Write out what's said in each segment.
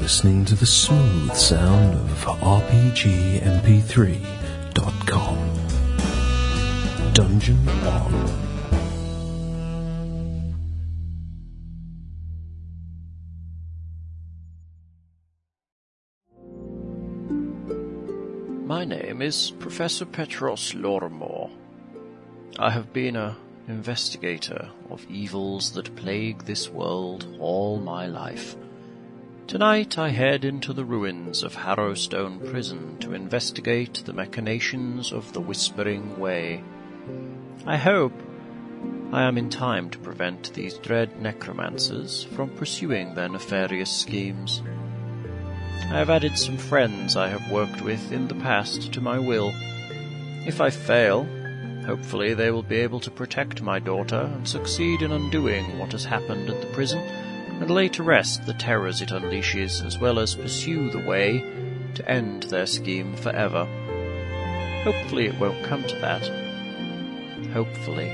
listening to the smooth sound of RPGMP3.com. Dungeon On. My name is Professor Petros Lormor. I have been a investigator of evils that plague this world all my life. Tonight I head into the ruins of Harrowstone Prison to investigate the machinations of the Whispering Way. I hope I am in time to prevent these dread necromancers from pursuing their nefarious schemes. I have added some friends I have worked with in the past to my will. If I fail, hopefully they will be able to protect my daughter and succeed in undoing what has happened at the prison and lay to rest the terrors it unleashes as well as pursue the way to end their scheme forever. Hopefully it won't come to that. Hopefully.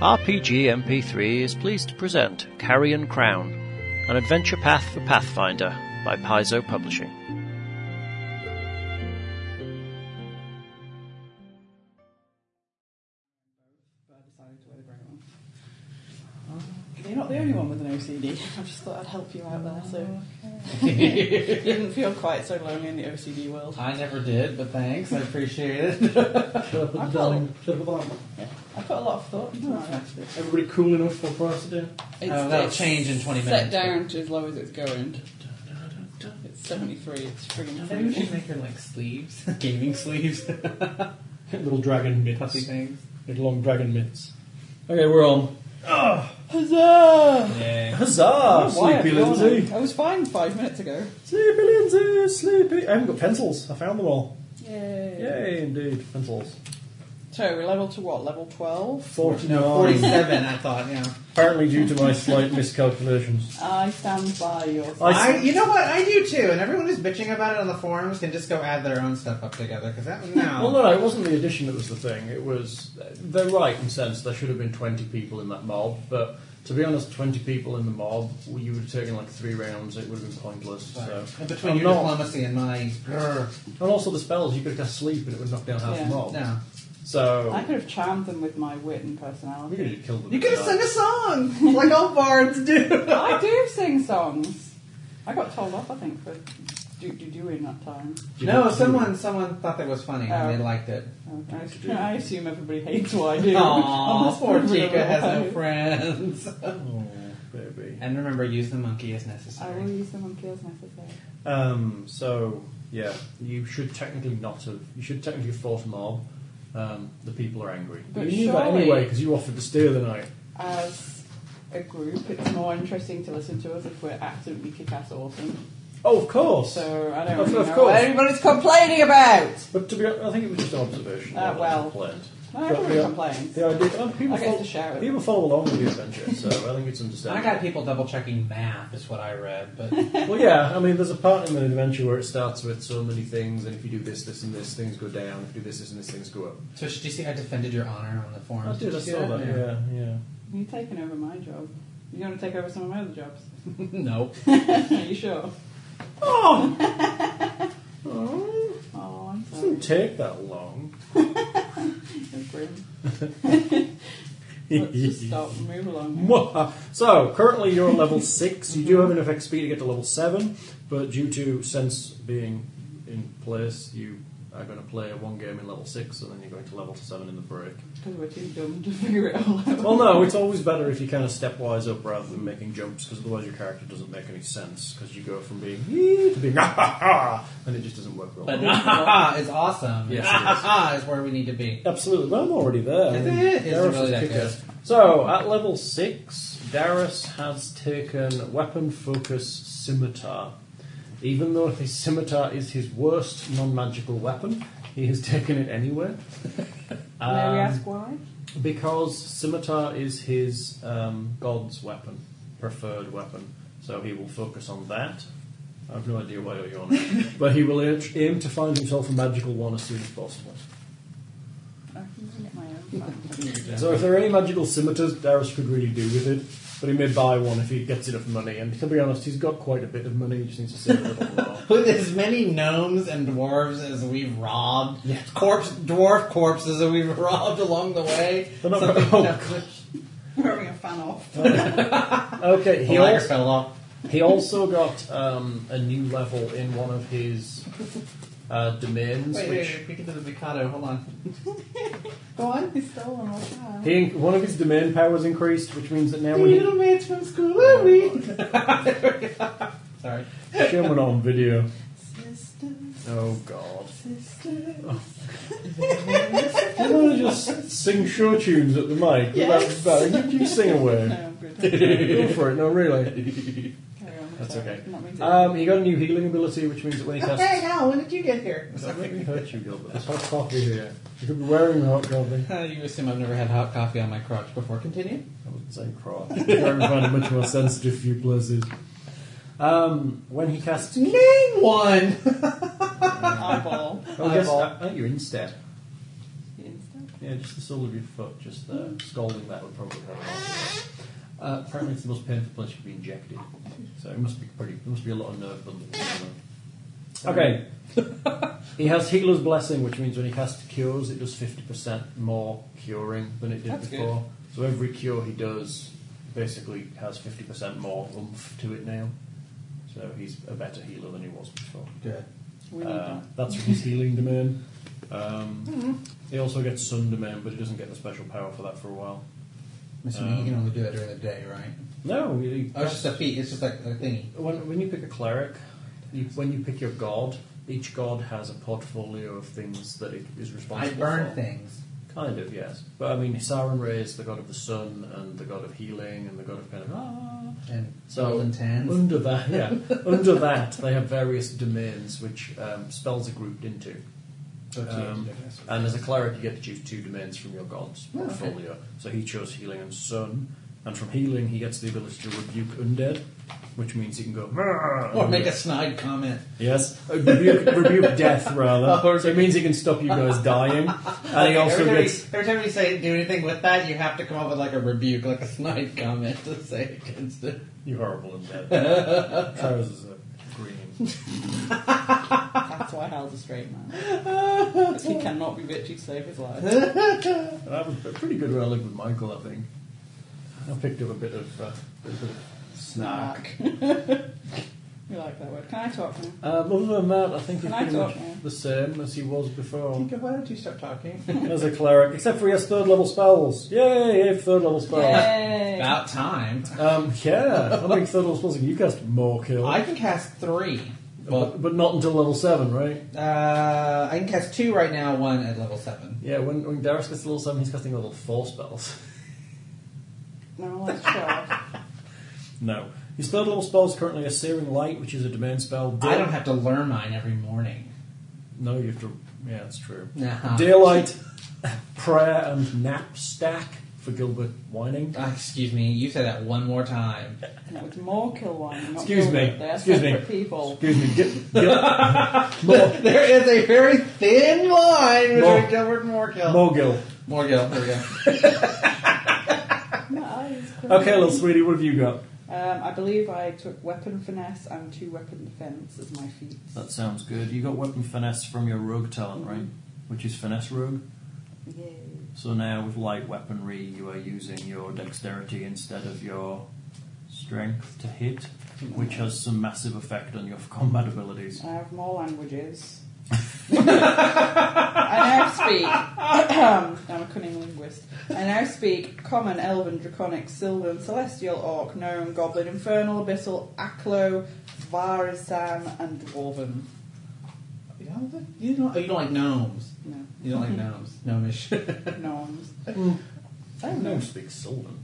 RPG MP3 is pleased to present Carrion Crown, an adventure path for Pathfinder by Paizo Publishing. You're not the only one with an OCD. I just thought I'd help you out there, so you didn't feel quite so lonely in the OCD world. I never did, but thanks. I appreciate it. I Done. I put a lot of thought into mine, actually. Everybody cool enough for Procedure? It's, Oh, that'll it's change in 20 set minutes. down to as low as it's going. It's 73. It's friggin' Maybe we should freezing. make them like sleeves, gaming sleeves, Little dragon puffy mitts. things. Big long dragon mitts. Okay, we're on. Huzzah! Yeah. Huzzah! Sleepy Wyatt, Lindsay. I was fine five minutes ago. Sleepy Lindsay, sleepy. I haven't got pencils. I found them all. Yay. Yay, indeed. Pencils. So we're level to what? Level 12? 49. No, forty-seven. I thought. Yeah. Apparently, due to my slight miscalculations. I stand by your I I, you know what? I do too, and everyone who's bitching about it on the forums can just go add their own stuff up together. Because that Well, no, no. no, it wasn't the addition that was the thing. It was they're right in the sense there should have been twenty people in that mob, but to be honest, twenty people in the mob, you would have taken like three rounds. It would have been pointless. So. And between I'm your not- diplomacy and my, grr, and also the spells you could cast sleep and it would knock down half Yeah. the mob. no, So I could have charmed them with my wit and we personality. could have killed them. you could with have sung that. a song like all bards do. I do sing songs. I got told off, I think, for do do doing that time. You No, could- someone, someone thought that was funny and Oh. they liked it. I, I assume everybody hates what I do. Aw, Unless poor they're Chica has no alive. friends. Oh, baby. And remember, use the monkey as I will necessary. use them on kills necessary. Um, so yeah, you should technically not have. You should technically have fought a mob. Um, the people are angry. But you knew that surely- anyway because you offered to steer the night. As a group, it's more interesting to listen to us if we're absolutely kick-ass awesome. Oh, of course. So I don't Of- really of know course. what everybody's complaining about. But to be honest, I think it was just an observation. Ah, more well. than a complaint. No, everybody Yeah. complains. The idea, oh, people, I get follow, to shout. people follow along with the adventure, so I think it's And I understandable. got people double checking math, is what I read. But well, yeah, I mean, there's a part in the adventure where it starts with so many things, and if you do this, this, and this, things go down. If you do this, this, and this, things go up. so, did you see I defended your honor on the I forums? did, I you see saw that, yeah, yeah. You're taking over my job. You want to take over some of my other jobs? nope. Are you sure? Oh! oh! Oh, I'm It sorry. doesn't take that long. You're grim. Let's just stop. Move along. Mwah. So currently you're at level six. You do have enough XP to get to level seven, but due to sense being in place, you are going to play one game in level six, and then you're going to level to seven in the break. Because we're too dumb to figure it all out. Well, no, it's always better if you kind of stepwise up rather than making jumps, because otherwise your character doesn't make any sense. Because you go from being "Ee" to being ah, ha, ha, and it just doesn't work well. But ah is awesome. Yes, it is. ah is where we need to be. Absolutely, well, I'm already there. Is it? Is it Darius really has that kicked good? ass. So at level six, Darius has taken weapon focus scimitar. Even though his scimitar is his worst non-magical weapon, he has taken it anyway. May we Um, ask why? Because scimitar is his um, god's weapon, preferred weapon, so he will focus on that. I have no idea why you're yawning, but he will aim- aim to find himself a magical one as soon as possible. I can get my own. So if there are any magical scimitars, Darius could really do with it. But he may buy one if he gets enough money. And to be honest, he's got quite a bit of money. He just needs to save a little while. With as many gnomes and dwarves as we've robbed, Yeah. corpse dwarf corpses that we've robbed along the way. They're not something- gonna- Wearing a fan off. Okay, The he lighter also, fell off. He also got um, a new level in one of his uh, domains, Wait, which wait, we can do the Mikado. Hold on. Go on, he's stolen my fan. he one of his domain powers increased, which means that now when little he man's from school, are we? Sorry. show him on video. Sisters, Oh God! sisters. Oh. You want to just sing show tunes at the mic Yes. without you, you sing No, away. I'm Oh, good. Go for it. No, really. Carry on. That's sorry. okay. Not me to- Um, he got a new healing ability, which means that when he Hey, casts, Al, when did you get here? Does that make me hurt you, Gilbert? There's hot coffee here. You could be wearing hot coffee. Uh, you assume I've never had hot coffee on my crotch before. Continue. I wasn't saying crotch. I find it much more sensitive few places. Um, when he casts, Name one! Eyeball. oh, yes, Eyeball. I think you're instead. Instant. Yeah, just the sole of your foot, just there. Scalding that would probably hurt a lot. Uh, apparently, it's the most painful place you can be injected. So it must be pretty. There must be a lot of nerve bundling. Okay. he has healer's blessing, which means when he casts cures, it does fifty percent more curing than it did That's before. So every cure he does basically has fifty percent more oomph to it now. So he's a better healer than he was before. Good. We need Uh, that. that's from his healing domain. Um, he also gets sun domain, but he doesn't get the special power for that for a while. Mr. Um, you can only do that during the day, right? No, he, Oh, it's just a feat. It's just like a thingy. when, when you pick a cleric, you, when you pick your god, each god has a portfolio of things that it is I responsible burn for. things. Kind of, yes. But I mean, Saren Ray is the god of the sun, and the god of healing, and the god of kind of ah. And So um, golden tans. under that, yeah, under that they have various domains which um, spells are grouped into. So it's Um, huge, I guess. and as a cleric, you get to choose two domains from your god's Oh, okay. portfolio. So he chose healing and sun, and from healing, he gets the ability to rebuke undead, which means he can go. "Rrrr," or and make do a snide comment. Yes, Uh, rebuke, rebuke death rather. Or- so it means he can stop you guys dying, and he also every, time gets. you, every time you say do anything with that, you have to come up with like a rebuke, like a snide comment to say against it. You horrible undead. Trousers are green. That's why Hal's a straight man. 'Cause he cannot be bitchy to save his life. And that was a pretty good where I lived with Michael, I think. I picked up a bit of, uh, bit of snack. You like that word. Can I talk now? Um, other than that, I think he's Can I pretty much talk now? the same as he was before. Tinker, why don't you stop talking? As a cleric, except for he has third level spells. Yay, he has third level spells. Yay! About time. Um, yeah, how many third level spells can you cast? More kill. I can cast three. Well, but, but not until level 7, right? uh, I can cast two right now, one at level seven. Yeah, when, when Darius gets to level 7, he's casting level 4 spells. No, let's try. No. His third level spells currently are Searing Light, which is a domain spell. I don't have to learn mine every morning. No, you have to. Yeah, that's true. Nah. Daylight, Prayer, and Nap Stack for Gilbert Whining. Ah, excuse me, you said that one more time. That was more kill wine. Not Excuse me. Gilbert. They're Excuse me. separate people. Excuse me, Gil- Gil- more, There is a very thin line More- between Gilbert and Morgil. more Gil. Morgil, there we go. My eyes. closed. Okay, little sweetie, what have you got? Um, I believe I took weapon finesse and two weapon defense as my feats. That sounds good. You got weapon finesse from your rogue talent, right? Which is finesse rogue. Yay. So now with light weaponry, you are using your dexterity instead of your strength to hit, which has some massive effect on your combat abilities. I have more languages. I now speak. I'm a cunning linguist. I now speak Common, Elven, Draconic, Sylvan, Celestial, Orc, Gnome, Goblin, Infernal, Abyssal, Aklo, Varisan, and Dwarven. You don't, you don't, oh, you don't like gnomes. No, You don't like gnomes. Gnomish. gnomes. I I have gnome. speak Sylvan.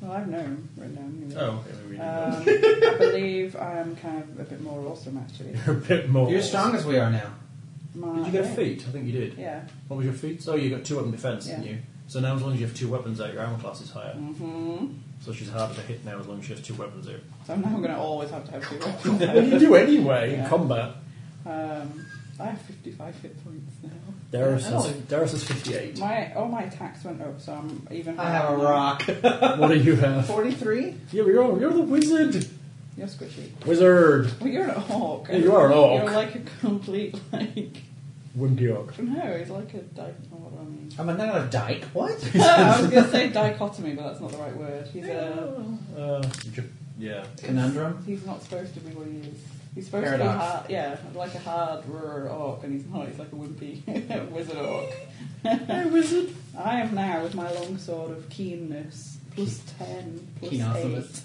Well, I've gnome written down. Anyway. Oh, okay, we Um, I believe I'm kind of a bit more awesome actually. You're a bit more. You're as strong as we are now. My, Did you get a feat? I think you did. Yeah. What was your feat? Oh, you got two weapon defense, didn't Yeah. you? So now, as long as you have two weapons out, your armor class is higher. hmm So she's harder to hit now, as long as she has two weapons out. So I'm now going to always have to have two What do weapons. you do anyway in Yeah. combat? um, I have 55 hit points now. Darius has, Oh. Darius has 58. My all my attacks went up, so I'm even. I have a higher. rock. What do you have? Forty-three. Yeah, but you're, you're the wizard. You're squishy. Wizard. Well, you're an orc. Yeah, you are an orc. You're like a complete like. Wimpy Orc. No, he's like a di- oh, what do I mean? Oh, I'm not a dyke. What? I was going to say dichotomy, but that's not the right word. He's a. Uh, j- yeah. Conundrum. He's not supposed to be what he is. He's supposed to be Paradox. hard, yeah, like a hard rural orc, and he's not. He's like a wimpy wizard orc. Hey, wizard. I am now with my long sword of keenness plus ten plus Kenosobus. That's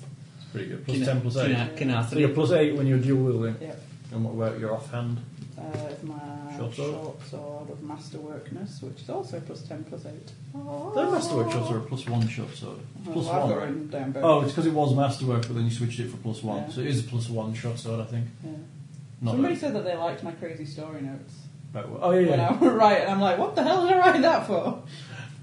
pretty good. Keno- Plus 10 plus 8. Keno- So you're Kenosity. plus 8 when you're dual wielding. eight. Yep. And what about your offhand? Uh, it's my Short sword? sword of masterworkness, which is also plus ten plus eight. Their masterwork shots are a plus 1 shot, so. Oh, Plus I've got 1, right? written down both. Oh, it's because it was masterwork, but then you switched it for plus one, Yeah. so it is a plus one shot sword, I think. Yeah. Not Somebody that- said that they liked my crazy story notes. that well. Oh yeah, when yeah. I would write, and I'm like, what the hell did I write that for?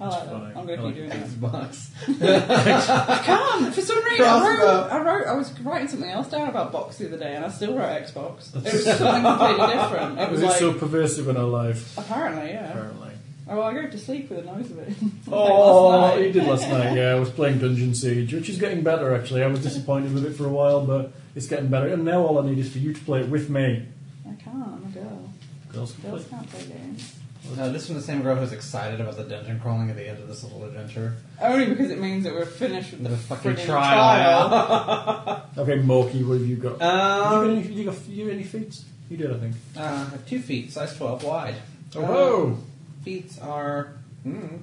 I like that. funny. I'm going to I like keep doing that. Xbox. I can't. For some reason, I Crossbow. wrote, I wrote. I was writing something else down about box the other day, and I still wrote Xbox. It was something completely different. It was it's like so pervasive in our life, apparently, yeah. apparently. Oh, well, I go to sleep with the noise of it. Like Oh, last night. you did last night. Yeah, I was playing Dungeon Siege, which is getting better actually. I was disappointed with it for a while, but it's getting better. And now all I need is for you to play it with me. I can't. I'm a girl. Girls can play. Girls can't play games. Uh, this from the same girl who's excited about the dungeon crawling at the end of this little adventure. Only because it means that we're finished with the, The fucking frigging trial. trial. Okay, Morky, what have you got? Um, you got any, you got you got any feats? You did, I think. Uh, two feet, size 12 wide. Uh, Oh, Feet are. Mm,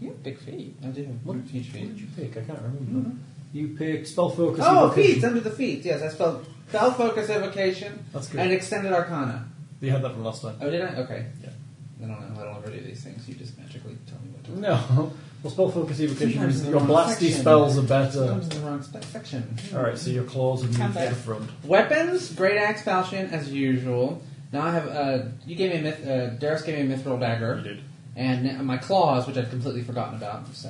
You have big feet. I do. what, did you, Teach what feet. did you pick? I can't remember. You picked spell focus. Mm-hmm. Oh, evocation. feet under the feet. Yes, I spelled spell focus evocation That's good. and extended arcana. You had that from last time. Oh, did I? Okay. Yeah. I don't know. I don't ever do these things. You just magically tell me what to do. No. Well, spell focus evocation Sometimes is the your wrong blasty section. spells are better. Sometimes in the wrong spe- section. Alright, so your claws have moved to Combat. the front. Weapons, great axe falchion as usual. Now I have. Uh, you gave me a myth. Uh, Darius gave me a mithril dagger. You did. and n- my claws, which I'd completely forgotten about. So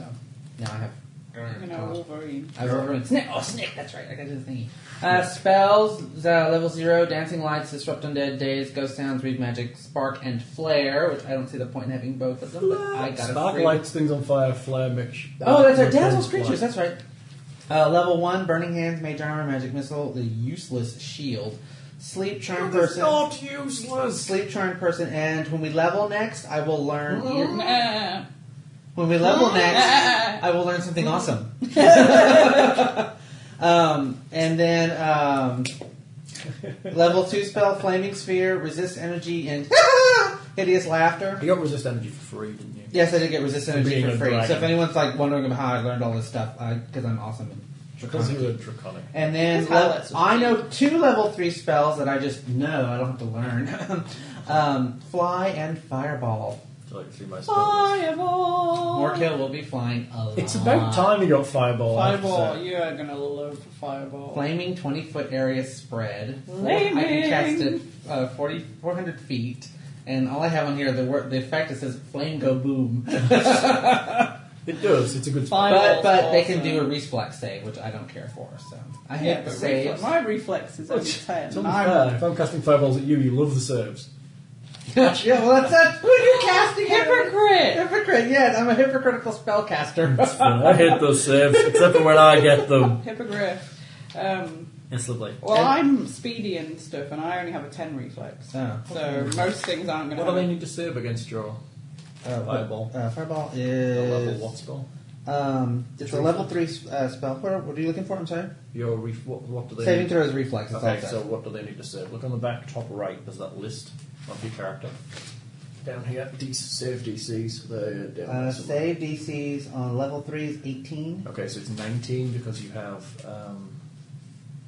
now I have. Oh, You know, claws. Wolverine. I have Wolverine. Snake. Oh, snake. That's right. I got to do the thingy. Uh, spells: z- uh, level zero, dancing lights, disrupt undead, days, ghost sounds, read magic, spark, and flare. Which I don't see the point in having both of them, but I got a Spark free. lights things on fire, flare mix. Oh, that's right. Flare Dazzles flare. creatures. That's right. Uh, level one: burning hands, mage armor, magic missile, the useless shield, sleep charm It's person. not useless! Sleep charm person, and when we level next, I will learn. Nah. When we level next, I will learn something awesome. um, and then um, level two spell, flaming sphere, resist energy, and hideous laughter. You got resist energy for free, didn't you? Yes, I did get resist energy Being for a free. So if dragon. anyone's like wondering about how I learned all this stuff, because I'm awesome. And Because you were draconic. draconic. and then That's how level- that's- I know two level three spells that I just know. I don't have to learn. um, fly and fireball. So I can see my spells. Fireball. Morkill will be flying a lot. It's about time you got fireball. I have to Fireball, say. you are gonna love fireball. Flaming 20 foot area spread. Four- I Flaming. can cast it uh, 40, 400 feet. And all I have on here, the word, the effect, it says flame go boom. It does, it's a good spell. Fire- but but they awesome. can do a reflex save, which I don't care for. So I Yeah, hate the but saves. reflex- my reflex is only It's 10. unfair. I'm If I'm casting fireballs at you, you love the saves. yeah, well that's that. Who are you casting? hypocrite! Hypocrite. Yes, I'm a hypocritical spellcaster. I hate those saves, except for when I get them. Hippogriff. Um, Instantly. well, And- I'm speedy and stuff, and I only have a 10 reflex. Oh. So most things aren't going What do to they happen. need to save against your Uh, Fireball. Uh, fireball your is level what spell? Um, it's a level three uh, spell. What are, what are you looking for? I'm sorry. Your ref- what, what do they Saving need? throw is reflex. That's all Okay, it says. so what do they need to save? Look on the back top right. There's that list of your character. Down here, D- save DCs. They're down Uh, there somewhere. save DCs on level 3 is 18. Okay, so it's 19 because you have um,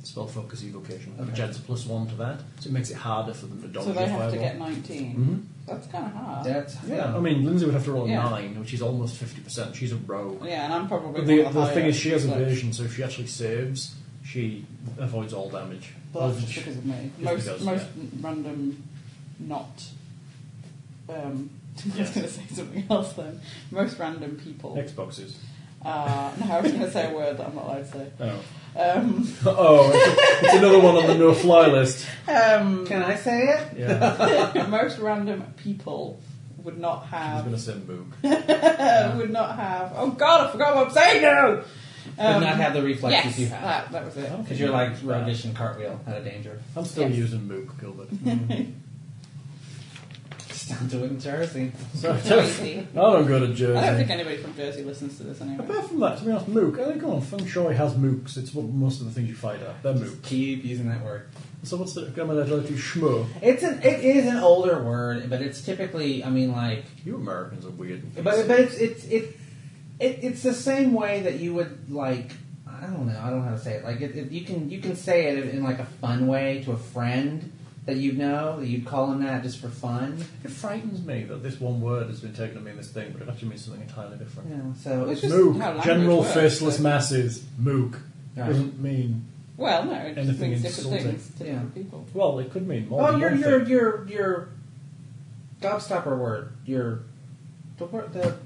spell focus evocation, which Okay. adds plus one to that, so it makes it harder for them to dodge. So they your have to fireball. get 19. Mhm. That's kind of hard. Yeah. That's Yeah, I mean Lindsay would have to roll a Yeah. nine, which is almost 50%. She's a rogue. and I'm probably. But the, one of the higher thing is, she has reflex. evasion, so if she actually saves, she avoids all damage. But that's Doesn't just she? because of me. Just Most, because, most random not. Um, I was Yes. going to say something else then. Most random people Xboxes. Uh, no, I was going to say a word that I'm not allowed to say. Oh, Um, oh, it's, it's another one on the no-fly list. um, Mm, Can I say it? Yeah, most random people would not I was have uh, gonna say moog. would not have. Oh God, I forgot what I'm saying now. Would Um, not have the reflexes yes, you have. that, that was Oh. it. Because you're like roguish and cartwheel out of danger. I'm still Yes. using moog, Gilbert. It's down to it in Jersey. So I don't, Jersey. I don't go to Jersey. I don't think anybody from Jersey listens to this anyway. Apart from that, to be honest, mook. I think on feng shui has mooks. It's what most of the things you find are. They're mook. Just keep using that word. So what's the etymology? Schmo. It's an it is an older word, but it's typically I mean like You Americans are weird. But but it's it's it, it it's the same way that you would like I don't know I don't know how to say it like it, it, you can you can say it in like a fun way to a friend that you know that you'd call him that just for fun. It frightens me that this one word has been taken to mean this thing, but it actually means something entirely different. You know, so Which it's is- just, how Mook. language General works, faceless but- masses. Mook. Right. Doesn't mean. Well, no, it just Anything means insulting. different things to different people. Well, it could mean more oh than your one your thing. your your gobstopper word your the word the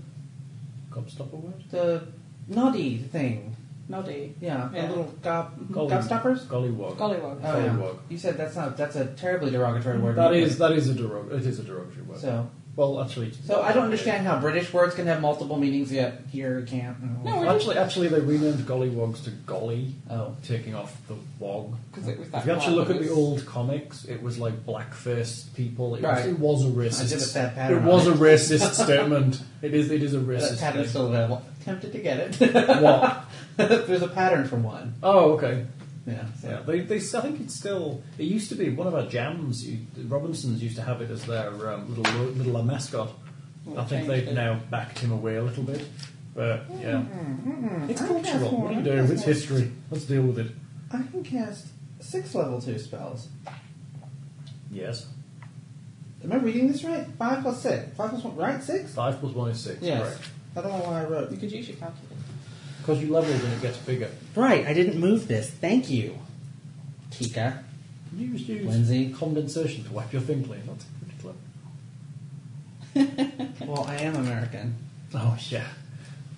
Gobstopper word? the noddy thing Noddy, yeah, the Yeah. little gob Golly- gobstoppers. Gollywog. gollywog. Uh, Oh, yeah. Gollywog. You said that's not that's a terribly derogatory word. That is that is a derog- it is a derogatory word. so. well, actually, So I don't understand how British words can have multiple meanings yet here it can't. No, we're just Actually, actually, they renamed gollywogs to golly, Oh. taking off the wog. because it was that. If you actually part look at that the was- old comics, it was like blackface people. It, Right. was, it was a I did a racist. bad pattern. It was a on racist statement. It is. It is a it. That racist. pattern's statement. still available. Tempted to get it. What? There's a pattern for one. Oh, okay. Yeah. So. Yeah, they, they. I think it's still. It used to be one of our jams. You, Robinsons used to have it as their um, little little uh, mascot. Well, I think changed they've it. now backed him away a little bit. But yeah, Mm-hmm, it's I think that's cultural. What are you more- doing? that's It's more- history. Let's deal with it. I can cast six level two spells. Yes, Am I reading this right? Five plus six. Five plus one. Right? Six. five plus one is six. Yes. I don't know why I wrote. You could use your calculator. Because you leveled and it gets bigger. Right. I didn't move this. Thank you, Kika. You just use Lindsay. condensation to wipe your thing clean. That's pretty clever. Well, I am American. Oh yeah,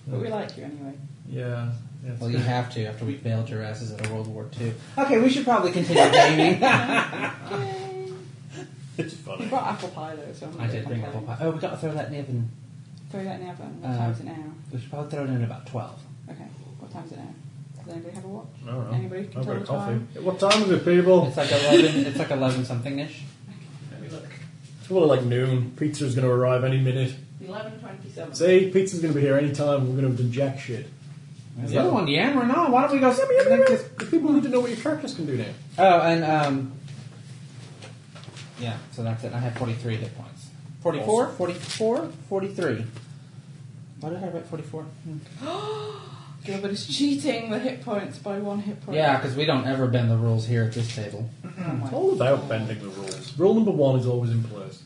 But we like you anyway. yeah. yeah Well, you have to after we bailed your asses out of World War II. Okay, we should probably continue gaming. it's You funny. brought apple pie though, so I'm I did bring apple pie. Oh, we got to throw that in the oven. Throw that in the oven. What Uh, time's it now? We should probably throw it in at about 12. Okay. What time's it now? Does anybody have a watch? I don't know. Anybody can I've tell got a the coffee. time? What time is it, people? It's like 11, it's like 11 something ish. Let me look. It's probably like noon. Pizza's going to arrive any minute. Eleven twenty-seven. See, pizza's going to be here any time. We're going to have done jack shit. The other one yammering on. Why don't we go. The People need to know what your characters can do now. Oh, and, um. Yeah, so that's it. I have 43 hit points. 44? 44? 43. Why did I write 44? Hmm. Gilbert is cheating the hit points by one hit point. Yeah, because we don't ever bend the rules here at this table. Oh my It's all about bending the rules. Rule number one is always in place.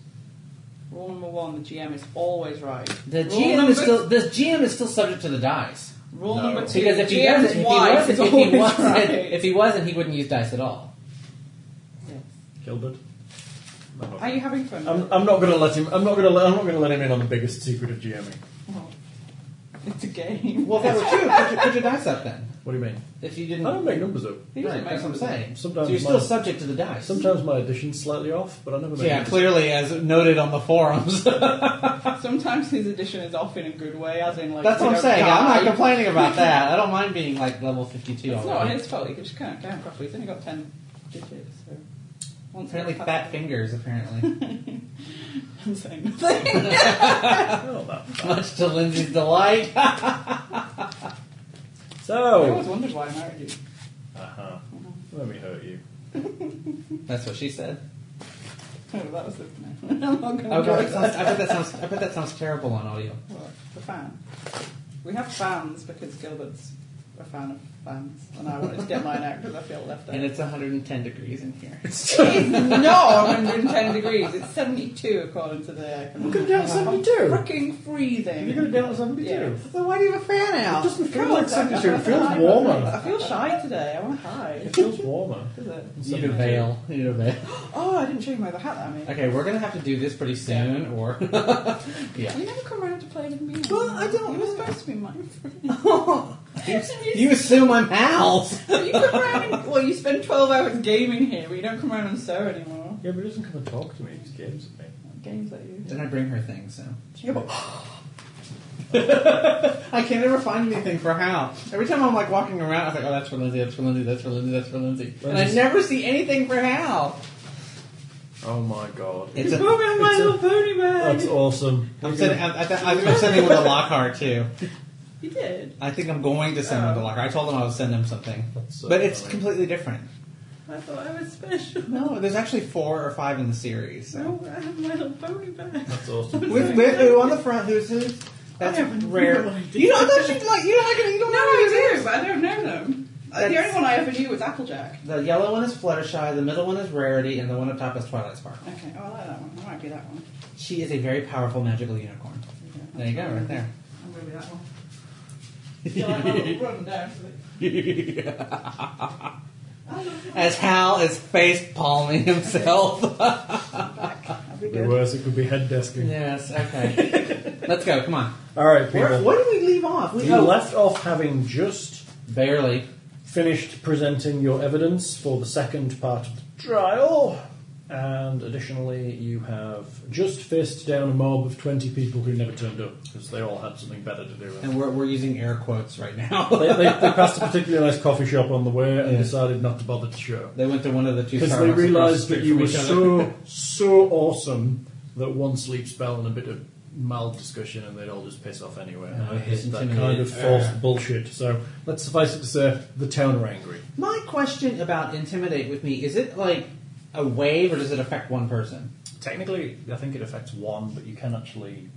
Rule number one: the GM is always right. The Rule GM number- is still the GM is still subject to the dice. Rule No. number two: Because if he GM's wasn't, if he wife wasn't, is if he always wasn't, right. if he wasn't, he wouldn't use dice at all. Gilbert. Are you having fun? I'm, I'm not going to let him. I'm not going to. let. I'm not going to let him in on the biggest secret of E. GMing. Oh. It's a game. Well, if that were true, put your, put your dice up then. What do you mean? If you I didn't, don't make numbers up. He doesn't Right, make that's what I'm sense. saying. Sometimes so you're my- still subject to the dice. Sometimes my addition's slightly off, but I never make yeah, numbers. clearly, as noted on the forums. That's Sometimes his addition is off in a good way, as in like. we what I'm don't saying. I'm die. not complaining about that. I don't mind being like level 52. It's not already. his fault. He just can't count properly. He's only got ten digits. So. Once Apparently, he got fat past- fingers. Apparently, I'm saying nothing. Oh, that- much to Lindsay's delight. I always So. wondered why I married you. Uh huh. Let me hurt you. That's what she said. Oh, that was the. No. I'm not going Oh, to God, that sounds, I bet that sounds. I bet that sounds terrible on audio. What? The fan. We have fans because Gilbert's a fan of fans, and I wanted to get mine out because I feel left out. And it's 110 degrees in here. It's not 110 degrees. It's 72 according to the air We're conditioner. going down at 72. You're Freaking freezing. going down at 72. Yeah. So why do you have a fan It out? doesn't feel God, like I- 72, it I- feels I- warmer. I feel shy today. I want to It hide. feels warmer. Does it? You need a veil. You need a veil. Oh, I didn't show you my other hat that I made. Okay, we're gonna have to do this pretty soon, or yeah. You never come around to play with me. Well, I don't- You were supposed to be my friend. You assume I'm Hal's. you come around and, well, you spend 12 hours gaming here, but you don't come around and sew anymore. Yeah, but he doesn't come and talk to me. He just games at me. Games at you. Then I bring her things, so Yeah, but I can never find anything for Hal. Every time I'm like walking around, I'm like, oh, that's for Lindsay, that's for Lindsay, that's for Lindsay, that's for Lindsay, and I Lindsay's- never see anything for Hal. Oh my god. It's a, Put me in my It's a- little pony bag. That's awesome. I'm We're sending. gonna- I, I, I think I'm sending with a Lockhart too. You did. I think I'm going to send him the Lockhart. I told him I would send him something, That's so uh, but it's funny. completely different. I thought I was special. No, there's actually four or five in the series. So. No, I have my little pony bag. That's awesome. With, with who on the front? Who's who? That's I have no rare. idea. You don't. I thought you like. You don't like it. You No, don't know who I it do, is. but I don't know them. Uh, The That's- only one I ever knew was Applejack. The yellow one is Fluttershy. The middle one is Rarity, and the one up top is Twilight Sparkle. Okay, oh, I like that one. That might be that one. She is a very powerful magical unicorn. Okay, There you go, right there. I'm going to be that one. Feel like my little run down to the- I love my As Hal is face palming himself. back. I'll be The good. worst, it could be head desking. yes. Okay. Let's go. Come on. Alright, people. Where, where did we leave off? We oh. You left off having just barely. finished presenting your evidence for the second part of the trial, and additionally, you have just faced down a mob of 20 people who never turned up because they all had something better to do. And we're, we're using air quotes right they, now. they, they passed a particularly nice coffee shop on the way and Yeah. decided not to bother to show. they went to one of the two. Because Starbucks they across the realised street that you from were each other. so, so awesome that one sleep spell and a bit of mild discussion and they'd all just piss off anyway. And I hate that kind of Intimidated. false Uh. bullshit. So let's suffice it to say, the town are angry. My question about intimidate with me is it like a wave or does it affect one person? Technically, I think it affects one, but you can actually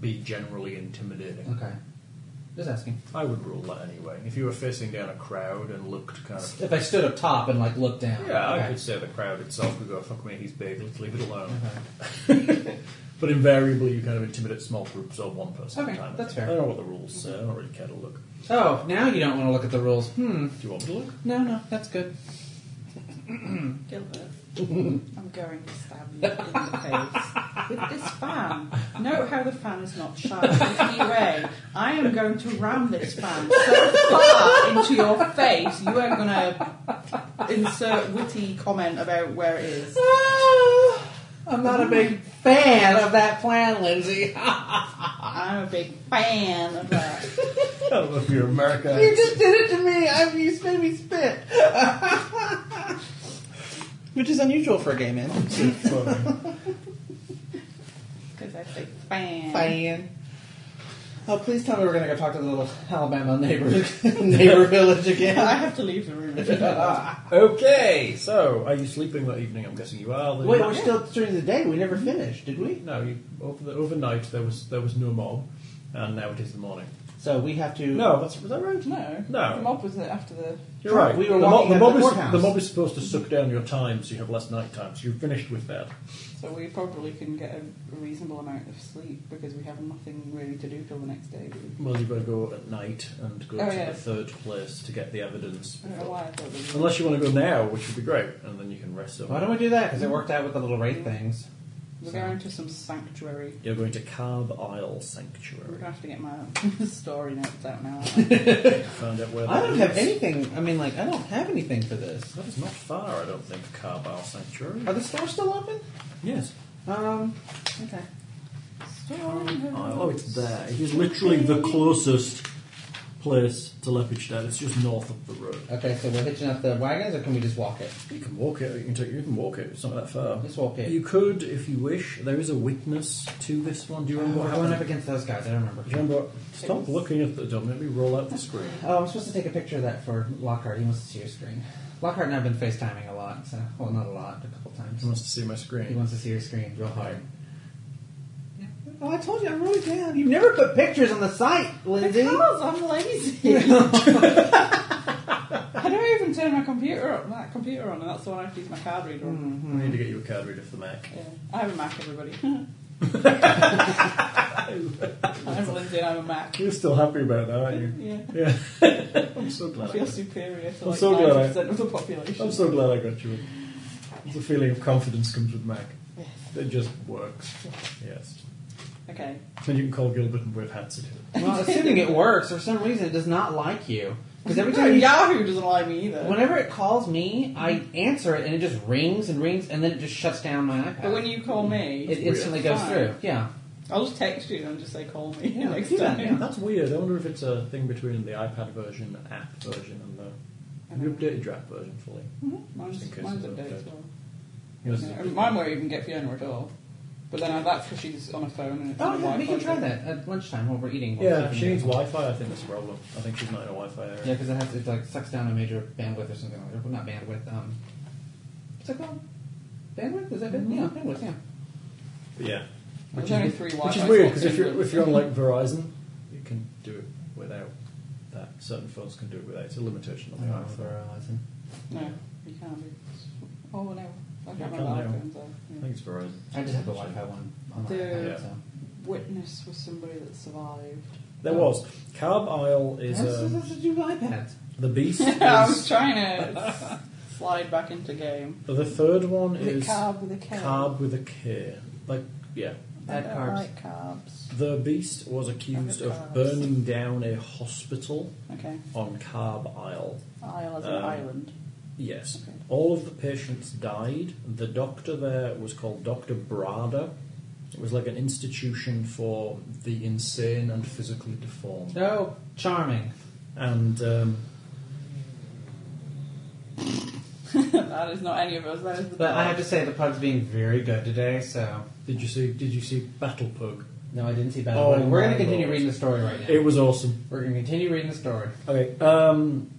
be generally intimidating. Okay, just asking. I would rule that anyway. If you were facing down a crowd and looked kind of. If I stood up top and like looked down, Yeah, I okay. could say the crowd itself could go, fuck me, he's big, let's leave it alone. Okay. But invariably, you kind of intimidate small groups or one person at a Okay, time. I that's think. fair. I don't know what the rules say, I don't really care to look. Oh, now you don't want to look at the rules. Hmm. Do you want me to look? No, no, that's good. Gilbert, I'm going to stab you in the face with this fan. Note how the fan is not sharp in any way. I am going to ram this fan so far into your face, you are going to insert witty comment about where it is. Ah, I'm not a big fan of that plan, Lindsay. I'm a big fan of that. I don't know if you're American. you just did it to me. I, you made me spit. Which is unusual for a gay man. Because I say fan. Fan. Oh, please tell me we're gonna go talk to the little Alabama neighbor neighbor village I again. have to leave the room. if you don't. okay, so are you sleeping that evening? I'm guessing you are. Wait, we're still during the day. We never finished, did we? No, you, over the, overnight there was there was no mob, and now it is the morning. So we have to. No, that's was that right? No. No. The mob was after the. You're right. We were the, mob, walking the, at mob the is, courthouse. the mob is supposed to suck down your time, so you have less night time. So you're finished with that. So we probably can get a reasonable amount of sleep because we have nothing really to do till the next day. Well, you've got to go at night and go Oh, to yeah. the third place to get the evidence. I don't know why I thought that we Unless you want to go now, which would be great, and then you can rest up. Why don't we do that? Because it worked out with the little wraith things. We're going to some sanctuary. You're going to Carb Isle We're Sanctuary. going to have to get my story notes out now. Find out where I that don't is. have anything. I mean, like, I don't have anything for this. That is not far, I don't think, Carb Isle Sanctuary. Are the stores still open? Yes. Um. Okay. story notes. Oh, it's there. It is literally the closest place to Leopardstown. It's just north of the road. Okay. So we're hitching up the wagons, or can we just walk it? You can walk it. You can take. You can walk it. It's not that far. Let's walk it. You could, if you wish. There is a witness to this one. Do you Oh, remember what we're going up happened? against those guys. I remember. Do you remember? What, stop looking at the dome. Let me roll out the screen. Oh, I'm supposed to take a picture of that for Lockhart. He wants to see your screen. Lockhart and I've been FaceTiming a lot, so well, not a lot, a couple times. He wants to see my He screen. wants to see your screen real hard. Oh, I told you I'm really down. You've never put pictures on the site, Lindsay. Because I'm lazy. on, that computer on, and that's the one I have to use my card reader on. I need to get you a card reader for the Mac. Yeah. I have a Mac, everybody. I'm Lindsay and I'm a Mac. You're still happy about that, aren't you? Yeah. Yeah. I'm so glad. I I feel got, superior to I'm like so glad I- 90% of the population. I'm so glad I got you. The feeling of confidence comes with Mac. It just works. Yes. Okay. Then you can call Gilbert and wave hats at him. Well, assuming it works, for some reason it does not like you. Because every No, time you Yahoo doesn't like me either. Whenever it calls me, I answer it and it just rings and rings and then it just shuts down my iPad. but when you call me, it instantly Weird. goes through. Yeah. I'll just text you and just say call me Yeah, next do that, time. yeah. That's weird. I wonder if it's a thing between the iPad version, and app version, and the. Have you updated your app version fully? Mhm. Mine's, Just in case mine's it's updated as updated. well. Yes. Yeah, mine won't even get Fiona at all. But then I, that's because she's on a phone and it's Oh, on yeah, Wi-Fi. we can try that at lunchtime while we're eating. We'll see Yeah, if we she can- needs Wi Fi. I think that's a problem. I think she's not in a Wi Fi area. Yeah, because it has it like sucks down a major bandwidth or something like that. Well, not bandwidth. Um, what's it called? Bandwidth? Is that it? Yeah, bandwidth. Yeah. But yeah. There's only three Wi-Fi Which is weird spots because if in you're the- if you're on like Verizon, you can do it without that. Certain phones can do it without. It's a limitation on the Oh, iPhone. Verizon. No, you can't do. Oh no, I You can't can remember now. iPhones. though. I Yeah. think it's Verizon. I just have the Wi-Fi one on my The- iPad. So. Witness was somebody that survived. There was Carb Isle is How does um, this do with iPads? the beast. I was Is, trying to s- slide back into game. the third one Is it is carb with a K? Carb with a K. Like yeah, I Add don't carbs. like carbs. the beast was accused Other of carbs. burning down a hospital Okay, on Carb Isle. Isle as an Um, island. Yes. Okay. All of the patients died. The doctor there was called Dr. Brada. It was like an institution for the insane and physically deformed. Oh, charming. And um, that is not any of us. That is the. But I have to say the pub's being very good today. So did you see? Did you see Battle Pug? no, I didn't see bad. Oh, we're my going to continue Lord. reading the story right now. It was awesome. We're going to continue reading the story. Okay. Um,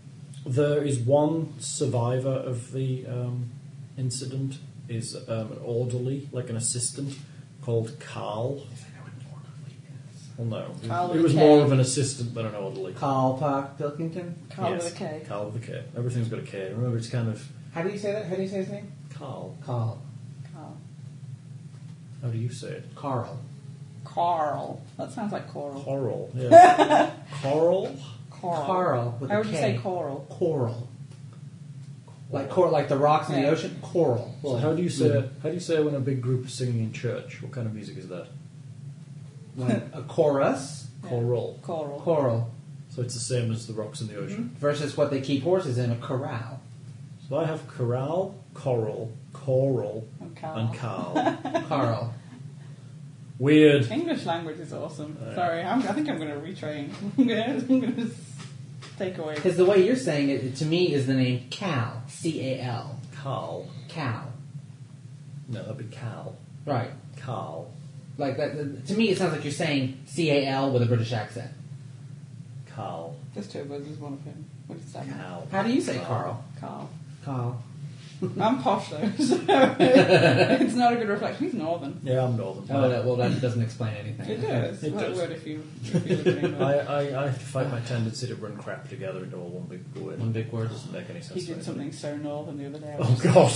there is one survivor of the um, incident. Is um, an orderly, like an assistant, called Carl. Well, no, Carl it with was a K. more of an assistant than an orderly. Carl Park Pilkington. Carl yes. with a K. Carl with a K. Everything's got a K. Remember, it's kind of How do you say that? How do you say his name? Carl. Carl. Carl. How do you say it? Carl. Carl. That sounds like coral. Coral. Yeah. Coral. Coral. Carl with How a would you K. say coral? Coral. Like cor- like the rocks in the Yeah. ocean. Coral. So how do you say how do you say when a big group is singing in church? What kind of music is that? Like a chorus. Yeah. Choral. Coral. Coral So it's the same as the rocks in the ocean. versus what they keep horses in a corral. Mm-hmm. So I have corral, coral, choral, And Carl. and Carl. Carl. Weird. English language is awesome. Yeah. Sorry, I'm, I think I'm going to retrain. I'm going to take away. Because the way you're saying it, to me is the name Cal. C A L. Carl. Cal. No, that'd be Cal. Right. Carl. Like that. To me, it sounds like you're saying C A L with a British accent. Carl. There's two of us. There's one of him. What does that mean? Cal. How do you say Carl? Carl. Carl. I'm posh though, so it's not a good reflection. He's northern. Yeah, I'm northern. Oh, that, well, that doesn't explain anything. It does. It What does. word if you if you live in I, England? I, I have to fight my tendency to run crap together into a one big word. One big word. doesn't make any sense. He to me. did something so northern the other day. I, was Oh god.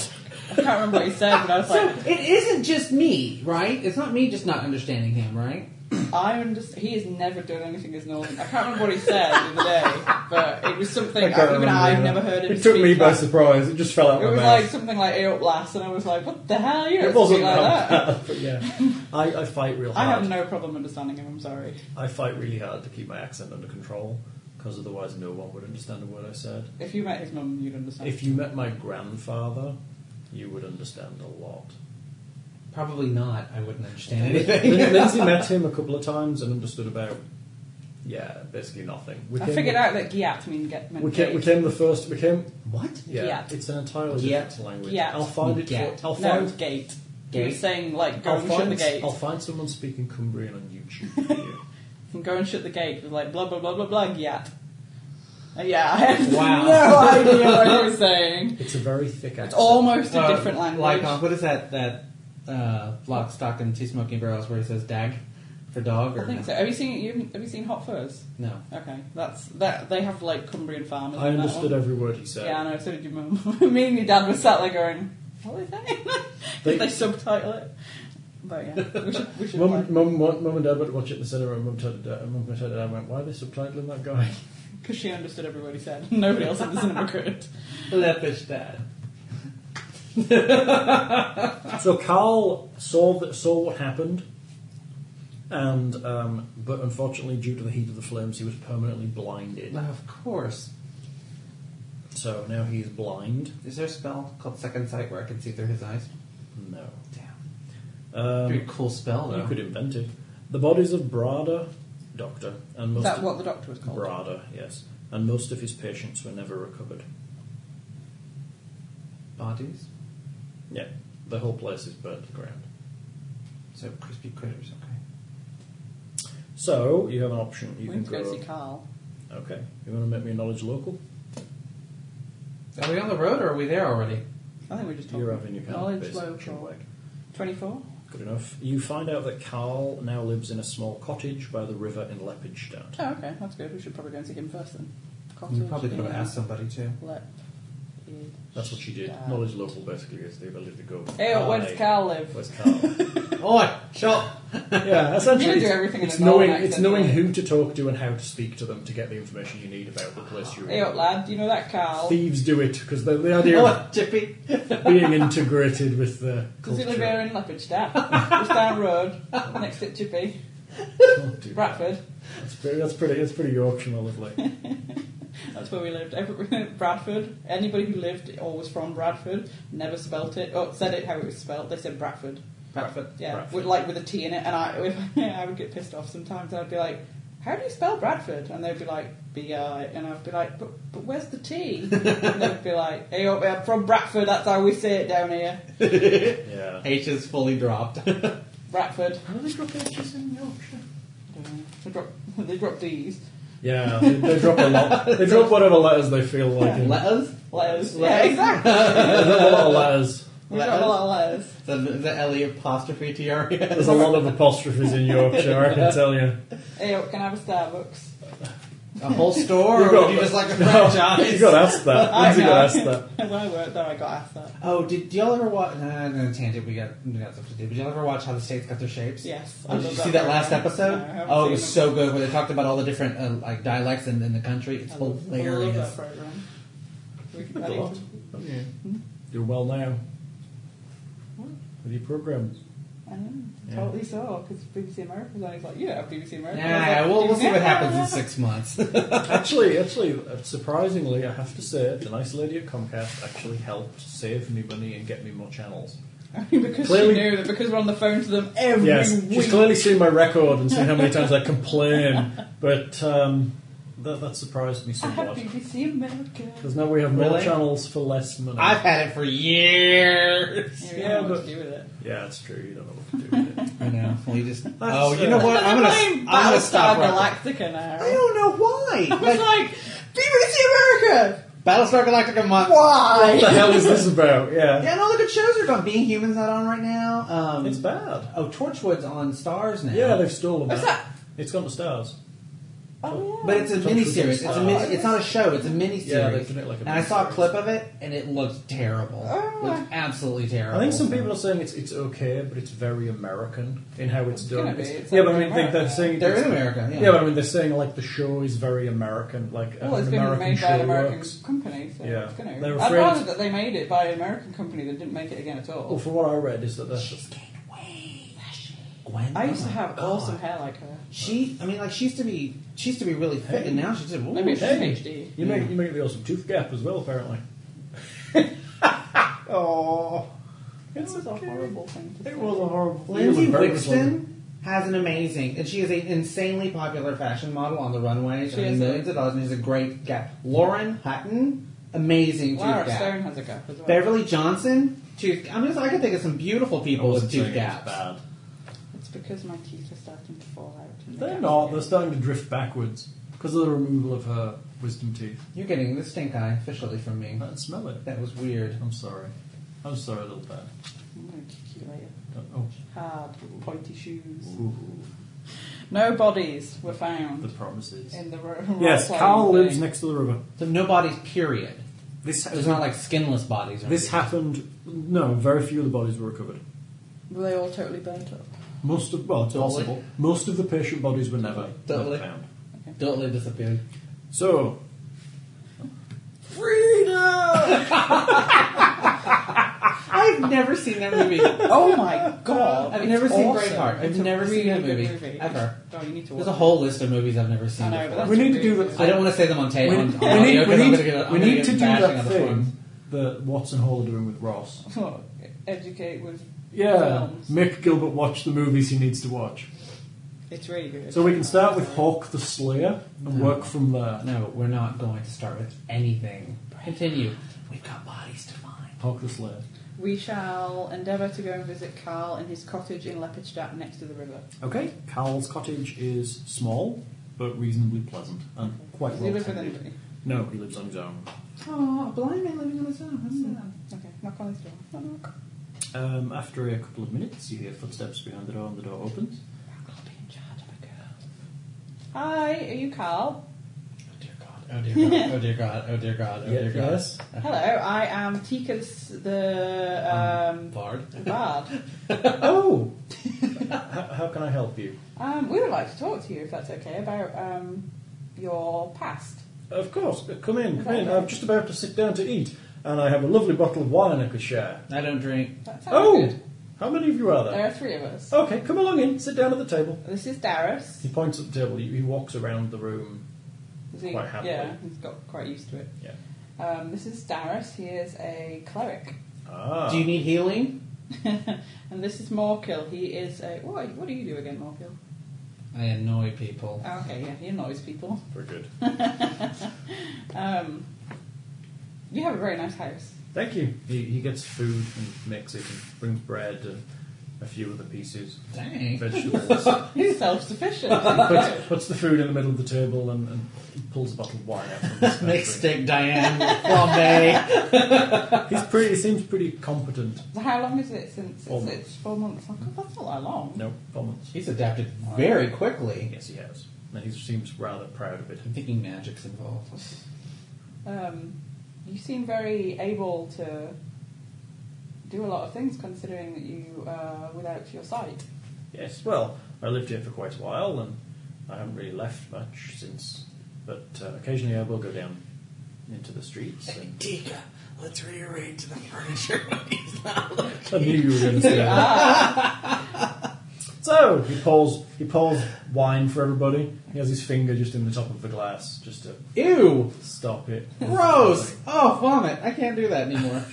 I can't remember what he said, but I was So like, it isn't just me, right? It's not me just not understanding him, right? I understand. He has never done anything as northern. I can't remember what he said the other day, but it was something can't I, even remember I've either. never heard. Him It took speak me by that. surprise. It just fell out It my was mouth. like something like "Hey up lass," and I was like, "What the hell? You it don't speak wasn't like that." but yeah, I, I fight real I hard. have no problem understanding him. I'm sorry. I fight really hard to keep my accent under control because otherwise no one would understand a word I said. If you met his mum, you'd understand. If you met my grandfather, you would understand a lot. Probably not. I wouldn't understand Lin- anything. Lindsay met him a couple of times and understood about yeah, basically nothing. We I came- figured out that giat mean get meant We came, we gate. came the first. We came. what? Yeah, Giat. it's an entirely Giat. different language. Giat. I'll find it. Giat. For, I'll no find. gate. He Gate. was saying like go I'll and shut the find, gate. I'll find someone speaking Cumbrian on YouTube. For you. And go and shut the gate. It was like blah blah blah blah blah giat. Uh, yeah, I have Wow. no idea what he was saying. It's a very thick accent. It's almost a Uh, different language. Like, uh, what is that? That uh, lock, stock, and two smoking barrels where he says "dag." for dog or I think so. Have you seen you have you seen Hot Fuzz? no? Okay, that's that. They have like Cumbrian farmers. I in that understood one. every word he said. Yeah, I know. So did your mum. Me and your dad were sat there going, "What are they saying?" They- did they subtitle it? But yeah, we should. We should Mum, mum, mum and dad went to watch it in the cinema, and mum turned to dad, mum turned to dad and went, "Why are they subtitling that guy?" because she understood every word he said. Nobody else in the cinema could. Lepish dad. so Carl saw that saw what happened, and um, but unfortunately, due to the heat of the flames, he was permanently blinded. of course. So now he is blind. Is there a spell called Second Sight where I can see through his eyes? No. Damn. Pretty Um, cool spell though. you could invent it. The bodies of Brada, Doctor, and Is most that of- what the doctor was called? Brada, yes, and most of his patients were never recovered. Bodies. Yeah, the whole place is burnt to the ground. So crispy critters. Okay. So you have an option. You we can need to go go. see Carl. Okay. You want to make me a knowledge local? Are we on the road or are we there already? I think we just talking. You're having your kind of knowledge basic action local. work. Twenty-four. Good enough. You find out that Carl now lives in a small cottage by the river in Leopardstadt. Oh, okay, that's good. We should probably go and see him first then. Cottage, You're probably going to yeah. ask somebody too. Lep- That's what she did. Stadt. Knowledge local basically is the ability to go. Hey, where does Carl live? Where's Carl? Oi, Oh, shut. yeah, essentially, You do it's, everything in it's a normal knowing it's accent, knowing don't you? who to talk to and how to speak to them to get the information you need about the place you're Hey up, in. lad, do you know that Carl? Thieves do it because the, the idea Oi, of Chippy. being integrated with the Does culture. he live here in Leopardstadt? Just down road, next to Chippy, Don't do that. Bradford. That's pretty. That's pretty. That's pretty Yorkshire knowledge. Like, That's where we lived. Every, Bradford. Anybody who lived or was from Bradford never spelt it. Oh, said it how it was spelt. They said Bradford. Bradford. Yeah, Bradford. With, like with a T in it. And I, if, I would get pissed off sometimes. I'd be like, "How do you spell Bradford?" And they'd be like, "Bi," and I'd be like, "But, but where's the T?" and they'd be like, "Hey, up, I'm from Bradford. That's how we say it down here, yeah. H is fully dropped. Bradford." How do they drop H's in Yorkshire? I don't know. They drop, they drop D's. Yeah, they, they drop a lot. They drop whatever letters they feel like. in- Letters. Letters. Yeah, Letters. exactly. They drop a lot of letters. We drop a lot of letters. The, the L E apostrophe T R E There's S. a lot of apostrophes in Yorkshire, I can tell you. Hey, up, can I have a Starbucks? A whole store, You or got- would you just like a You franchise? got asked that. I Lindsay know. got asked that. when I worked there, I got asked that. Oh, did, did y'all ever watch? Nah, no tangent. We got we got stuff to do. But y'all ever watch how the states got their shapes? Yes. I Oh, did love you see that program. last episode? No, I haven't oh, it seen was so good. Where they talked about all the different uh, like dialects in, in the country. It's I love- I love that hilarious. program. We can You've got a lot, edit. haven't you? You're well now. What? With your programmed? I know, Yeah. totally so, because BBC America was always like, you don't have BBC America. I was Yeah, like, we'll, we'll see what "Yeah." happens in six months. Actually, actually, uh, surprisingly, I have to say, the nice lady at Comcast actually helped save me money and get me more channels. Only because Clearly- she knew that because we're on the phone to them every Yes, week. she's clearly seen my record and seen how many times I complain, but um, that, that surprised me I have somewhat. BBC America. Because now we have more Really? channels for less money. I've had it for years. Yeah, Yeah, yeah, what but- to do with it. Yeah, it's true. You don't know what to do with it. I know. Well, you just. oh, That's, you know uh, what? I'm gonna. I'm playing gonna stop. Right. Battlestar Galactica now. I don't know why. I was like, BBC America! Battlestar Galactica month. What Why? the hell is this about? Yeah. Yeah, and all the good shows are gone. Being Human's not on right now. Um, It's bad. oh, Torchwood's on Stars now. Yeah, they've stolen What's that. that? It's gone to stars. Oh, yeah. But it's a Torchwood's on mini series. It's a mini, Stars. It's not a show. It's a mini series. Yeah, they've done it like a and I saw a miniseries. clip of it, and it looks terrible. Oh. It looks absolutely terrible. I think some people are saying it's it's okay, but it's very American in how it's, gonna done. be. It's- It's yeah, like but I mean they, America. they're saying They're it's- in America. Yeah. Yeah. but I mean they're saying like the show is very American, like Well, an it's been American made by an show American works. company, so Yeah. it's going They're to. I'd afraid- rather that they made it by an American company that didn't make it again at all. Well, from what I read, is that that's She's getting away. Gwen. I oh used to my have God. awesome hair like her. She. I mean, like she used to be. She used to be really fit, and now she's just. Maybe it's just hey. HD. you make you make the awesome tooth gap as well, apparently. Oh. It was a Okay. horrible thing to say. It was a horrible. Lindsay it was very Wixton has an amazing, and she is an insanely popular fashion model on the runways. She and is. millions of dollars, and she's a great gap. Lauren Hutton, amazing Lara tooth gap. Stone has a gap as well. Beverly Johnson, tooth. I mean, I can think of some beautiful people with wasn't saying tooth it's gaps. bad. It's because my teeth are starting to fall out. and the They're gaps not. are They're starting to drift backwards because of the removal of her wisdom teeth. You're getting the stink eye officially from me. I can smell it. That was weird. I'm sorry. I'm sorry, little bear. getting- I'm going to kick you later. Oh. Hard, pointy shoes. Ooh. No bodies were found The promises. in the ro- Yes, role-playing Carl lives thing. next to the river. So no bodies, period. This There's not like skinless bodies. Or this anything. happened. No, very few of the bodies were recovered. Were they all totally burnt up? Most of well, it's Totally. possible. Most of the patient bodies were never, never Totally. found. Totally disappeared. So I've never seen that movie. Oh my god! I've it's never seen awesome. Braveheart. I've It's a never seen really that good movie, ever. Oh, you need to watch There's a whole list of movies I've never it. I seen. know, but before. that's We need a to do really the- I don't want to say them on tape. we, on, on we audio, need, 'cause we I'm need, gonna get- I'm we gonna need get to do bashing that on the thing phone. that Watson Hall are doing with Ross. good- Educate was Yeah, Films. Mick Gilbert watched the movies he needs to watch. it's really good. So we can start with Hawk the Slayer and No. work from there. No, we're not going to start with anything. Continue. We've got bodies to find. Hawk the Slayer. We shall endeavour to go and visit Carl in his cottage in Leopardstadt next to the river. Okay, Carl's cottage is small but reasonably pleasant and quite Does well. he live with tended. anybody? No, he lives on his own. Oh, a blind man living on his own. That's sad. Okay, knock on his door. Oh, knock. Um, after a couple of minutes, you hear footsteps behind the door, and the door opens. I'll be in charge of a girl. Hi, are you Carl? Oh dear God! Oh dear God! Oh dear God! Oh dear God! Oh dear God! Yes. Hello, I am Tika the s- the um, Bard. bard. oh, how, how can I help you? Um, we would like to talk to you, if that's okay, about um, your past. Of course, Uh, come in, come in. I'm just about to sit down to eat, and I have a lovely bottle of wine I could share. I don't drink. That sounds Oh, good. Uh, how many of you are there? There are three of us. Okay, come along in. Sit down at the table. This is Darius. He points at the table. He, he walks around the room. Is he- Quite happily. Yeah, he's got quite used to it. Yeah. Um, this is Darius. He is a cleric. Ah, Uh. Do you need healing? and this is Morkill. He is a. What, what do you do again, Morkill? I annoy people. Oh, okay, yeah, he annoys people. very good. Um, you have a very nice house. Thank you. He, he gets food and makes it and brings bread and a few other pieces, Dang. vegetables. He's self sufficient. puts, puts the food in the middle of the table and, and pulls a bottle of wine out from his Make pantry. steak, Diane. Flambe. He's pretty. He seems pretty competent. How long is it since? Four It's, it's four months. Oh, God, that's not that long. No comments. He's adapted very quickly. Yes, he has. And he seems rather proud of it. I'm thinking magic's involved. Um, you seem very able to do a lot of things considering that you are without your sight. Yes. Well, I lived here for quite a while, and I haven't really left much since. But uh, occasionally, I will go down into the streets. And Tika, let's rearrange the furniture when he's not I knew you were going to say that. So he pours. He pours wine for everybody. He has his finger just in the top of the glass, just to Ew! stop it. Gross! Oh, vomit. I can't do that anymore.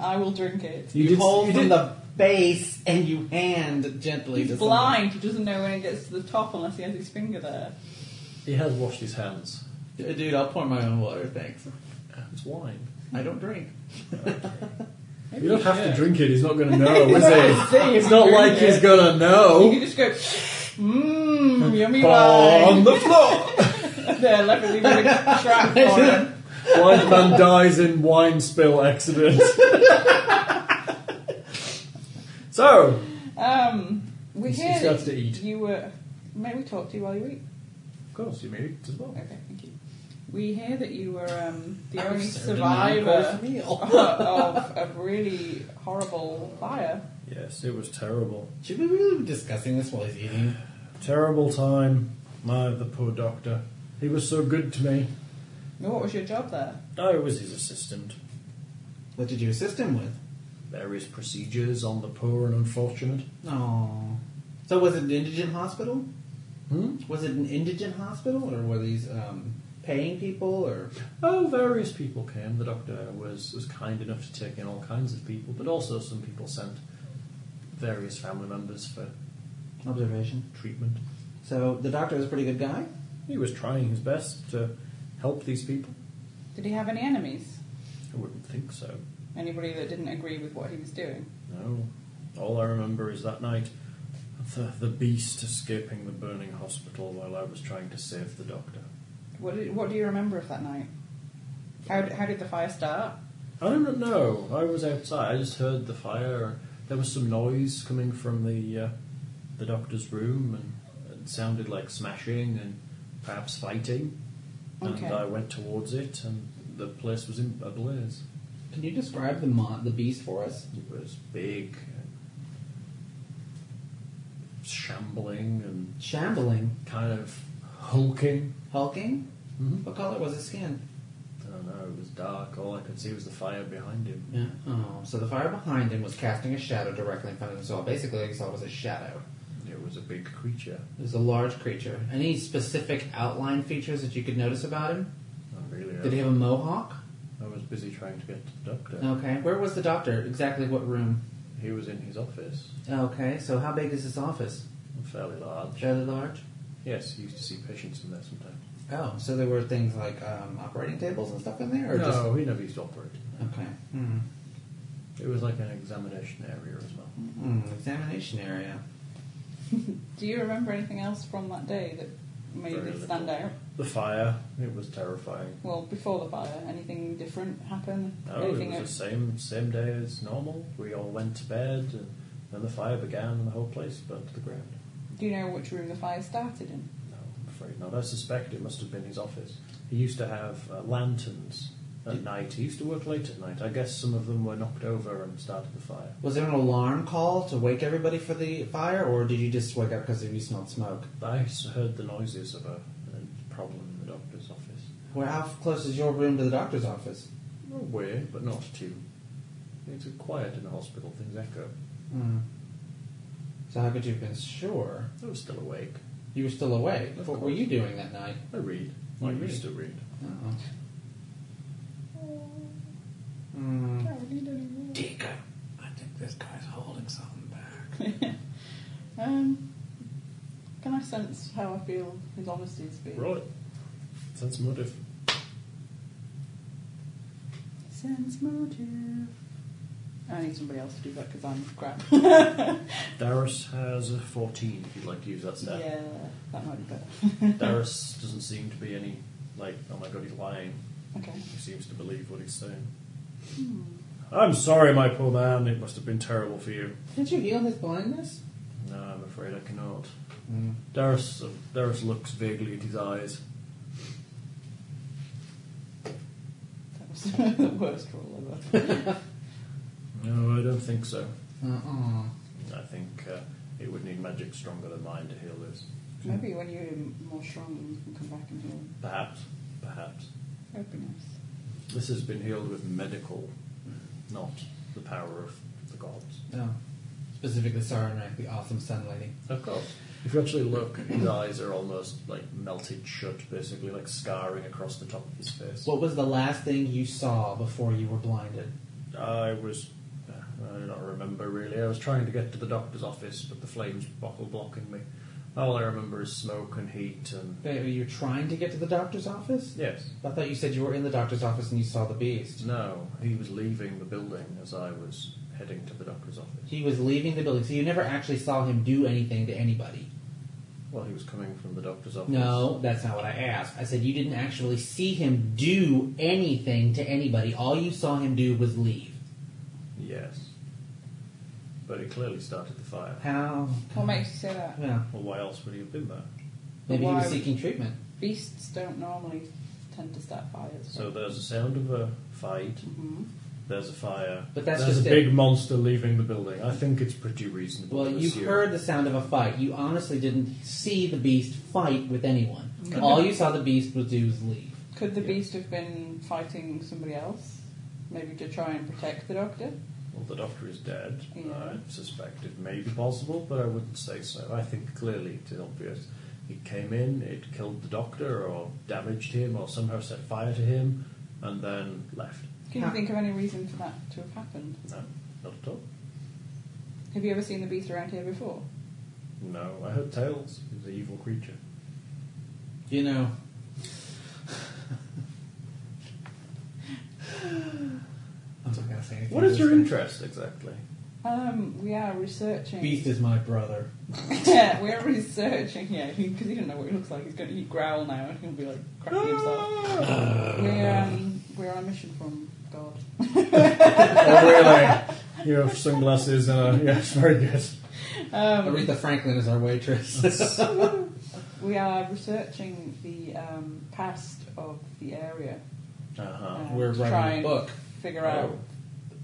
I will drink it. You, did, hold you from did the base and you hand gently He's to someone. blind. He doesn't know when it gets to the top unless he has his finger there. He has washed his hands. Uh, Dude, I'll pour my own water, thanks. It's wine. I don't drink. you don't have to drink it. He's not going to know, is he? See, It's not like he's going to You know. can just go, mmm, yummy On wine. the floor, there, luckily there's a trap for him. blind man dies in wine spill accident. so Um, we He's- hear he's got that to eat. you were. May we talk to you while you eat? of course you may eat as well. Okay, thank you. We hear that you were um, the I've only served an uncooked survivor meal. of a really horrible fire. Yes, it was terrible, Should we really be discussing this while he's eating? terrible time. My the poor doctor. He was so good to me. Now, What was your job there? I was his assistant. What did you assist him with? Various procedures on the poor and unfortunate. No. So was it an indigent hospital? Hmm? Was it an indigent hospital, or were these um, paying people, or Oh, various people came. The doctor was, was kind enough to take in all kinds of people, but also some people sent various family members for observation? treatment. So the doctor was a pretty good guy. He was trying his best to help these people. Did he have any enemies? I wouldn't think so. Anybody that didn't agree with what he was doing? No. All I remember is that night the, the beast escaping the burning hospital while I was trying to save the doctor. What, did, what do you remember of that night? How, d- how did the fire start? I don't know. I was outside. I just heard the fire. There was some noise coming from the uh, the doctor's room, and it sounded like smashing and perhaps fighting. Okay. And I went towards it, and the place was in a blaze. Can you describe the mon- the beast for us? It was big, and shambling, and Shambling, kind of hulking. hulking. Mhm. What color was his skin? I don't know. It was dark. All I could see was the fire behind him. Yeah. Oh, so the fire behind him was casting a shadow directly in front of him. So basically, all he saw was a shadow. It was a big creature. It was a large creature. Any specific outline features that you could notice about him? Not really. Did he have a mohawk? I was busy trying to get to the doctor. Okay. Where was the doctor? Exactly what room? He was in his office. Okay. So how big is his office? Fairly large. Fairly large. Yes, he used to see patients in there sometimes. Oh, so there were things like um, operating tables and stuff in there, or no, just he never used to operate. okay. Hmm. It was like an examination area as well. Hmm, examination area. Do you remember anything else from that day that made Very it little. stand out? The fire, it was terrifying. Well, before the fire, anything different happen? No, anything it was the same same day as normal. We all went to bed, and then the fire began, and the whole place burnt to the ground. Do you know which room the fire started in? No, I'm afraid not. I suspect it must have been his office. He used to have uh, lanterns at night. He used to work late at night. I guess some of them were knocked over and started the fire. Was there an alarm call to wake everybody for the fire, or did you just wake up because you smelled smoke? I s- heard the noises of a, a problem in the doctor's office. Well, how close is your room to the doctor's office? Not weird, but not too. It's quiet in the hospital. Things echo. Hmm. So how could you have been sure? I was still awake. You were still awake. Of What were course. you doing that night? I read. You I read? used to read. Mm. Uh-oh. Hmm. Mm. Deacon, I think this guy's holding something back. um, can I sense how I feel his honesty is being? Right. Sense motive. Sense motive. I need somebody else to do that because I'm crap. yeah, Darius has a 14 if you'd like to use that stat. that might be better. Darius doesn't seem to be any, like, oh my god, he's lying. okay. He seems to believe what he's saying. Hmm. I'm sorry, my poor man. It must have been terrible for you. Did you heal his blindness? No, I'm afraid I cannot. Hmm. Darius, uh, Darius looks vaguely at his eyes. That was the worst roll ever. No, I don't think so. Uh-uh. I think uh, it would need magic stronger than mine to heal this. Maybe when you're more strong, you can come back and heal. Perhaps, perhaps. That would be nice. This has been healed with medical, not the power of the gods. No. Specifically Saranrak, the awesome sun lady. Of course. If you actually look, his eyes are almost like melted shut, basically like scarring across the top of his face. What was the last thing you saw before you were blinded? I was. uh, I do not remember really. I was trying to get to the doctor's office, but the flames bottle blocking me. All I remember is smoke and heat and. Baby, you're trying to get to the doctor's office? Yes. I thought you said you were in the doctor's office and you saw the beast. No, he was leaving the building as I was heading to the doctor's office. He was leaving the building, so you never actually saw him do anything to anybody. Well, he was coming from the doctor's office. No, that's not what I asked. I said you didn't actually see him do anything to anybody. All you saw him do was leave. Yes. But it clearly started the fire. How? What makes you say that? Well, Well, why else would he have been there? maybe he Why was would- seeking treatment. Beasts don't normally tend to start fires. So there's a sound of a fight. Mhm. There's a fire. Mm-hmm. But that's there's just a it. big monster leaving the building. I think it's pretty reasonable. Well, to you assume. heard the sound of a fight. You honestly didn't see the beast fight with anyone. All you saw the beast was do was leave. Could the Yeah. beast have been fighting somebody else? Maybe to try and protect the doctor? Well, the doctor is dead. Yeah. I suspect it may be possible, but I wouldn't say so. I think clearly it is obvious. It came in, it killed the doctor, or damaged him, or somehow set fire to him, and then left. Can you Huh. think of any reason for that to have happened? No, not at all. Have you ever seen the beast around here before? No, I heard tales. He's an evil creature. You know, I'm not gonna say anything. What is your interest exactly? Um, we are researching. Beast is my brother. yeah, we're researching. Yeah, because he doesn't know what he looks like. He's going to growl now, and he'll be like Ah! cracking himself. we're um, we're on a mission from God. oh, really? You have sunglasses and a. Yes, very good. Um, Aretha Franklin is our waitress. we are researching the um, past of the area. Uh-huh. uh, We're to try writing a and book Figure out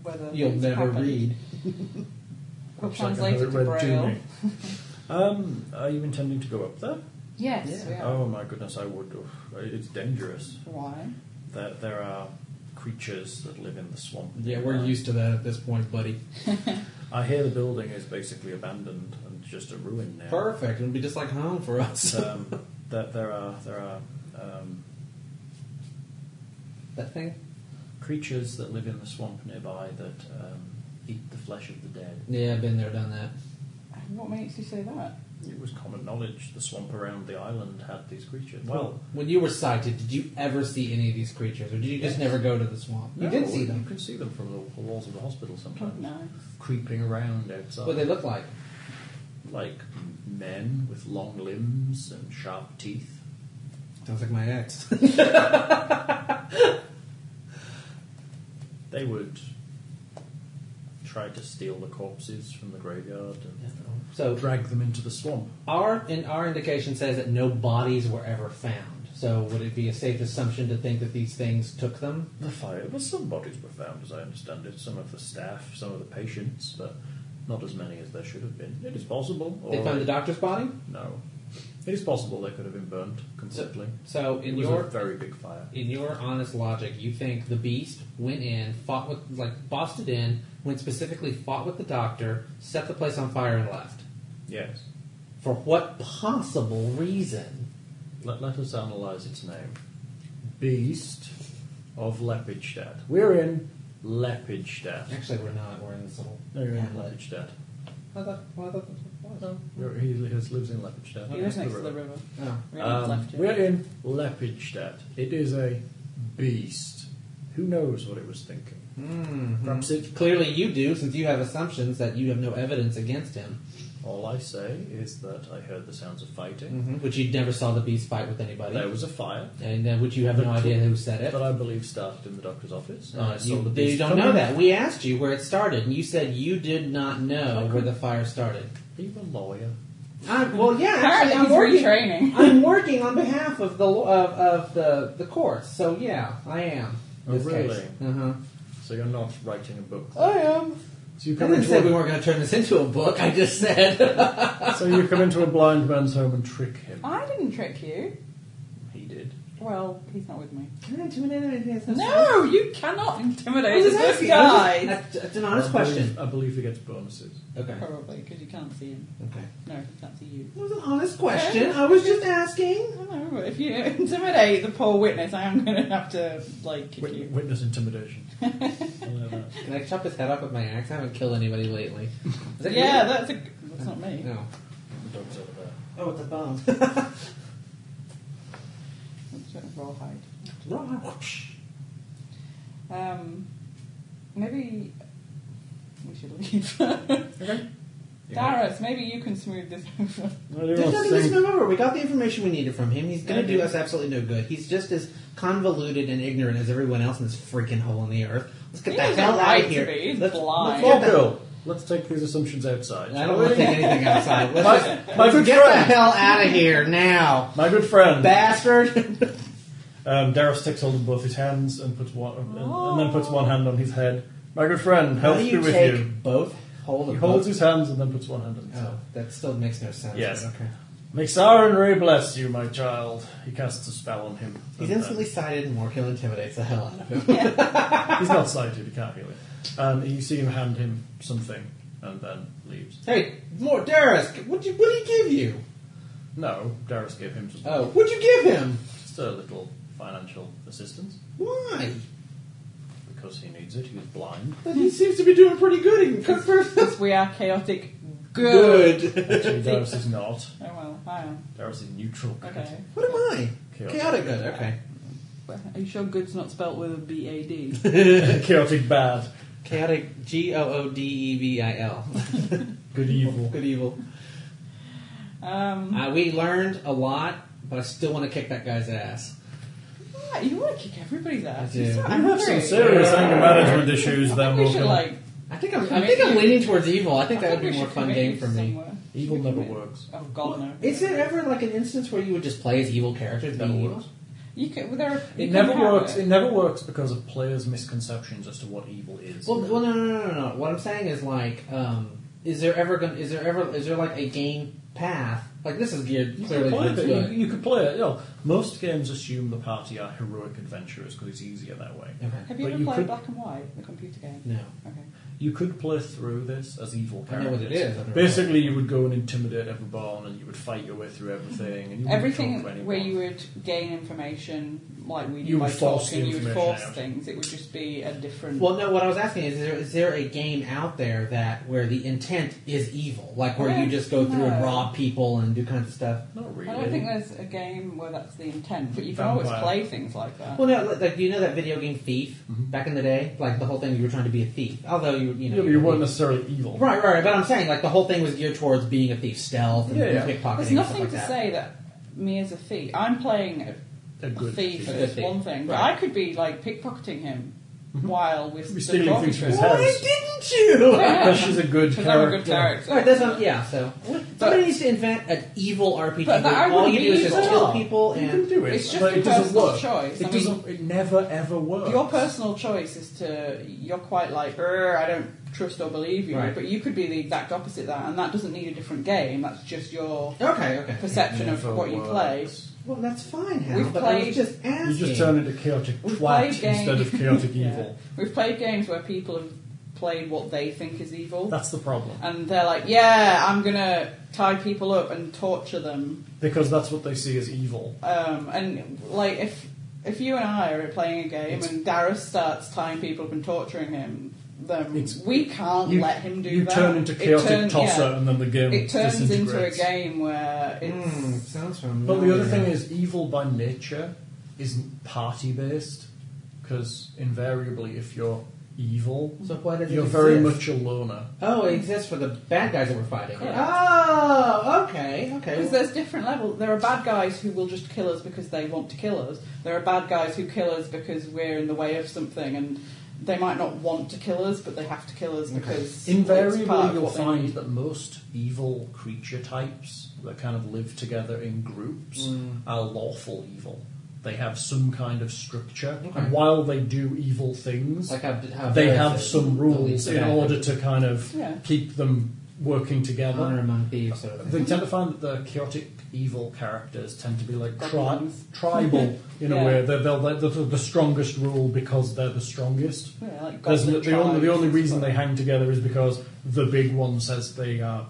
whether Oh. you'll things never happened. read. We'll Looks like translate it another to red braille. tunic. Um, are you intending to go up there? Yes, we are. Oh my goodness, I would. Oof, It's dangerous. Why? There, there are creatures that live in the swamp. Yeah, we're used to that at this point, buddy. I hear the building is basically abandoned and just a ruin now. Perfect. It'll be just like home for us. But, um, there, there are there are um, that thing? creatures that live in the swamp nearby that um, eat the flesh of the dead. Yeah, been there, done that. What makes you say that? It was common knowledge the swamp around the island had these creatures. Well, When you were sighted, did you ever see any of these creatures, or did you just never go to the swamp? You did no, see You them. could see them from the walls of the hospital sometimes, No. creeping around outside. What did they look like? like men with long limbs and sharp teeth. Sounds like my ex. They would try to steal the corpses from the graveyard and so drag them into the swamp. our and our indication says that no bodies were ever found. So would it be a safe assumption to think that these things took them? The fire. Well, some bodies were found, as I understand it. Some of the staff, some of the patients, but not as many as there should have been. It is possible. Or They found the doctor's body. No. It is possible they could have been burnt completely. So it in was your a very big fire. in your honest logic, you think the beast went in, fought with like bossed it in, went specifically fought with the doctor, set the place on fire, and left. Yes. For what possible reason? Let, let us analyse its name. Beast of Lepidstadt. We're in Lepidstadt. Actually, we're not. We're in this little. No, you're in Yeah. Lepidstadt. I thought, well, I thought this was. You're- He lives lives in Lepidstadt. He lives next to the river. Oh. We haven't Um, left yet. we're in Lepidstadt. It is a beast. Who knows what it was thinking? Perhaps it. Hmm. Clearly, you do, since you have assumptions that you have no evidence against him, All I say is that I heard the sounds of fighting. Mm-hmm. which you never saw the beast fight with anybody, There was a fire and uh, which you have no idea who set it. that I believe started in the doctor's office. and I Uh, saw you, the they beast don't coming. know that. We asked you where it started, and you said you did not know where the fire started. Are you a lawyer? I'm, well, yeah, actually, Apparently, I'm he's working. retraining. I'm working on behalf of the lo- of, of the the courts, so yeah, I am. Oh, in this really? Uh-huh. So you're not writing a book. I am. So you I come didn't say we into weren't going to turn this into a book. I just said. a, so you come into a blind man's home and trick him. I didn't trick you. He did. Well, he's not with me. I'm not doing anything. No, you cannot I intimidate was this asking- I was- guy. that's- That's an I honest believe- question. I believe he gets bonuses. Okay. Probably because you can't see him. Okay. No, he can't see you. That was an honest question. I was just asking. I don't know, but if you intimidate the poor witness, I am going to have to like kick Wit- you. witness intimidation. I know that. Can I chop his head off with my axe? I haven't killed anybody lately. Is that Yeah, you? that's a. That's not me. No. The dog's over there. Oh, it's a bone. That's a rawhide. Right. Um, maybe we should leave. okay. Darius, maybe you can smooth this over. There's nothing to smooth over. We got the information we needed from him. He's going to do us absolutely no good. He's just as convoluted and ignorant as everyone else in this freaking hole in the earth. Let's get He the has hell a out right of to here. be. He's Let's, blind. Let's get the- Bill, let's take these assumptions outside. I don't want to take anything outside. Let's My- just, my let's good get the friend. hell out of here now, My good friend. bastard. Um, Darius takes hold of both his hands and puts one, and, and then puts one hand on his head. My good friend, Oh. How health do be you with take you. both hold He of holds both? his hands and then puts one hand on his head. Oh, that still makes no sense. Yes. Okay. May Sarenrae bless you, my child. He casts a spell on him. He's And, uh, instantly sighted and Morkill intimidates the hell out of him. He's not sighted, he can't heal it. Um, you see him hand him something and then leaves. Hey, more Darius, what did what did he give you? No, Darius gave him some, Oh, what'd you give him? just a little financial assistance Why? because he needs it. He was blind. But he seems to be doing pretty good. He can cook for Because we are chaotic. Good. good. Actually, Darius is not. Oh well, I am. Darius is neutral. Okay. What am I? Chaotic. Chaotic good. Okay. Are you sure good's not spelt with a B A D? Chaotic bad. Chaotic. G O O D E V I L. Good evil. Good evil. Um, Uh, we learned a lot, but I still want to kick that guy's ass. ah, you want to kick everybody's ass. I do. You're so We have angry. some serious anger management issues I then think we should we'll like. I think I'm. I I think mean, I'm you- leaning towards evil. I I think that would we be a more should fun commit game you for me. somewhere. Evil never commit- works. Oh God, no. Is there ever like an instance where you would just play as evil characters? Never being works. evil? You can, well, there are, you It can never have works. it. It never works because of players' misconceptions as to what evil is. Well, well, no, no, no, no, no. What I'm saying is like, um, is there ever going? to Is there ever? Is there like a game path? Like this is geared You clearly could play towards it. like- You, you could play it. You know, most games assume the party are heroic adventurers because it's easier that way. Okay. Have you but ever you played could- Black and White, the computer game? No. Okay. You could play through this as evil I characters. know what it is. I've never Basically, you would go and intimidate everyone, and you would fight your way through everything, and you wouldn't talk to Everything anyone. where you would gain information, like we do You by would force the talking, you would information force out. things. It would just be a different. Well, no. What I was asking is, is there, is there a game out there that where the intent is evil, like where you just go through and No. rob people and do kinds of stuff? Not I really. don't think there's a game where that's the intent, but you can always Vampire. play things like that. Well, no. Like, do you know that video game Thief back in the day? Like the whole thing, you were trying to be a thief, although you, you Mm-hmm. Yeah, know, but you you were- weren't necessarily evil. Right, right, but I'm saying like the whole thing was geared towards being a thief, stealth, and Yeah, yeah. pickpocketing. There's and nothing stuff like to that. say that me as a thief. I'm playing a A good thief thief. is Good one thief. thing, but Right. I could be like pickpocketing him while we're Mm-hmm. You'd be stealing things from his Why house. didn't you? Because she's a good Because I'm a character. good character. All right, that's not, yeah. So somebody needs to invent an evil RPG. But that where all wouldn't you do be is just evil. kill people You can and do it, It's just but your it doesn't personal work. choice. It I mean- doesn't. It never ever works. Your personal choice is to you're quite like "Err, I don't trust or believe you, Right. but you could be the exact opposite of that, and that doesn't need a different game. That's just your okay, okay. perception of what you play. Well, that's fine. Hal, We've but I played- was just asking. You just turn into chaotic We've twat played games- instead of chaotic evil. We've played games where people have played what they think is evil, That's the problem and they're like, "Yeah, I'm gonna tie people up and torture them." because that's what they see as evil. Um, and like if if you and I are playing a game It's- and Darius starts tying people up and torturing him, then It's- we can't You, let him do you that. turn into It chaotic turn- tosser, yeah. and then the game it turns into a disintegrates. Hmm. game where it's Mm, sounds familiar. But the other thing is, evil by nature isn't party based because invariably, if you're evil, So why does it you're very exist? much a loner. Oh, it exists for the bad guys that we're fighting. Correct. Oh, okay, okay. because there's different levels. There are bad guys who will just kill us because they want to kill us. There are bad guys who kill us because we're in the way of something, and they might not want to kill us, but they have to kill us because it's part Invariably, of you'll what they find need. that most evil creature types that kind of live together in groups Mm. are lawful evil. They have some kind of structure, Okay. and while they do evil things, like how, how they various have the- some the rules leads in act. order to kind of Yeah. keep them working together. honor among thieves. Sort of thing. They tend to find that the chaotic evil characters tend to be like tri- Goblins. tribal in Yeah. a way. They're, they're, they're the the strongest rule because they're the strongest. Yeah, like There's goblin no- the, only, the tribes only and reason stuff. they hang together is because the big one says they are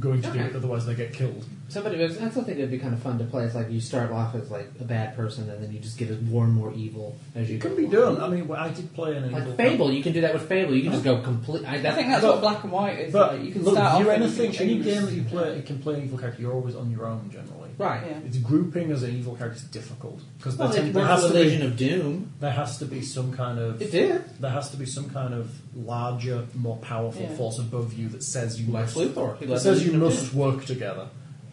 going to do Okay. it, otherwise they get killed. Somebody, I still think it'd be kind of fun to play. It's like you start off as like a bad person, and then you just get more and more evil as you It go can be along. done. I mean, well, I did play an evil. Like Fable, you can do that with Fable. You can just go complete. I, I that, think that's But- what black and white is. But like. You can look, start you off anything, and any you can game that choose. you play, it can play an evil character. You're always on your own generally. right. Yeah. It's grouping as an evil character is difficult because Well, there, it there was has the to be Legion of Doom. there has to be some kind of It did. there has to be some kind of larger, more powerful Yeah. force above you that says you Lex must. Luthor. He That led says the you Legion of must work together.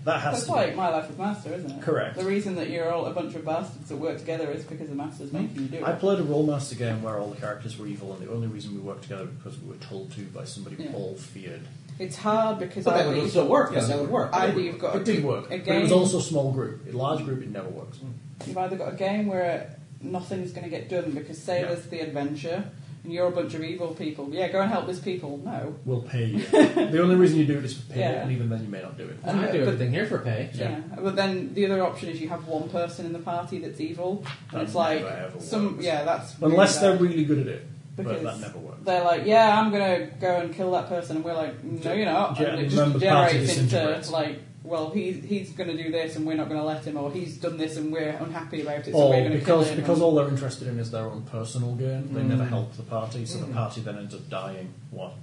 That has That's to like be. My Life with Master, isn't it? Correct. The reason that you're all a bunch of bastards that work together is because the Master's making you do it. I played a role master game where all the characters were evil, and the only reason we worked together was because we were told to by somebody we Yeah. all feared. It's hard because But that either would you've- still work. though. that would work. Either you've got a, It did work, a but it was game. also small group. In large group, it never works. Mm. You've either got a game where nothing's going to get done because say Yeah. there's the adventure and you're a bunch of evil people. Yeah, go and help these people. No. We'll pay you. the only reason you do it is for pay, Yeah. and even then you may not do it. I do everything here for pay. Yeah. But then the other option is you have one person in the party that's evil, and That it's like never ever some works. yeah that's really Unless they're bad. really good at it, but Because that never works. They're like, yeah, I'm gonna go and kill that person, and we're like, no, you're not. Yeah, and and it then the just party generates into disintegrates. like, well, he, he's gonna do this, and we're not gonna let him, or he's done this, and we're unhappy about it, so we're Or gonna Oh, because kill him. because and- all they're interested in is their own personal gain, they Mm. never help the party, so the party then ends up dying. What?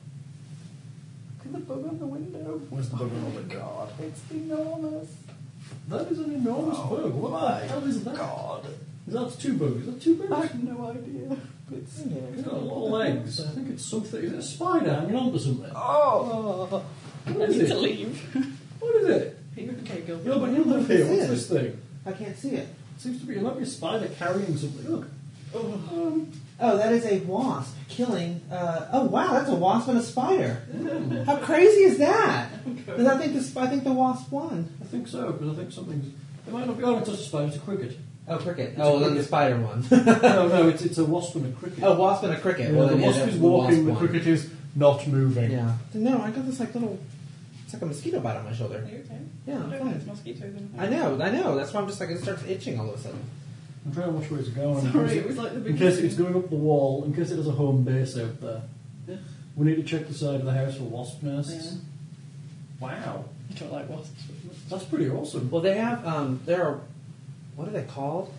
Look at the bug on the window. Where's the bug on the window? God, it's enormous. Oh, That is an enormous bug. What the hell is that? God. Is that two bugs? Is that two I bugs? have no idea. It's It's got a lot of legs. I think it's something. Is it a spider hanging onto something? oh, What is it? leave. What is it? Yeah, but you live here. What's this thing? I can't see it. Seems to be. It might be a spider carrying something. Look. Oh, that is a wasp. killing. Uh, oh wow, that's a wasp and a spider. How crazy is that? Because I think the sp- I think the wasp won. I think so, because I think something's. It might not be. Oh, it's just a spider, it's a cricket. Oh cricket. Oh, then the spider won. no, no, it's, it's a wasp and a cricket. oh, wasp and a cricket. Yeah, well, the then, yeah, wasp that's- is the wasp walking, won. the cricket is not moving. Yeah. No, I got this like little. It's like a mosquito bite on my shoulder. Yeah, I'm fine. mosquitoes in I know, I know. That's why I'm just like it starts itching all of a sudden. I'm trying to watch where it's going. in Sorry, case it was like the big. In case it's going up the wall, in case it has a home base out there. We need to check the side of the house for wasp nests. Yeah. Wow, I don't like wasps. that's pretty awesome. Well, they have um, there are what are they called?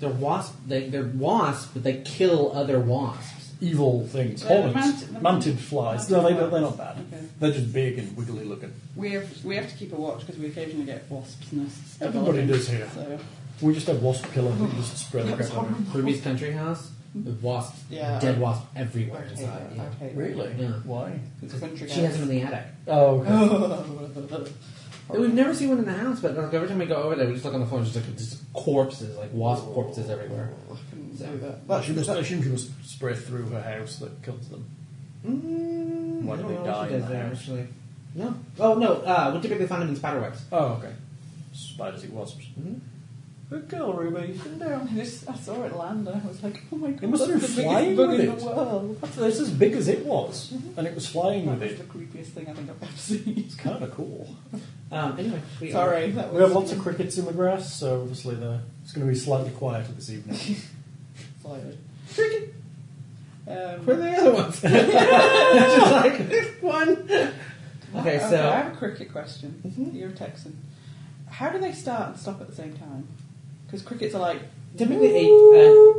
They're wasp. They, they're wasps, but they kill other wasps. Evil things, Uh, hornets, mant- the- manted flies. No, they, manted they're not flies. bad. Okay. They're just big and wiggly looking. We have we have to keep a watch because we occasionally get wasps nests. Everybody developing, does here. So We just have wasp killer that just spread the crap out of it. Ruby's country house. The wasps, Yeah. dead wasp everywhere okay, inside. okay, Yeah. okay. Really? Yeah. Why? It's a country She has them in the attic. Oh, okay. guy. We've never seen one in the house, but like, every time we go over there, we just look on the phone. Just like just corpses, like wasp corpses everywhere. Couldn't do that. Well, That's she must, I assume she must spray through her house that kills them. Mm, Why I do don't they know what die she in does the there, house? Actually, no. Oh no. Uh, we typically find them in spider webs. Oh, okay. Spiders eat wasps. Mhm. Good girl, Ruby. Sit down. This, I saw it land and I was like, oh my god, must have that's been the biggest flying bug with in it. the world. That's, that's as big as it was, Mm-hmm. and it was flying That with was it. the creepiest thing I think I've ever seen. It's kind of cool. Um, anyway, we Sorry, that was. We have lots of crickets in the grass, so obviously they're, it's going to be slightly quieter this evening. Slightly. Cricket. Um, Where are the other ones? just like this one. Okay, I so have a cricket question. Mm-hmm. Mhm. You're a Texan. How do they start and stop at the same time? Because crickets are like typically, a, uh,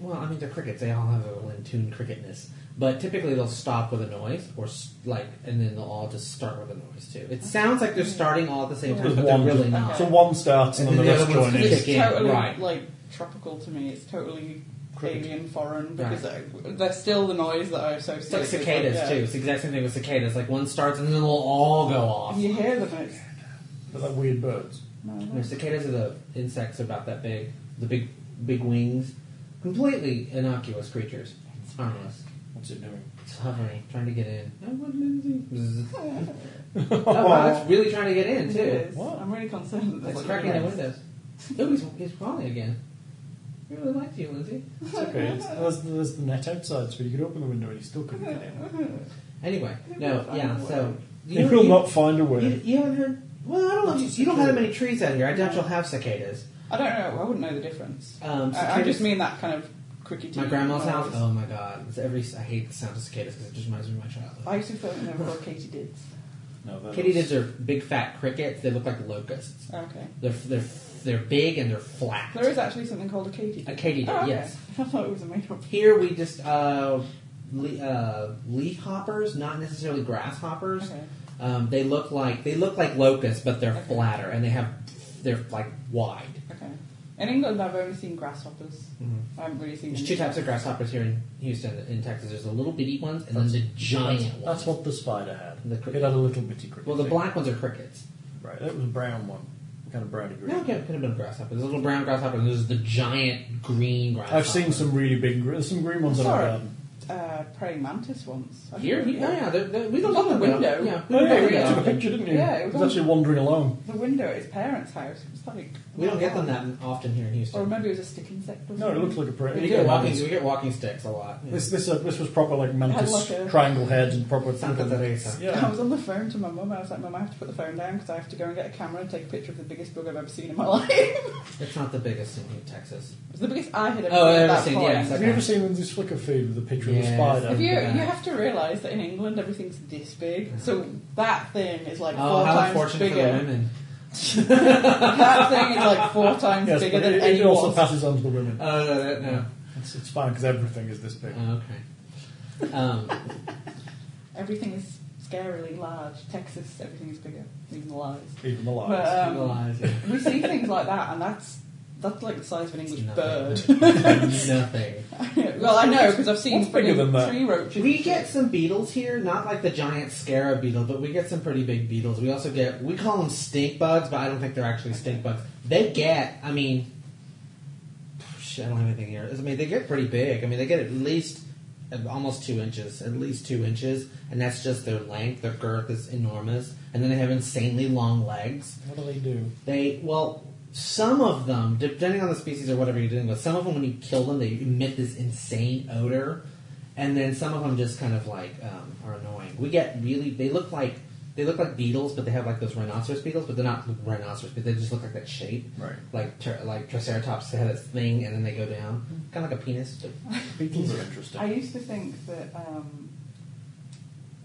well, I mean, they're crickets. They all have a little in tune cricketness, but typically they'll stop with a noise, or s- like, and then they'll all just start with a noise too. It sounds like they're starting all at the same time, but they're really not. So one starts and, And then then the the rest other one's join gonna in. it's Cricket, totally right. like tropical to me. It's totally Cricket. alien, foreign because they're, they're still the noise that I It's associate. like with, cicadas yeah. too. It's the exact same thing with cicadas. Like one starts and then they'll all go off. You hear them. It's, They're like weird birds. no, You know, cicadas are the insects about that big, the big, big wings, completely innocuous creatures, harmless. What's it doing? It's hovering, trying to get in. I want Lindsay. Bzzz. oh, wow, it's really trying to get in it too. is. What? I'm really concerned that there's It's a cracking the noise. windows. Oh, he's, he's crawling again. I really liked you, Lindsay. It's okay. It's, there's, there's the net outside, so you could open the window and you still couldn't get in. Anyway, no, yeah. So You, you, will you, not find a you, way. you haven't heard. Well, I don't know. if You, you don't have that many trees out here. I doubt you'll have cicadas. I don't know. I wouldn't know the difference. Um, I, I cicadas- just mean that kind of crickety. My grandma's house. noise. Oh my god! It's every I hate the sound of cicadas because it just reminds me of my childhood. I used to think they were called katydids. No, they're- Katydids are big fat crickets. They look like locusts. Okay. They're they're they're big and they're flat. There is actually something called a katydid. a katydid. Oh, okay. Yes. I thought it was a made up. Here we just uh, le- uh, leaf hoppers, not necessarily grasshoppers. Okay. Um, they look like they look like locusts, but they're Okay. flatter and they have they're like wide. Okay. In England, I've only seen grasshoppers. Mm-hmm. I haven't really seen. There's them. two types of grasshoppers here in Houston, in Texas. There's the little bitty ones and then the giant ones. That's what the spider had. The it cricket. had a little bitty cricket. Well, the thing. black ones are crickets. Right, that was a brown one. Kind of browny green. No, okay, it could have been a grasshopper. There's a little brown grasshopper, and there's the giant green grasshopper. I've seen some really big, gre- some green ones um, in our Sorry. garden. uh, praying mantis ones. I Here? think- Yeah, yeah. They're, they're, we It don't was on look the at them. window. Yeah, Oh, yeah, we, you don't get took a them. picture, didn't you? Yeah, it it was was on- actually wandering along. The window at his parents' house. It was like we don't get them that often here in Houston. Or maybe it was a stick insect. Or No, it something. looks like a pretty. we, get walking, we get walking sticks a lot. Yeah. This this uh, this was proper like mantis Had like a- triangle heads and proper Santa Teresa. I Yeah, was on the phone to my mum. I was like, "Mum, I have to put the phone down because I have to go and get a camera and take a picture of the biggest bug I've ever seen in my life." it It's not the biggest thing in Texas. was the biggest I had ever Oh, seen. at ever that seen, point. yes, Have you ever seen Lindsay's Flickr feed with a picture Yes. of a If spider? you you Yeah. have to realise that in England everything's this big, so that thing is like four oh, how times unfortunate for the bigger. women. that thing is like four times Yes, bigger but than it, it anyone. also passes on to the women. Oh, no, that- no. It's, it's fine because everything is this big. Oh, okay. Um, Everything is scarily large. Texas, everything is bigger, even the lies. Even the lies. uh, But, um, realize it. we see things like that, and that's that's like the size of an English bird. Nothing. Nothing. well, I know because I've seen What's bigger friggin' than that? tree roaches. We get some beetles here, not like the giant scarab beetle, but we get some pretty big beetles. We also get, we call them stink bugs, but I don't think they're actually stink bugs. They get, I mean, shit, I don't have anything here. I mean, they get pretty big. I mean, they get at least uh, almost two inches, at least two inches, and that's just their length. Their girth is enormous, and then they have insanely long legs. What do they do? They well, some of them, depending on the species or whatever you're dealing with, some of them when you kill them, they emit this insane odor, and then some of them just kind of like um, are annoying. We get really they look like they look like beetles, but they have like those rhinoceros beetles, but they're not rhinoceros, but they just look like that shape, Right. like ter- like triceratops. They have this thing, and then they go down, kind of like a penis. But Beetles are interesting. I used to think that um,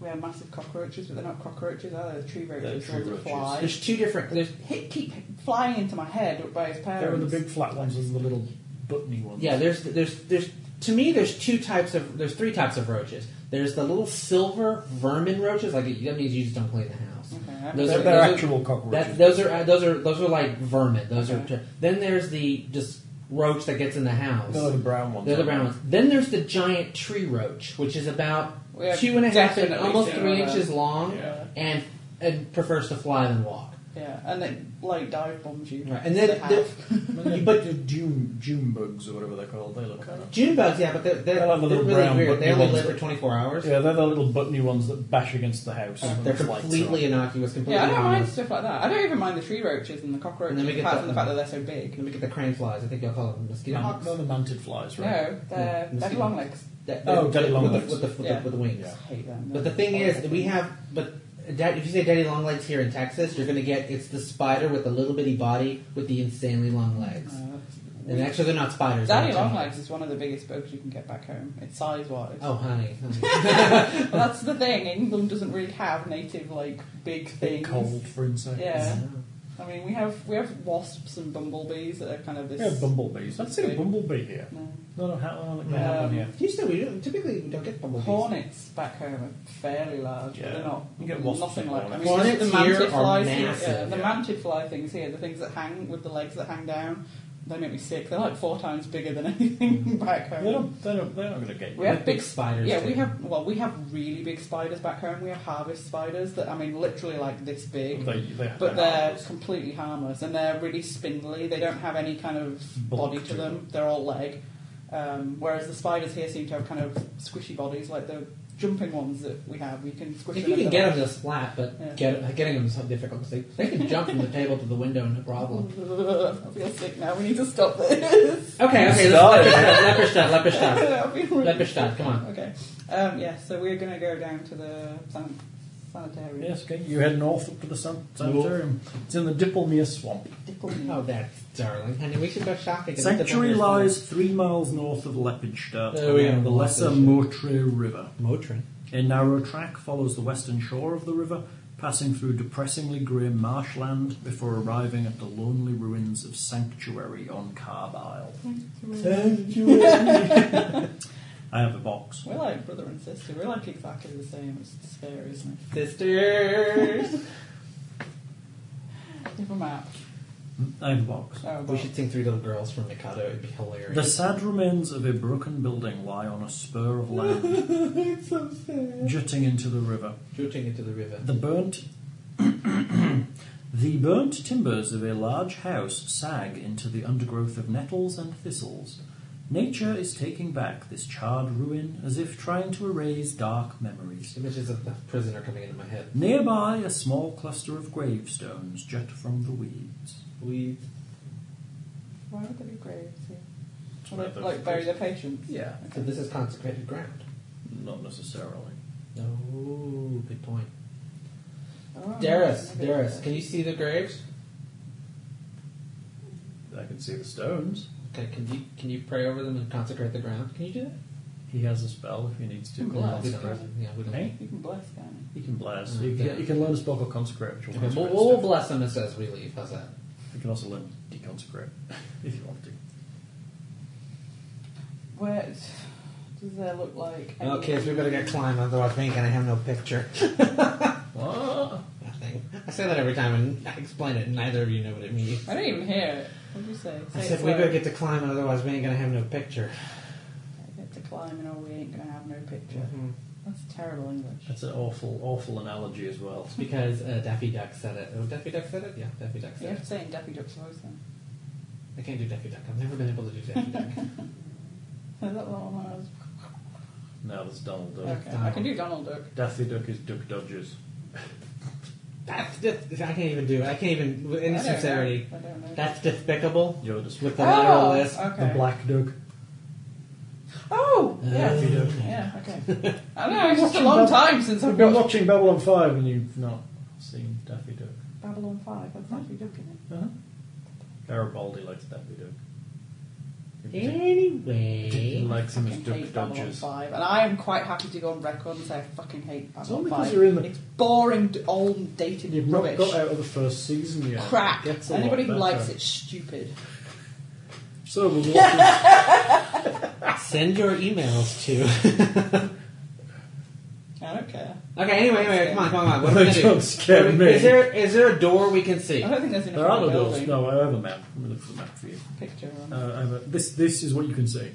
we are massive cockroaches, but they're not cockroaches, are they? They're tree roaches. They're tree lots of roaches. flies. there's two different. There's Hit keep flying into my head up by his parents. There were the big flat ones and the little buttony ones. Yeah, there's there's there's to me there's two types of there's three types of roaches. There's the little silver vermin roaches, like that means you just don't clean the house. Okay. Those they're, are- they're those are- actual cockroaches. That, those are uh, those are those are like vermin. Those Okay. are then there's the just roach that gets in the house. no, the brown ones. They're the brown aren't ones. Then there's the giant tree roach, which is about We have two and a half, and definitely almost seen three all that. inches long, Yeah. and and prefers to fly than walk. Yeah, and it like dive bombs you. Right, and then- They have. then- they? but the June, June bugs or whatever they're called, they look kind of. June bugs, yeah, but they're, they're, They're like the they're little really brown weird. buttony They only ones live that- for 24 hours. Yeah, they're the little buttony ones that bash against the house. when They're the lights are completely on. innocuous. Completely yeah, I don't mind harmless. stuff like that. I don't even mind the tree roaches and the cockroaches, And then we get apart the- from the fact that they're so big. Let me get the crane flies. I think y'all call them mosquito Man- hawks. they're the manted flies, right? No, they're, Yeah. they're long legs. That- Oh, that- daddy long with the- legs. with the, with, Yeah. the, with the wings. Yeah. hate them. But the thing is, we have. But da- if you say daddy long legs here in Texas, you're going to get it's the spider with the little bitty body with the insanely long legs. and actually, they're not spiders. Uh, Daddy they're long giant. legs is one of the biggest bugs you can get back home. It's size wise. Oh, honey. honey. That's the thing. England doesn't really have native like big things. Cold for insects. Yeah. I mean, we have we have wasps and bumblebees that are kind of this. Yeah, bumblebees. I'd say a Big. bumblebee here. No. No, no, how long Um, that happen here? Houston, we don't, typically we don't get bumblebees. Hornets back home are fairly large, but Yeah. they're not. You get wasps nothing and like I mean, hornets. the Hornets here mantid are flies here, massive, yeah, the yeah. mantid fly things here, the things that hang with the legs that hang down, they make me sick. They're like four times bigger than anything back home. They're not, they're not, they're not going to get you. We have Mm. big big spiders. Yeah, too. we have well, we have really big spiders back home. We have harvest spiders that I mean, literally like this big, They, they, but they're harmless. completely harmless and they're really spindly. They don't have any kind of Bulk body to to them. them. They're all leg. Um, whereas the spiders here seem to have kind of squishy bodies, like the jumping ones that we have. We can squish. If them you into can get the- them just flat, but Yeah. get, getting them is so difficult. 'cause They, they can jump from the table to the window, no problem. I feel sick now. We need to stop this. Okay, okay, Stop. let's Leperstadt, Leperstadt, I feel really- Leperstadt. Leperstadt, come on. Okay. Um, yeah. So we're going to go down to the san- sanitarium. Yes, okay. You head north up to the san- sanitarium. It's in the Diplomere Swamp. Oh, that's darling. Honey, we should go shopping. and look at the Sanctuary various lies three miles north of Leopardstadt There we along go. the lesser Motre River. models. Motrin. A narrow track follows the western shore of the river, passing through depressingly grim marshland before arriving at the lonely ruins of Sanctuary on Carbisle. I have a box. We're like brother and sister. We're like exactly the same. It's scary, isn't Sisters. it? Never mind. I have a box. Oh, we well. should sing Three Little Girls from Mikado. It'd be hilarious. The sad remains of a broken building lie on a spur of land it's so sad. jutting into the river. Jutting into the river. The burnt The burnt timbers of a large house sag into the undergrowth of nettles and thistles. Nature is taking back this charred ruin as if trying to erase dark memories. Images of the prisoner coming into my head. Nearby, a small cluster of gravestones jut from the weeds. We. Why would they be graves? here? where Would they, those like bury their patients? Yeah, So this is consecrated ground. not necessarily. No, good point. Oh, Darius, maybe. Darius, can you see the graves? I can see the stones. Okay, can you can you pray over them and consecrate the ground? Can you do that? He has a spell if he needs to. Mm, well, we He don't. can- Yeah, we don't. Hey? You can bless, can He can bless. Mm, He yeah. can, he can learn a spell called consecrate, which will Okay, we'll, consecrate we'll stuff. bless them as as we leave. How's that? You can also learn deconsecrate if you want to. Where does there look like? any- Okay, so we better get climb, otherwise we ain't gonna have no picture. Ah, Nothing. I say that every time and I explain it, and neither of you know what it means. I don't even hear it. What did you say? I Say said it's we better where- get to climb, otherwise we ain't gonna have no picture. Get to climbing, or we ain't gonna have no picture. That's terrible English. that's an awful, awful analogy as well. Because uh, Daffy Duck said it. Oh, Daffy Duck said it. Yeah, Daffy Duck You said have to it. say in Daffy Duck's voice then. I can't do Daffy Duck. I've never been able to do Daffy Duck. Is that the one where I was? No, that's Donald Duck. Okay, I can do Donald Duck. Daffy Duck is Duck Dodgers. That's just, I can't even do it. I can't even, with any I don't know. sincerity. I don't know. That's despicable. You're just With the Uh, literal oh, list. the okay. Black Duck. Oh, yeah, Daffy Duck. yeah, okay. I don't know. It's just a long time since I've I've been got watching Babylon 5 and you've not seen Daffy Duck. Babylon Five. I've Daffy Duck in it. Garibaldi likes Daffy Duck. He Anyway. likes him as fucking Duck hate Babylon Dodgers. 5, and I am quite happy to go on record and say I fucking hate It's Babylon only 5. because you're in the It's boring, d- old, dated You've not rubbish. got out of the first season yet. Crap. It gets a lot Anybody who better. likes it's stupid. So we're walking, Send your emails to. I don't care. okay, anyway, anyway, come on, come on, come on. What are we gonna do? Don't scare Is me. there, is there a door we can see? I don't think there's enough there are in no the building. doors. No, I have a map. Let me look for the map for you. Picture on. Uh, I have a, this this is what you can see.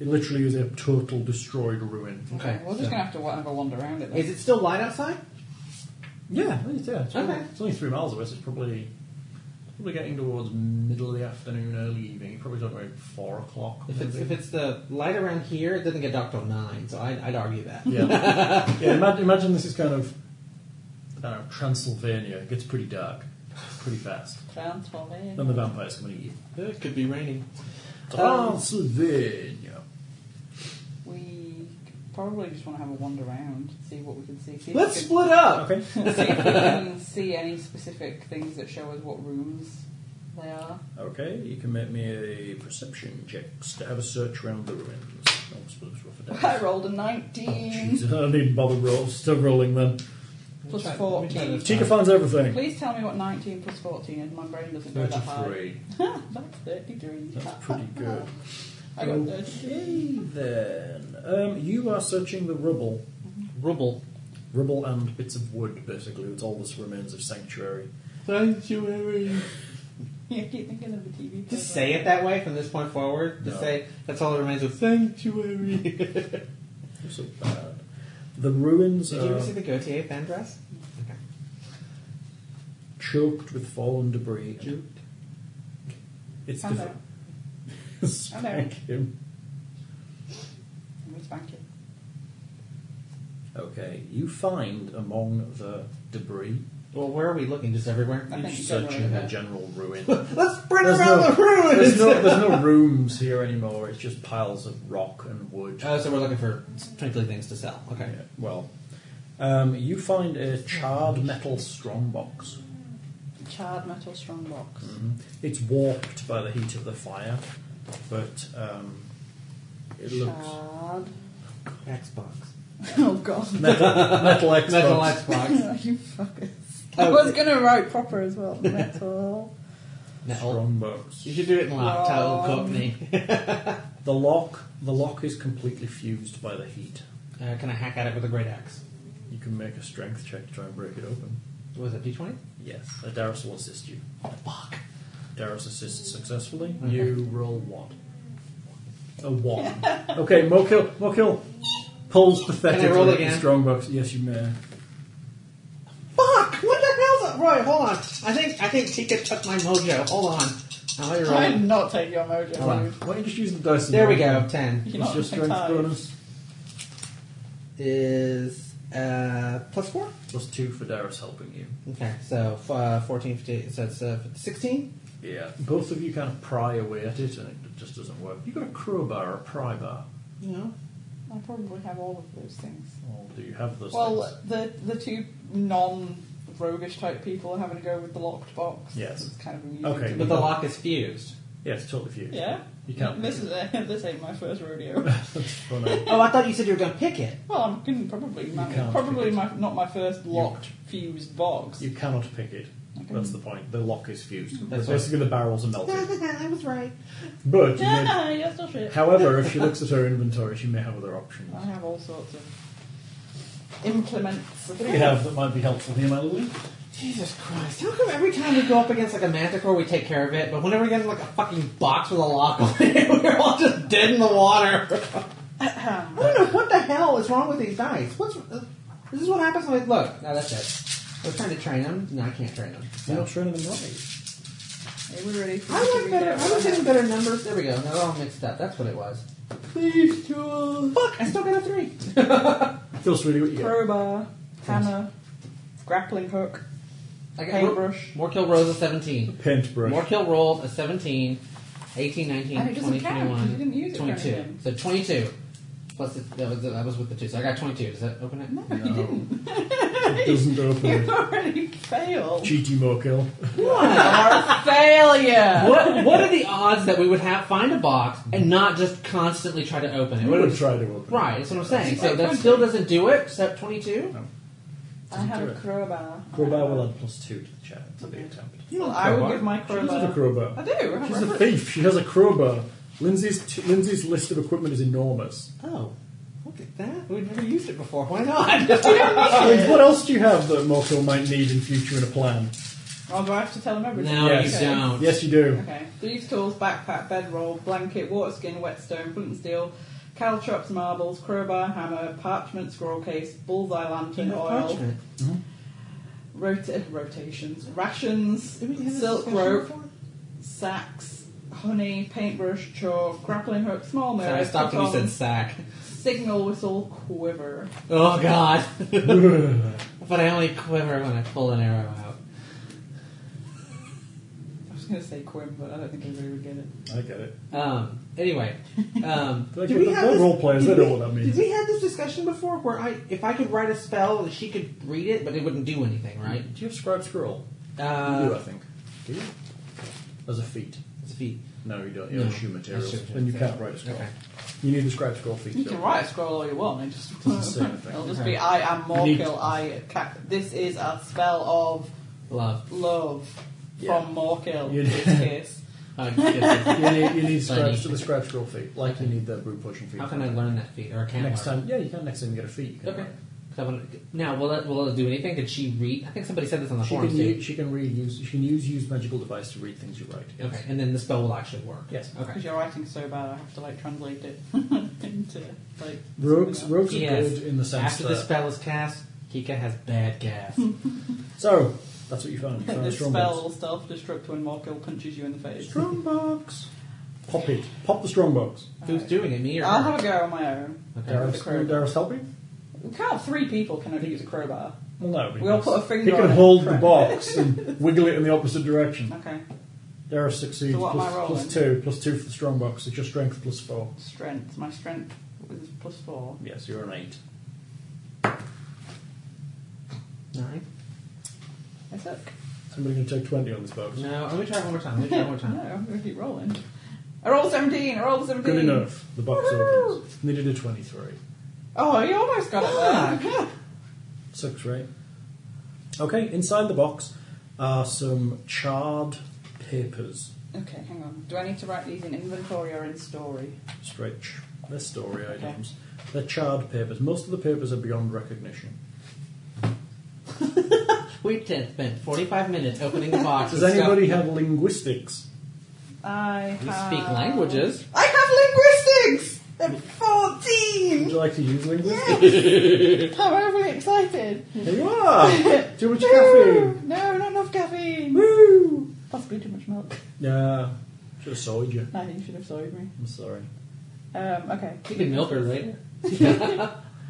It literally is a total destroyed ruin. Okay. We're just going so- to have to wa- have a wander around it then. Is it still light outside? Yeah, it's, yeah. It's, only, Okay. it's only three miles away. So it's probably probably getting towards middle of the afternoon, early evening. You're probably talking about four o'clock. If it's maybe. if it's the light around here, it doesn't get dark till nine. So I, I'd argue that. yeah, yeah. Imagine, imagine this is kind of I don't know, Transylvania. It gets pretty dark, pretty fast, Transforming. and the vampires come and eat you. It could be raining. Um, Transylvania. We probably just want to have a wander around, see what we can see. see if Let's we split up. Okay. can, see if we can see any specific things that show us what rooms they are. Okay, you can make me a perception check to have a search around the ruins. Oh, I suppose rough a I day. rolled a 19 Oh, Jesus, I need bother rolls. Still rolling then. plus Let me try 14. this Tika time. finds everything. Please tell me what 19 plus 14 is. My brain doesn't go that high. Thirty-three. That's 33. That's pretty good. I got 33. Okay then. Um, you are searching the rubble, Mm-hmm. Rubble. rubble and bits of wood. Basically, it's all this remains of sanctuary. Sanctuary. Yeah, I keep thinking of the TV. Just program. say it that way from this point forward. Just No. say that's all that remains of sanctuary. Did You're so bad. Uh, The ruins you ever are see the Gautier fan dress? Okay. choked with fallen debris. Juked. It's Hello. different. Spank him. I'm gonna spank it. Okay, you find among the debris, Well, where are we looking? Just everywhere. I think you're you go searching right the there. general ruin. Let's bring There's around no- the ruins. there's, no, there's no rooms here anymore, it's just piles of rock and wood. Oh, so we're looking for twinkly things to sell. Okay. Yeah, well, um, you find a charred metal strongbox. Charred metal strong box. It's warped by the heat of the fire, but um, it looks. Charred. Xbox. Oh god. Metal Xbox. Metal Xbox. you fuckers. I Oh, was okay. gonna write proper as well. Metal. Metal. Strongbox. You should do it in locked. Wrong. That'll cook me. The lock, the lock is completely fused by the heat. Uh, can I hack at it with a great axe? You can make a strength check to try and break it open. What was it, D20? Yes, uh, Darius will assist you. Oh, fuck. Darius assists successfully. You roll what? A one. okay, Mokil, Mokil pulls pathetically Can I roll at the again? strongbox. Yes, you may. Fuck! What the hell's up? Right, hold on. I think I think Tika took my mojo. Hold on. Now let me I did roll. not take your mojo, Hold on. dude. Why don't you just use the dice? and There we roll? go. Ten You're What's not your strength tied. bonus? is uh, plus four. Plus two for Darius helping you. Okay, so f- uh, 14, 15, so it's uh, 16. Yeah. Both of you kind of pry away at it, and it just doesn't work. You got a crowbar or a pry bar? No. I probably have all of those things. Or Oh, do you have those? Well, things? the the two non roguish type people are having to go with the locked box. Yes. It's kind of amusing. Okay. to me. But the lock is fused. Yes, totally fused. Yeah. You can't. This is this ain't my first rodeo. That's funny. Oh, I thought you said you were going to pick it. Well, I'm gonna probably can't probably pick my, not my first locked fused box. You cannot pick it. Okay. That's the point. The lock is fused. That's Basically, the barrels are melted. I was right. But you may- yeah, you're still shit. However, if she looks at her inventory, she may have other options. I have all sorts of implements. What do you have that might be helpful here, my lily? Jesus Christ. How come every time we go up against like a manticore, we take care of it, but whenever we get into like a fucking box with a lock on it, we're all just dead in the water? I don't know what the hell is wrong with these dice. What's uh, this is what happens when I look. No, that's it. I was trying to train them. No, I can't train them. You're not So. sure anything right. Are we ready for I you to like read better. out I what was I getting better numbers. There we go. They're all mixed up. That's what it was. These tools. Fuck, I still got a three. Feel free to what you get. Crowbar, hammer, grappling hook, I got more, paintbrush. more kill rolls a 17. Pent brush. More kill rolls a 17. 18, 19, And it doesn't 20, count, 'cause you 21, didn't use it for 22. anything. So 22. Plus, the, that, was, that was with the two. So I got 22. Does that open it? No, you didn't. It doesn't open You it. already failed. Cheaty more kill. Our failure. what What are the odds that we would have find a box and not just constantly try to open it? I What would if- try to open it. right, that's what I'm saying. So that still doesn't do it. Step 22. I have do a it. crowbar. Crowbar will add plus two to the chat to the attempt. Well, I would give my She does have a crowbar. I crowbar. do. I have She's a reference. thief. She has a crowbar. Lindsay's t- Lindsay's list of equipment is enormous. Oh, look at that. We've never used it before. Why not? I mean, what else do you have that Morkel might need in future in a plan? Oh, do I have to tell them everything? no, Yes. you don't. Yes, you do. Okay. Thieves' tools, backpack, bedroll, blanket, water skin, whetstone, flint and steel, caltrops, marbles, crowbar, hammer, parchment, scroll case, bullseye lantern, No oil, parchment. Rota- rotations, rations, Did we have this silk discussion rope, before? sacks, honey, paintbrush, chalk, grappling hook, small Sorry, mirror, I stopped when you baton, said sack. signal whistle, quiver. Oh God! but I only quiver when I pull an arrow out. I was going to say quim, but I don't think anybody would get it. I get it. Um. Anyway, um. They're, did we they're have this- role players. They did know we- what that Did means. we have this discussion before? Where I, if I could write a spell, she could read it, but it wouldn't do anything, right? Do you have scribe scroll? you do, I Uh, think. Do you? As a feat. it's a feat. No, you don't. You No. have shoe materials. That's true. Then you can't write a scroll. Okay. You need the scribe scroll feat. You though. can write a scroll all you want. It just Doesn't say anything. It'll just be I am You need- Morkill. I ca- this is a spell of Love. love Yeah. from Morkill. You In this do. case, Uh, yes, yes. You need, you need Funny. scribe, the scribe scroll feat, like you need the boot pushing feat. How can I learn that feat, or can Next I? time, yeah, you can. Next time you get a feat. You can Okay. write. 'Cause I wanna- Now, will it, will it do anything? Did she read? I think somebody said this on the She forum can, too. use, she can read use she can use use magical device to read things you write. Okay, and then the spell will actually work. Yes. Okay. because your writing's so bad, I have to like translate it into like Rogues something else. rogues are Yes. good in the sense After that the spell is cast, Kika has bad gas. so that's what you found. You found a This strong spell box. will self-destruct when Morkill punches you in the face. Strong box. Pop it. Pop the strong box. Who's doing it? Me or I'll her? have a go on my own. Okay. Darren. Darius, crowbar. Darius help you? We can't. Three people can only use a crowbar. Well, no. but he We all does. put a finger He can on it. hold the Correct. box and wiggle it in the opposite direction. Okay. Darius succeeds. So what am plus- I rolling? plus two. Plus two for the strong box. It's your strength plus four. Strength. My strength is plus four. Yes, you're an eight. Nine. I suck. Somebody going to take twenty on this box. No, let me try one more time. Let me try one more time. No, I'm gonna keep rolling. I rolled seventeen. I rolled seventeen. Good enough. The box Woohoo! opens. Needed a twenty-three. Oh, you almost got it there. Ah. Six, right? Okay, inside the box are some charred papers. Okay, hang on. Do I need to write these in inventory or in story? Stretch. They're story items. They're charred papers. Most of the papers are beyond recognition. We did spent 45 minutes opening the box. Does with stuff- anybody have linguistics? I We have... speak languages. I have linguistics! At 14! Would you like to use linguistics? I'm overly excited. Here you are! Too much caffeine! No, not enough caffeine. Woo! Possibly too much milk. Yeah, should have sold you. I think you should have sold me. I'm sorry. Um, okay. You can milk her later. I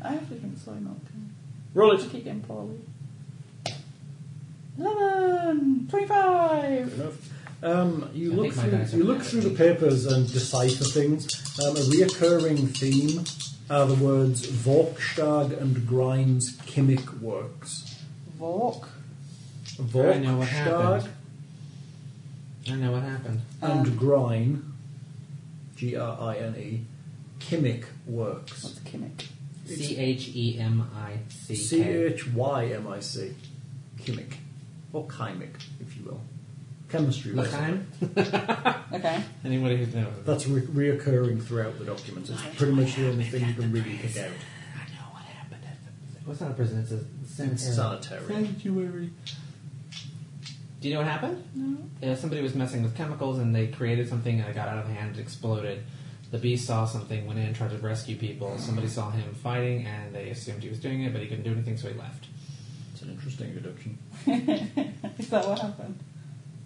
have to drink soy milk. Roll I it! keep getting poorly. 11! 25! Good enough. Um, you I look think my through, dice are you look bad. through the papers and decipher things. Um, a reoccurring theme are the words Vorkstag and Grimes Chimic Works. Vork. Vorkstag I know what happened. I don't know what happened. and Grine, G R I N E, Chimic Works. What's Kimmick? C H E M I C C K. H Y M I C, Chimic, or Chymic, if you will. Chemistry. works. Lachaim? Okay. Anybody who knows. That's re- reoccurring throughout the document. It's pretty much the only thing you can really pick out. I know what happened at the. What's not a prison? It's a sanitary. It's sanitary. Sanctuary. Do you know what happened? No. Yeah, somebody was messing with chemicals and they created something and it got out of hand and exploded. The beast saw something, went in and tried to rescue people. Somebody saw him fighting and they assumed he was doing it, but he couldn't do anything, so he left. It's an interesting deduction. is that what happened?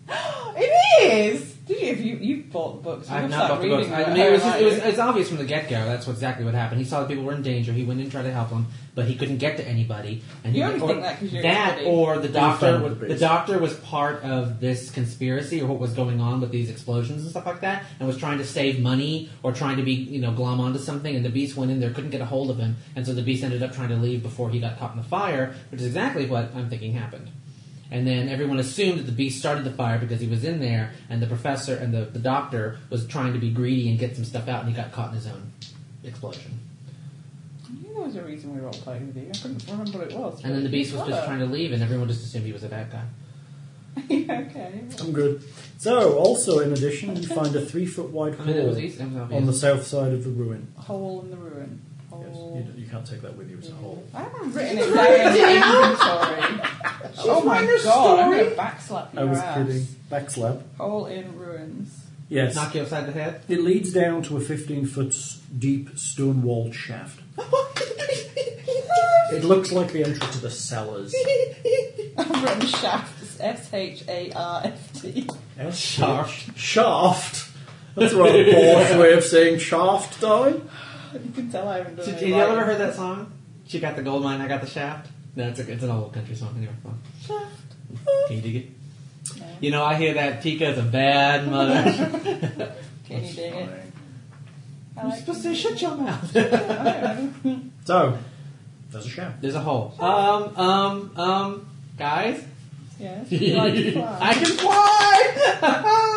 it is. Did you? If you you bought the books, you I've must not start bought the books. reading I them mean, it at was, home, just, it was aren't you? it's obvious from the get go. That's exactly what happened. He saw that people were in danger. He went in and tried to help them, but he couldn't get to anybody. And he You only or, think that 'cause you're that, somebody. or the doctor, found was- the the base. doctor was part of this conspiracy or what was going on with these explosions and stuff like that, and was trying to save money or trying to be you know glom onto something. And the beast went in there, couldn't get a hold of him, and so the beast ended up trying to leave before he got caught in the fire, which is exactly what I'm thinking happened. And then everyone assumed that the beast started the fire because he was in there, and the professor and the, the doctor was trying to be greedy and get some stuff out, and he got caught in his own explosion. I knew there was a reason we were all playing with you. I couldn't remember what it was. And then the beast was just trying to leave, and everyone just assumed he was a bad guy. okay. I'm good. So, also in addition, you find a three foot wide I mean, it was hole easy. It was on the obvious. Oh. south side of the ruin. Hole in the ruin. Yes, Hole. you, you can't take that with you. It's a hole. I haven't written it down in the inventory. oh my god! I'm gonna backslap your I was ass. kidding. Backslap. Hole in ruins. Yes. Knock you upside the head. It leads down to a 15 foot s- deep stone walled shaft. Oh It looks like the entrance to the cellars. I've written shaft. It's S H A R F T. Yes. Shaft. Shaft. That's a rather posh way of saying shaft, darling. You can tell I haven't done Did it. did you ever heard that song? She got the gold mine, I got the shaft. No, it's, a, it's an old country song. Anyway, fun. Can you dig it? You know, I hear that Tika's a bad mother. Can you dig it? I I'm like supposed to say, shut your mouth. So, there's a shaft. There's a hole. Um, um, um, guys, Yes. You like to fly. I can fly.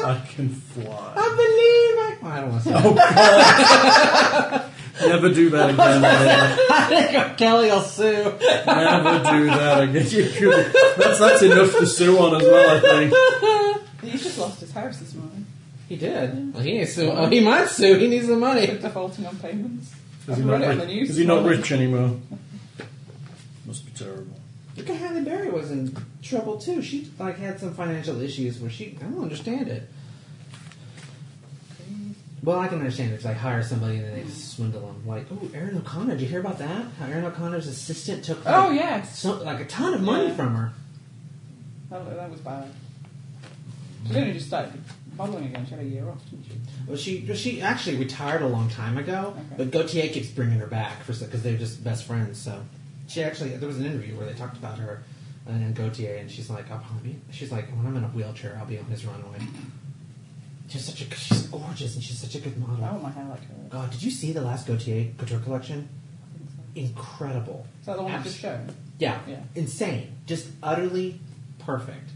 I can fly. I believe I. Well, I don't want to say. that. Never do that again. Leila. I think Kelly will sue. Never do that again. You could- that's, that's enough to sue on as well, I think. He just lost his house this morning. He did. Well, he needs to. Oh, he might sue. He needs the For money. defaulting on payments. Is he I've not, read it on rich- the news is he not this rich anymore? Must be terrible. Look at Halle Berry was in trouble too. She like had some financial issues where she. I don't understand it. Well, I can understand it because I hire somebody and then they just swindle them. Like, oh, Erin O'Connor. Did you hear about that? How Erin O'Connor's assistant took like, Oh yes. so, like a ton of money Yeah. from her. That, that was bad. She's only just started modelling again. She had a year off, didn't she? Well, she well, she actually retired a long time ago, Okay. but Gautier keeps bringing her back for because they're just best friends. So she actually there was an interview where they talked about her uh, and then Gautier, and she's like, I'll probably be, she's like, when I'm in a wheelchair, I'll be on his runway. She's such a she's gorgeous and she's such a good model. Oh my hair like her. God, did you see the last Gautier couture collection? Incredible. Is that the one I just Abs- shown? yeah, Yeah. insane, just utterly perfect.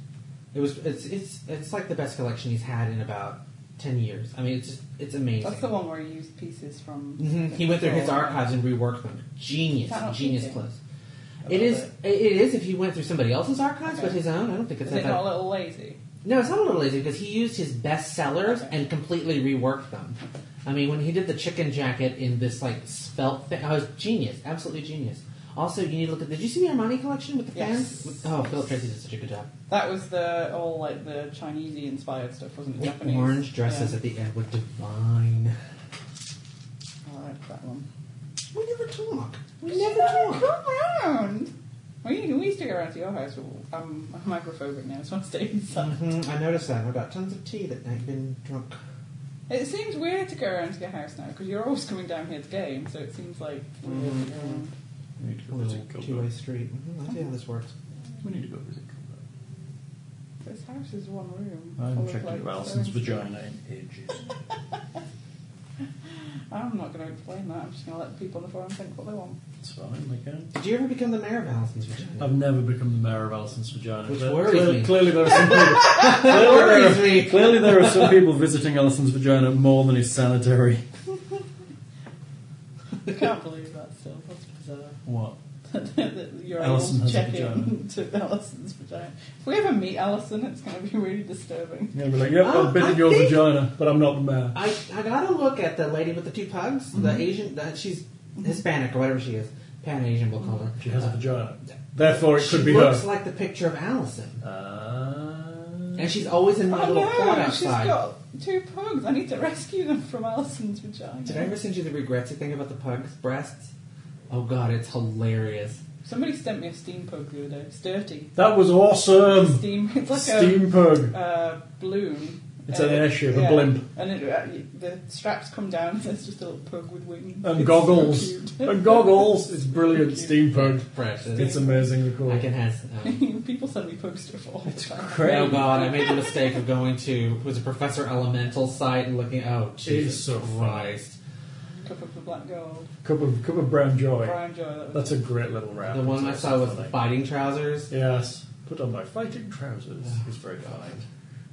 It was it's it's it's like the best collection he's had in about ten years. I mean, it's just, it's amazing. That's the one where he used pieces from. hmm He went through his archives and reworked them. Genius, Is that not genius cheating? plus. It is. It is if he went through somebody else's archives, but Okay. his own. I don't think it's Is that it bad. not a little lazy? No, it's not a little lazy because he used his best sellers Okay. and completely reworked them. I mean, when he did the chicken jacket in this like spelt thing, I was genius, absolutely genius. Also, you need to look at. Did you see the Armani collection with the Yes. fans? With- Oh, Philip Tracy did such a good job. That was the all like the Chinesey inspired stuff, wasn't it? The Japanese orange dresses Yeah. at the end were divine. I like that one. We never talk. We You never never talk. come round. We, we used to go around to your house, but I'm, I'm microphobic now, so I stay inside. Mhm, I noticed that. and I got tons of tea that night. Been drunk. It seems weird to go around to your house now because you're always coming down here to game, so it seems like weird to Mm-hmm. go around. We need to go little visit Gilbert. two-way street. Mhm, I see how this works. We need to go visit Gilbert. This house is one room. full I'm of, checking like, out Alison's phones. vagina in ages. I'm not going to explain that. I'm just going to let the people on the forum think what they want. It's fine, they can. Did you ever become the mayor of Allison's vagina? I've never become the mayor of Alison's vagina. Which but worries clearly, me. clearly there are some people. clearly, there Worries are, me. clearly there are some people visiting Alison's vagina more than is sanitary. I can't believe that still. That's bizarre. What? that you're Alison able has to a check in vagina. to Alison's vagina. If we ever meet Alison, it's going to be really disturbing. You're gonna be like, yep, Oh, I've been I in your think- vagina, but I'm not the mayor. I, I gotta look at the lady with the two pugs, the Asian. That she's Hispanic or whatever she is, Pan Asian, we'll call her. She has a vagina. Uh, Therefore, it she could be looks her. like the picture of Allison, Uh, and she's always in my oh little no, quad she's outside. got two pugs. I need to rescue them from Alison's vagina. Did I ever send you the regretsy thing about the pugs' breasts? Oh god, it's hilarious. Somebody sent me a steam pug the other day. It's dirty. That was awesome! steam. It's like Hmm. Steam pug. a uh, balloon. It's an Uh, airship, a yeah. blimp, And it, uh, the straps come down, and there's just a little pug with wings. and It's goggles, So cute. and goggles. It's brilliant, steam pug. Precious. It's amazingly cool. I can have. Um, People send me pug stuff all the time. Oh god, I made the mistake of going to was it Professor Elemental site and looking. Oh Jesus so fun. Christ! Cup of the black gold. Cup of cup of brown joy. Brian Joy. That was That's a great little wrap. The one I It's saw was funny. fighting trousers. Yes. Put on my fighting trousers. It's very funny.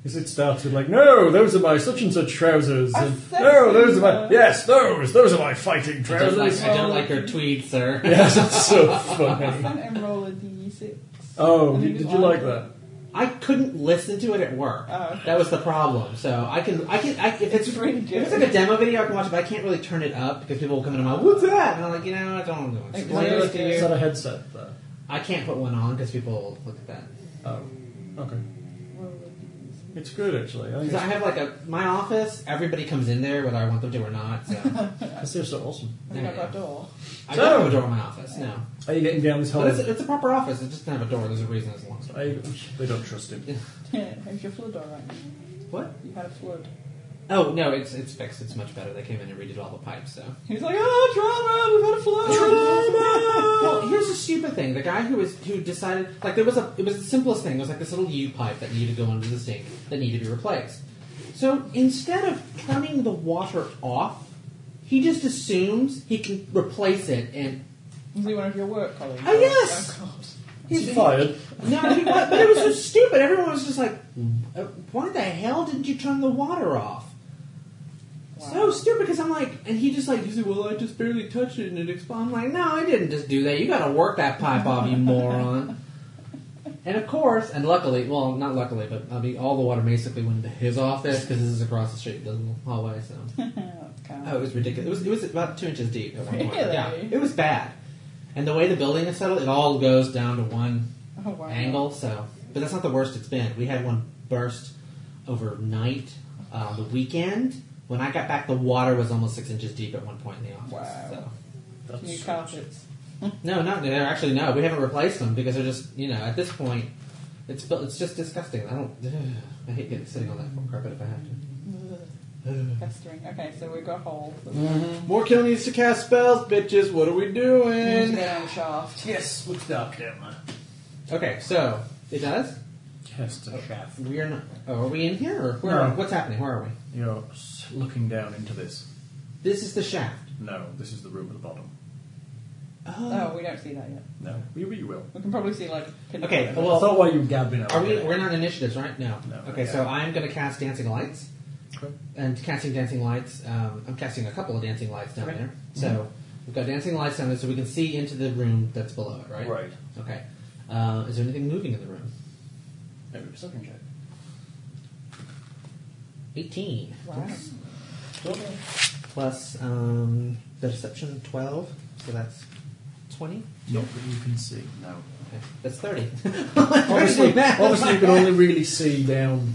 Because it starts with like, no, those are my such and such trousers. I And, said no, those are my that. yes, those those are my fighting I don't like trousers. I don't like your tweed, sir. Yes, it's so I funny. sent him roll a d6. Oh, And he did, did was you like that? I couldn't listen to it at work. Oh. That was the problem. So I can, I can, I, if it's It's pretty if it's like good. a demo video, I can watch it, but I can't really turn it up because people will come in and I'm like, "What's that?" And I'm like, you know, I don't want to Like, explain really it to Is you. that a headset though? I can't put one on because people will look at that. Oh, okay. It's good actually. I think 'Cause I it's, have like a my office. Everybody comes in there whether I want them to or not. So it's just so awesome. I think I've got a door. I So- don't have a door in my office. No, Are you getting down this hole? but it's, it's a proper office. It just doesn't have a door. There's a reason. It's a long story. I, they don't trust him. How's your flood alright? What? You had a flood. Oh no, it's it's fixed. It's much better. They came in and redid all the pipes. So. He was like, oh, drama, we've had a flood. Well, here's the stupid thing. The guy who was who decided like there was a it was the simplest thing. It was like this little U pipe that needed to go under the sink that needed to be replaced. So instead of turning the water off, he just assumes he can replace it and Was he one of your work colleagues? Ah, Oh, yes. Oh, God. He's fired. no, he wa- but it was so stupid. Everyone was just like, "Uh, "Why the hell didn't you turn the water off?" So Wow. stupid because I'm like, and he just like, he's like, "Well, I just barely touched it and it exploded." I'm like, "No, I didn't just do that. You got to work that pipe off, you moron." And of course, and luckily, well, not luckily, but I mean, all the water basically went into his office because this is across the street, the little hallway. So. That's kind Oh, it was ridiculous. It was, it was about two inches deep at one point. Really? Yeah, it was bad. And the way the building is settled, it all goes down to one of- oh, wow. angle. So, but that's not the worst it's been. We had one burst overnight, uh, the weekend. When I got back, the water was almost six inches deep at one point in the office. Wow. New That's carpets. So. No, not there. Actually, no. We haven't replaced them because they're just you know at this point, it's bu- it's just disgusting. I don't. I hate getting sitting on that carpet if I have to. Festering. Okay, so we've got holes. More kill needs to cast spells, bitches. What are we And doing? go down the shaft. yes. What's up down there? Okay, so it does. Yes, to shaft. We are not. Oh, are we in here? Or where? No. What's happening? Where are we? You're s- looking down into this. This is the shaft. No, this is the room at the bottom. Oh, we don't see that yet. No, you, you will. We can probably see, like, pin- Okay, Well, I well, thought while you were gabbing, I are we? was- We're not initiatives, right? No. No. Okay, so I'm gonna cast dancing lights. Okay. And casting dancing lights, um, I'm casting a couple of dancing lights down there. Mm-hmm. So we've got dancing lights down there, so we can see into the room that's below it, right? Right. Okay. Uh, is there anything moving in the room? Maybe perception check. 18 Wow. plus um, perception 12, so that's 20. Not that you can see. No. Okay, that's 30. Obviously, That's obviously, you can like that. only really see down.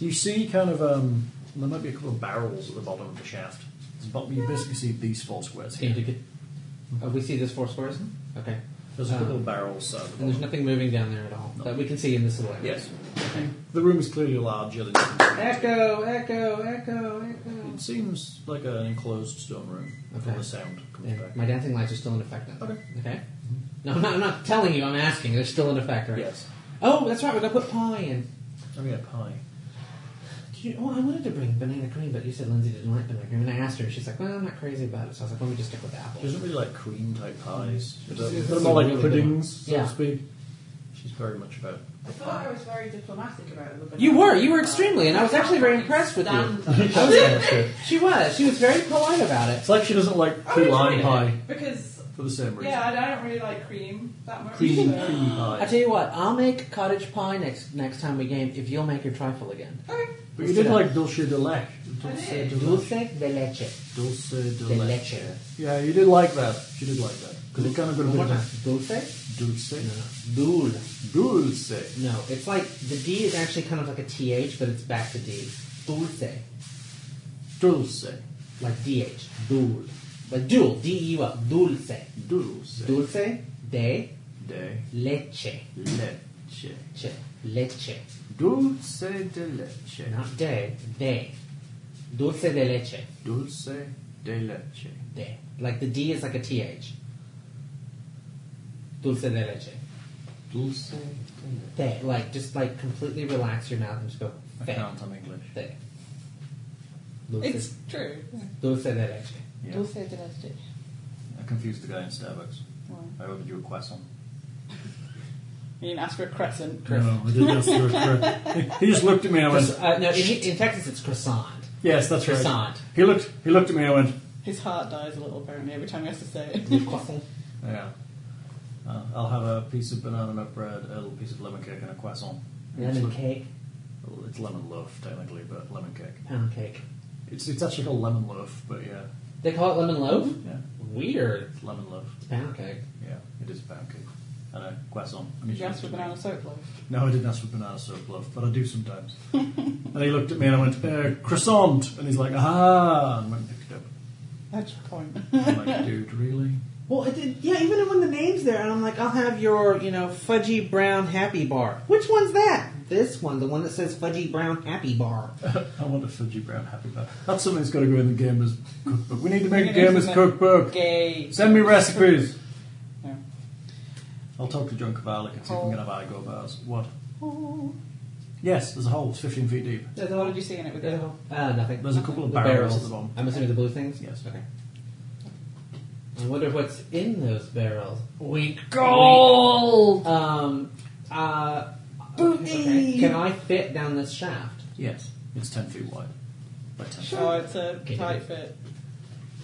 You see kind of um. There might be a couple of barrels at the bottom of the shaft. It's about- you basically see these four squares Can you here. do- oh, we see this four squares? Mm-hmm. Okay. There's a couple Um, of barrels. Uh, at the And there's bottom. nothing moving down there at all No. that we can see in this silhouette. Yes. The room is clearly larger than. Echo, echo, echo, echo. It seems like an enclosed stone room from Okay. the sound comes Yeah, back. my dancing lights are still in effect now. Okay. Okay. No, I'm not, I'm not telling you, I'm asking. They're still in effect, right? Yes. Oh, that's right, we're going to put pie in. I mean, a pie. Did you, oh, I wanted to bring banana cream, but you said Lindsay didn't like banana cream, and I asked her, and she's like, "Well, I'm not crazy about it." So I was like, "Let me just stick with the apple." She doesn't really like cream type pies. It's- They're- it's They're more like really good. puddings, so Yeah. to speak. She's very much about I thought I was very diplomatic about it. but- You were, you were extremely, and I was actually very impressed with you. Stand up. She was, she was very polite about it. It's like she doesn't like I key enjoyed lime it, pie Because, for the same reason. yeah, I I don't really like cream that much. Cream, so- creamy I pie. tell you what, I'll make cottage pie next next time we game if you'll make your trifle again. Okay. But you did like dulce de leche. Dulce I did. de leche. de leche. Dulce de De leche. leche. Yeah, you did like that. She did like that. Because it kind of got a bit One more of time. a Dulce? dulce. Dul. Dulce. No, it's like, the D is actually kind of like a TH, but it's back to D. Dulce. Dulce. Like DH. Dul. Like dual. D-U-L. E Dulce. Dulce. Dulce de de Leche. leche. Che. Leche. Dulce de leche. Not de. De. Dulce de leche. Dulce de leche. De. Like the D is like a TH. Dulce de leche. Dulce de De. Like, just like completely relax your mouth and just go. leche. I De. can't, I'm English. De. Dulce, It's true. dulce de leche. Yeah. Dulce de leche. I confused the guy in Starbucks. Why? I ordered you a croissant. You didn't ask for a crescent. No, I didn't ask you a cre- He just looked at me and I Cros- went, uh, no, in, in Texas it's croissant. yes, that's right. Croissant. He looked, he looked at me and I went, His heart dies a little apparently every time he has to say it. croissant. Yeah. Uh, I'll have a piece of banana nut bread, a little piece of lemon cake, and a croissant. Lemon cake. Well, It's lemon loaf, technically, but lemon cake. Pound cake. It's, it's actually called lemon loaf, but yeah, They call it lemon loaf? Yeah. Weird. it's lemon loaf. It's pound cake. Yeah, it is a pound cake. And a croissant. I mean, Did you ask for banana soap loaf? No, I didn't ask for banana soap loaf, but I do sometimes. and he looked at me and I went, uh, croissant! And he's like, ah! And went and picked it up. That's your point. I'm like, dude, really? Well, it did, yeah, even when the name's there, and I'm like, I'll have your, you know, fudgy brown happy bar. Which one's that? This one, the one that says fudgy brown happy bar. I want a fudgy brown happy bar. That's something that's got to go in the Gamers cookbook. We need to make a Bring it in Gamers from the- cookbook! Gay. Send me recipes! No. I'll talk to John Kovalik and see if we can have Igo bars. What? Oh. Yes, there's a hole. It's 15 feet deep. What did you see in it with the Uh, nothing. There's a couple of The barrels, at the bottom. I'm assuming the blue things? Yes. Okay. I wonder what's in those barrels. Wink. Gold! Um, uh, Booty! okay. Can I fit down this shaft? Yes. It's 10 feet wide. By 10 Oh, it's a Okay. tight fit.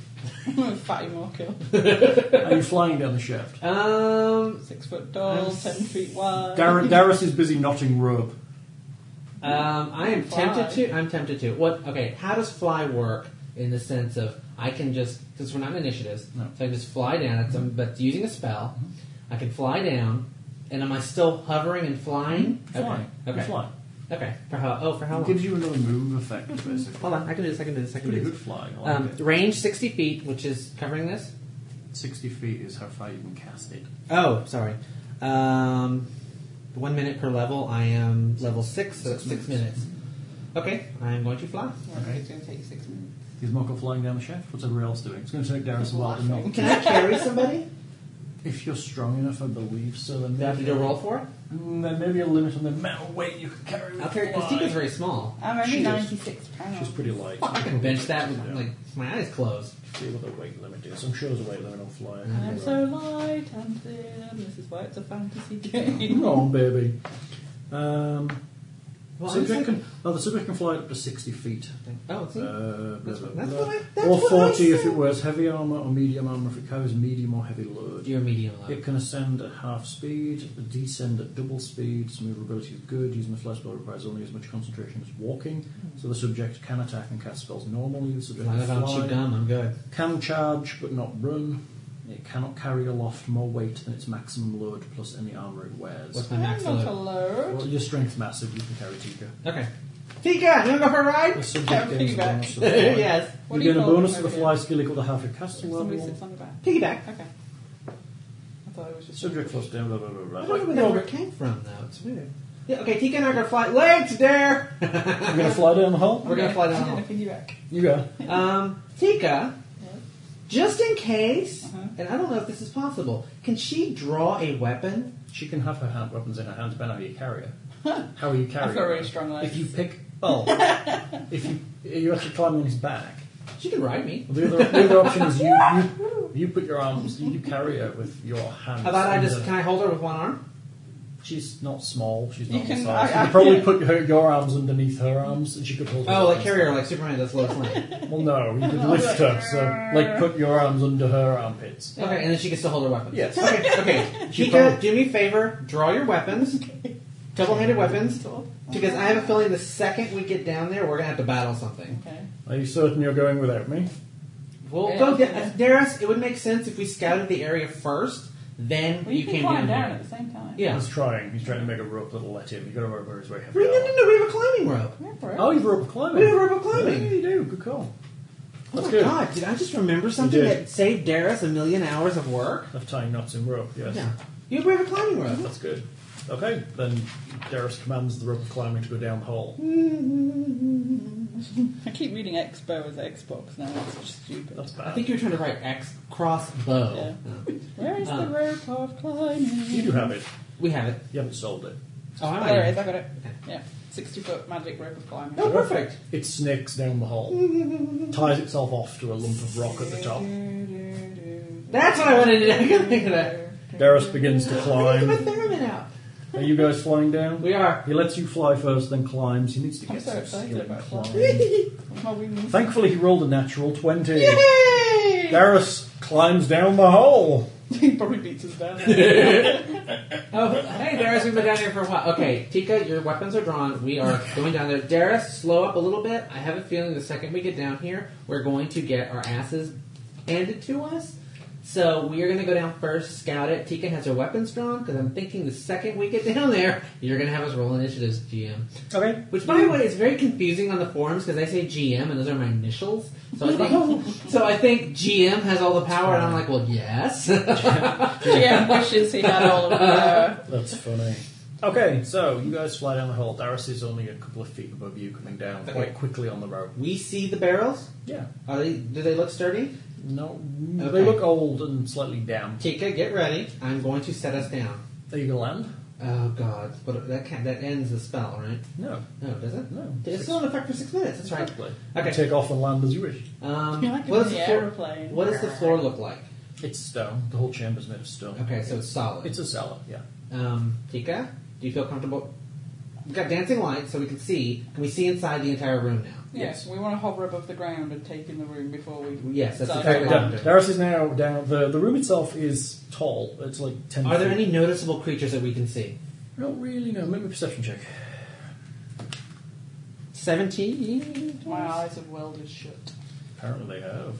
Fatty Morkill. Are you flying down the shaft? Um, Six foot tall, I'm ten feet wide. Dar- Darius is busy knotting rope. Um, I am Fly. tempted to. I'm tempted to. What? Okay. How does fly work in the sense of I can just because we're not in initiatives, No. so I can just fly down. It's, um, but using a spell, I can fly down. And am I still hovering and flying? Fly. Okay. You Okay. fly. Okay. For how? Oh, for how It long? gives you another move effect, Mm-hmm. basically. Hold on. I can do this. I can do this. I can Pretty do good this. flying. I like Um, it. range sixty feet, which is covering this. 60 feet is how far you can cast it. Oh, sorry. Um, one minute per level. I am level six, so it's six minutes. Okay. I am going to fly. Right, It's going to take you six minutes. Is Moko flying down the shaft? What's everybody else doing? It's going to take Darius a while to knock. Can I carry somebody? If you're strong enough, I believe so. Then Do I have to maybe, do a roll for it? Mm, there may be a limit on the amount of weight you can carry with I'll carry because Tika's flying. very small. I'm She only is- 96 pounds. She's pretty light. I can bench that with like my eyes closed. See what the weight limit is. I'm sure there's a weight limit on flying. I'm so light and thin. This is why it's a fantasy game. Come on, baby. Um, Well, I'm subject just like, can, oh, the subject can fly up to 60 feet. oh, see, Uh, blah, That's- blah, that's blah. what I- that's or what I 40 if said. it wears heavy armor or medium armor if it carries medium or heavy load. you're medium level. It can ascend at half speed, descend at double speed. Its movability is good. Using the flash spell requires only as much concentration as walking. Hmm. So the subject can attack and cast spells normally. The As subject long can as I don't chew fly, gum, I'm good. can charge but not run. It cannot carry aloft more weight than its maximum load plus any armor it wears. What's my I'm max not load? alone. Well, your strength's massive. You can carry Tika. Okay. Tika, you wanna go for a The ride? subject Yeah, gains a piggyback. bonus to the fly. yes. What you do you gain a call bonus them to the over fly here? skill equal to half your castle Somebody level. sits on the back. Piggyback. Okay. I thought it was just. Subject plus down. Blah blah blah I blah. don't know where the number came from though. It's weird. Yeah, okay, Tika and I are gonna fly. Legs there. We're gonna fly down the hole. We're gonna fly down. I'm the gonna hall. piggyback. You go. Um, Tika, Yes. just in case, Uh-huh. and I don't know if this is possible, can she draw a weapon? She can have her hand weapons in her hands, depending on how you carry her. How are you carrying I've got her? really strong legs. If you pick oh, if you you actually climb on his back. She can ride me. Well, the, other, the other option is you, you you put your arms, you, you carry her with your hands. How about I in just the- can I hold her with one arm? she's not small. She's You not can- the size. I- you could I- probably yeah. put her, your arms underneath her arms, and she could hold. her Oh, like arms. carry her like Superman does Lois Lane. Well, no, you could lift her. So, like, put your arms under her armpits. Okay, and then she can still hold her weapon. Yes. Okay. Okay. She Tika, probably- do me a favor. Draw your weapons. Double-handed weapons. Because I have a feeling the second we get down there, we're gonna have to battle something. Okay. Are you certain you're going without me? Well, Yeah. go get uh, Darius. It would make sense if we scouted the area first, then Well, you, can came climb down. down, here. at the same time. Yeah. He's trying. He's trying to make a rope that'll let him. You got a rope where he's very heavy. No, no, no, no. We have a climbing rope. Yeah, bro. Oh, you've rope climbing. We have rope climbing. Yeah, you do. Good call. Oh That's my good. god, did I just remember something did. that saved Darius a million hours of work? Of tying knots in rope, yes. Yeah. You grab a climbing Mm-hmm. rope. That's good. Okay, then Darius commands the rope climbing to go down the hole. Mm. I keep reading Expo as Xbox now. That's just stupid. That's I bad. think you were trying to write X cross bow. Yeah. Where is the Um, rope of climbing? You do have it. We have it. You haven't sold it. Oh, I There it is. I got it. Yeah, sixty foot magic rope of climbing. Oh, perfect. It snakes down the hole, ties itself off to a lump of rock at the top. That's what I wanted to do. I couldn't think of that. Darius begins to I need climb. to put theremin out. Are you guys flying down? We are. He lets you fly first, then climbs. He needs to I'm get so some excited skill in about climbing. My wings. Thankfully, he rolled a natural 20. Yay! Darius climbs down the hole. he probably beats us down. Oh, hey, Darius, we've been down here for a while. Okay, Tika, your weapons are drawn. We are going down there. Darius, slow up a little bit. I have a feeling the second we get down here, we're going to get our asses handed to us. So we are going to go down first, scout it. Tika has her weapons drawn because I'm thinking the second we get down there, you're going to have us roll initiatives, GM. Okay. Which, by the way, is very confusing on the forums because I say GM and those are my initials. So I think, so I think GM has all the power, and I'm like, well, yes. GM wishes he had all of the. uh, That's funny. Okay, so you guys fly down the hole. Darius is only a couple of feet above you, coming down Okay. quite quickly on the rope. we see the barrels. Yeah. Are they, do they look sturdy? No, Okay. they look old and slightly damp. Tika, get ready. I'm going to set us down. Are you gonna land? Oh God! But that can, that ends the spell, right? No, No, does it? no. It's still in effect for six minutes. That's right. Exactly. Okay. You take off and land as you wish. Um, You're like what in does the the floor? aeroplane. What does the floor look like? It's stone. The whole chamber's made of stone. Okay, so it's solid. It's a cellar. Yeah. um, Tika, do you feel comfortable? We've got dancing lights, so we can see. Can we see inside the entire room now? Yes, we want to hover above the ground and take in the room before we. Yes, that's Sounds exactly like what that. I'm Yeah. doing. Darius is now down. The, the room itself is tall. It's like ten. Are there feet. any noticeable creatures that we can see? Not really. No. Make me a perception check. Seventeen. My eyes have welded shut. Apparently they have.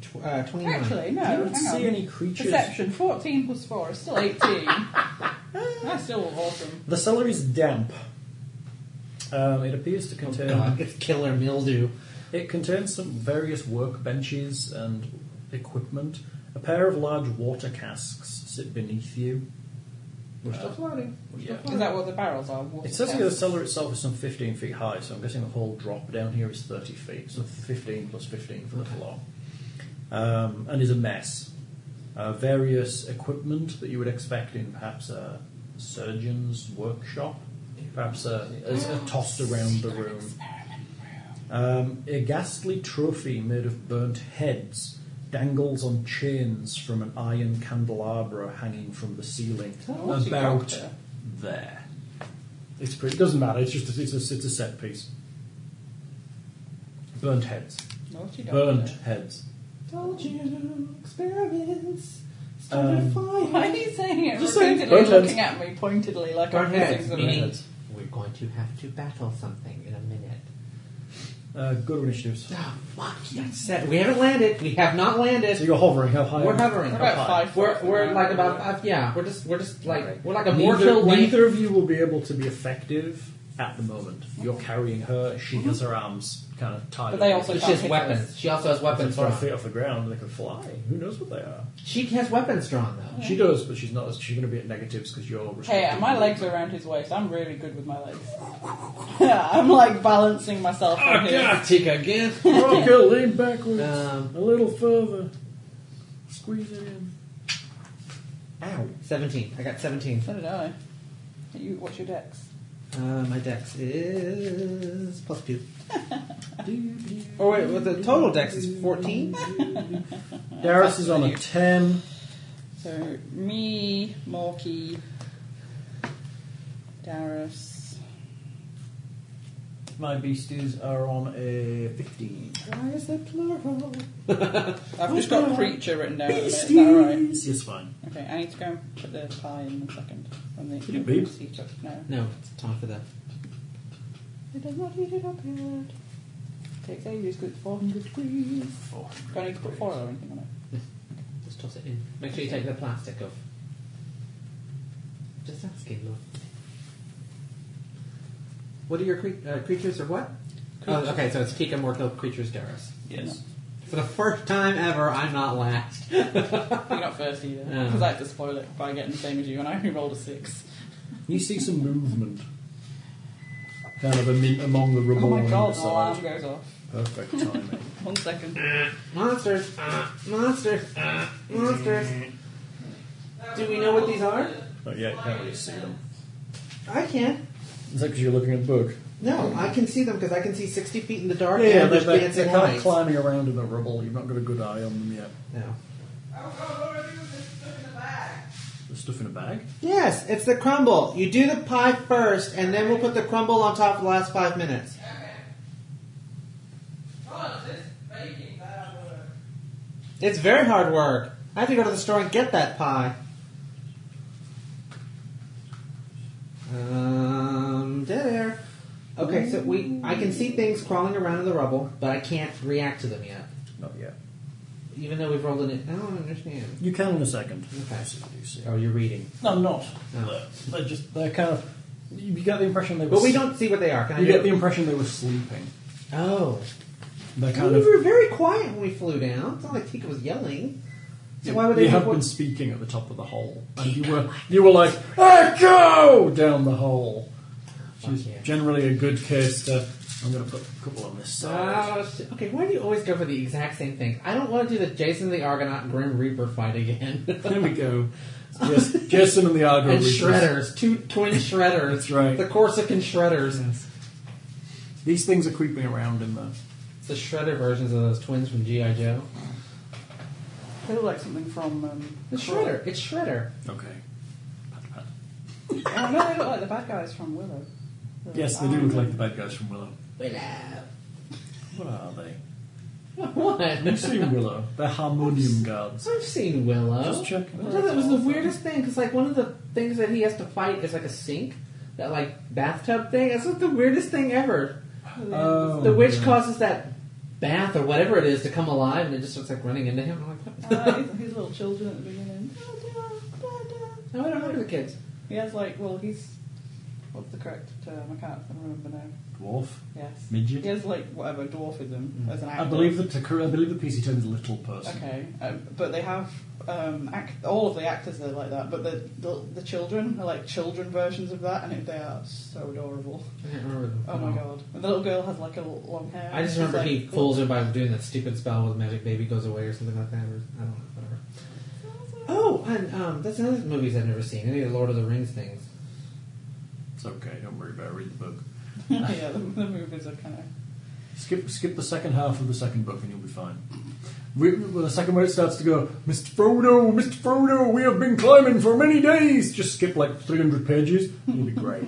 Tw- uh, Twenty-nine. Actually, no. you don't hang see on. any creatures. Perception 14 plus 4 is still 18. That's still awesome. The cellar is damp. Um, it appears to contain. Oh, God, it's killer mildew. It contains some various workbenches and equipment. A pair of large water casks sit beneath you. We're still floating. We're still Yeah. floating. Is that what the barrels are? Water It says here the tanks? cellar itself is some 15 feet high, so I'm guessing the whole drop down here is 30 feet, so 15 plus 15 for the floor. Um, and is a mess. Uh, various equipment that you would expect in perhaps a surgeon's workshop, perhaps a, is a tossed around the room. Um, a ghastly trophy made of burnt heads dangles on chains from an iron candelabra hanging from the ceiling. Oh, what's he got about there? there. It's pretty. It doesn't matter. It's just a, it's a, it's a set piece. Burnt heads. Naughty dog. Burnt heads. Told you, experiments started Um, Why are you saying it? Just saying, repeatedly burnt heads. looking at me pointedly like I'm Burnt heads, missing something. meaning heads. we're going to have to battle something in a minute. Uh, go to initiatives. Oh, fuck, I said we haven't landed. We have not landed. So you're hovering. How high? we're are you? hovering. We're about five foot We're, from we're the like ground. about five, yeah. We're just we're just like Right. we're like a Neither, mortal length. neither of you will be able to be effective at the moment. You're carrying her. She has her arms kind of tied. Mm-hmm. But they up. also She can't has hit weapons. us. She also has If they're weapons five drawn. feet off the ground. They can fly. Who knows what they are? She has weapons drawn though. She does, but she's not. She's going to be at negatives because you're. Hey, uh, restricted. my legs are around his waist. I'm really good with my legs. Yeah, I'm like balancing myself Oh, on his. Tika again. Rocker, lean backwards. Um, a little further. Squeeze it in. Ow. Seventeen. I got seventeen. I don't know. You, what's your dex? Uh, my dex is plus two. Darius Oh, Or wait, well, the total dex is fourteen. is on a 10. So, me, Morky, Darius. My beasties are on a 15. Why is that plural? I've just got creature written down. at the minute, Is that alright? Yes, fine. Okay, I need to go and put the pie in a second. When the Did it beep? Seat up. No. No, it's time for that. It does not heat it up yet. Takes ages because it's 400 degrees. Do I need to put foil or anything on it? Just toss it in. Make sure you take the plastic off. Just asking, Lord. What are your cre- uh, creatures or what? Oh, okay, so it's Tika, Mortal, creatures, Darius. Yes. For the first time ever, I'm not last. You're not first either. Yeah. Because I have to spoil it by getting the same as you, and I only rolled a six. You see some movement, kind of amin- among the rubble oh my on god, either the side. alarm goes off. Perfect timing. One second. Monsters. Uh, Monsters. Uh, Monsters. Do we know what these are? But yeah, you can't really see them. I can. Is that because you're looking at the book? No, I can see them because I can see 60 feet in the dark. Yeah, and they're, there's they're, dancing they're kind of lights. climbing around in the rubble. You've not got a good eye on them yet. No. The stuff in a bag? Yes, it's the crumble. You do the pie first, and then we'll put the crumble on top for the last five minutes. It's very hard work. I have to go to the store and get that pie. Um, dead air. Okay, so we I can see things crawling around in the rubble, but I can't react to them yet. Not yet. Even though we've rolled in it, I don't understand. You can in a second. Okay. See what you see. Oh, you're reading, No, I'm not. No. They're, they're just, they're kind of, you you get the impression they were but we s- don't see what they are. Can I You do get it? the impression they were sleeping. Oh, They're Well, kind we of. were very quiet when we flew down. It's not like Tika was yelling. So why would you they have been speaking at the top of the hole, and you were you were like echo down the hole. Which is Fuck yeah. generally a good case to. I'm going to put a couple on this side. Oh, shit. okay, why do you always go for the exact same things? I don't want to do the Jason the Argonaut and Grim Reaper fight again. there we go. Yes, Jason and the Argo and Reapers. shredders, two twin shredders. That's right. The Corsican shredders. These things are creeping around in there. It's the shredder versions of those twins from GI Joe. They look like something from. Um, The shredder. It's shredder. Okay. Pat, pat. Oh, no, they look like the bad guys from Willow. The Yes, they do arm. look like the bad guys from Willow. Willow. What are they? What? You've seen Willow. They're harmonium guards. I've seen Willow. Just checking. I thought that was the weirdest thing because like one of the things that he has to fight is like a sink, that like bathtub thing. That's like the weirdest thing ever. Oh, the witch yeah. causes that bath or whatever it is to come alive, and it just starts like running into him. I'm like, what? Uh, his, his little children at the beginning. no, I don't remember the kids. He has like, well, he's. What's the correct term? I can't remember now. Dwarf? Yes. Midget? He has like whatever dwarfism as an actor. I believe the I believe the PC term is little person. Okay, um, but they have um, act- all of the actors are like that, but the, the the children are like children versions of that, and it, they are so adorable. I can't remember them. Oh my god! And the little girl has like a l- long hair. I just She's remember like, he fools her by doing that stupid spell where the magic baby goes away or something like that. Or, I don't know, whatever. Oh, and um, that's another movies I've never seen. Any of the Lord of the Rings things. It's okay. Don't worry about it. Read the book. yeah, the, the movies are kind Skip skip the second half of the second book and you'll be fine. We, well, the second where it starts to go, Mr. Frodo, Mr. Frodo, we have been climbing for many days. Just skip like 300 pages. You'll be great.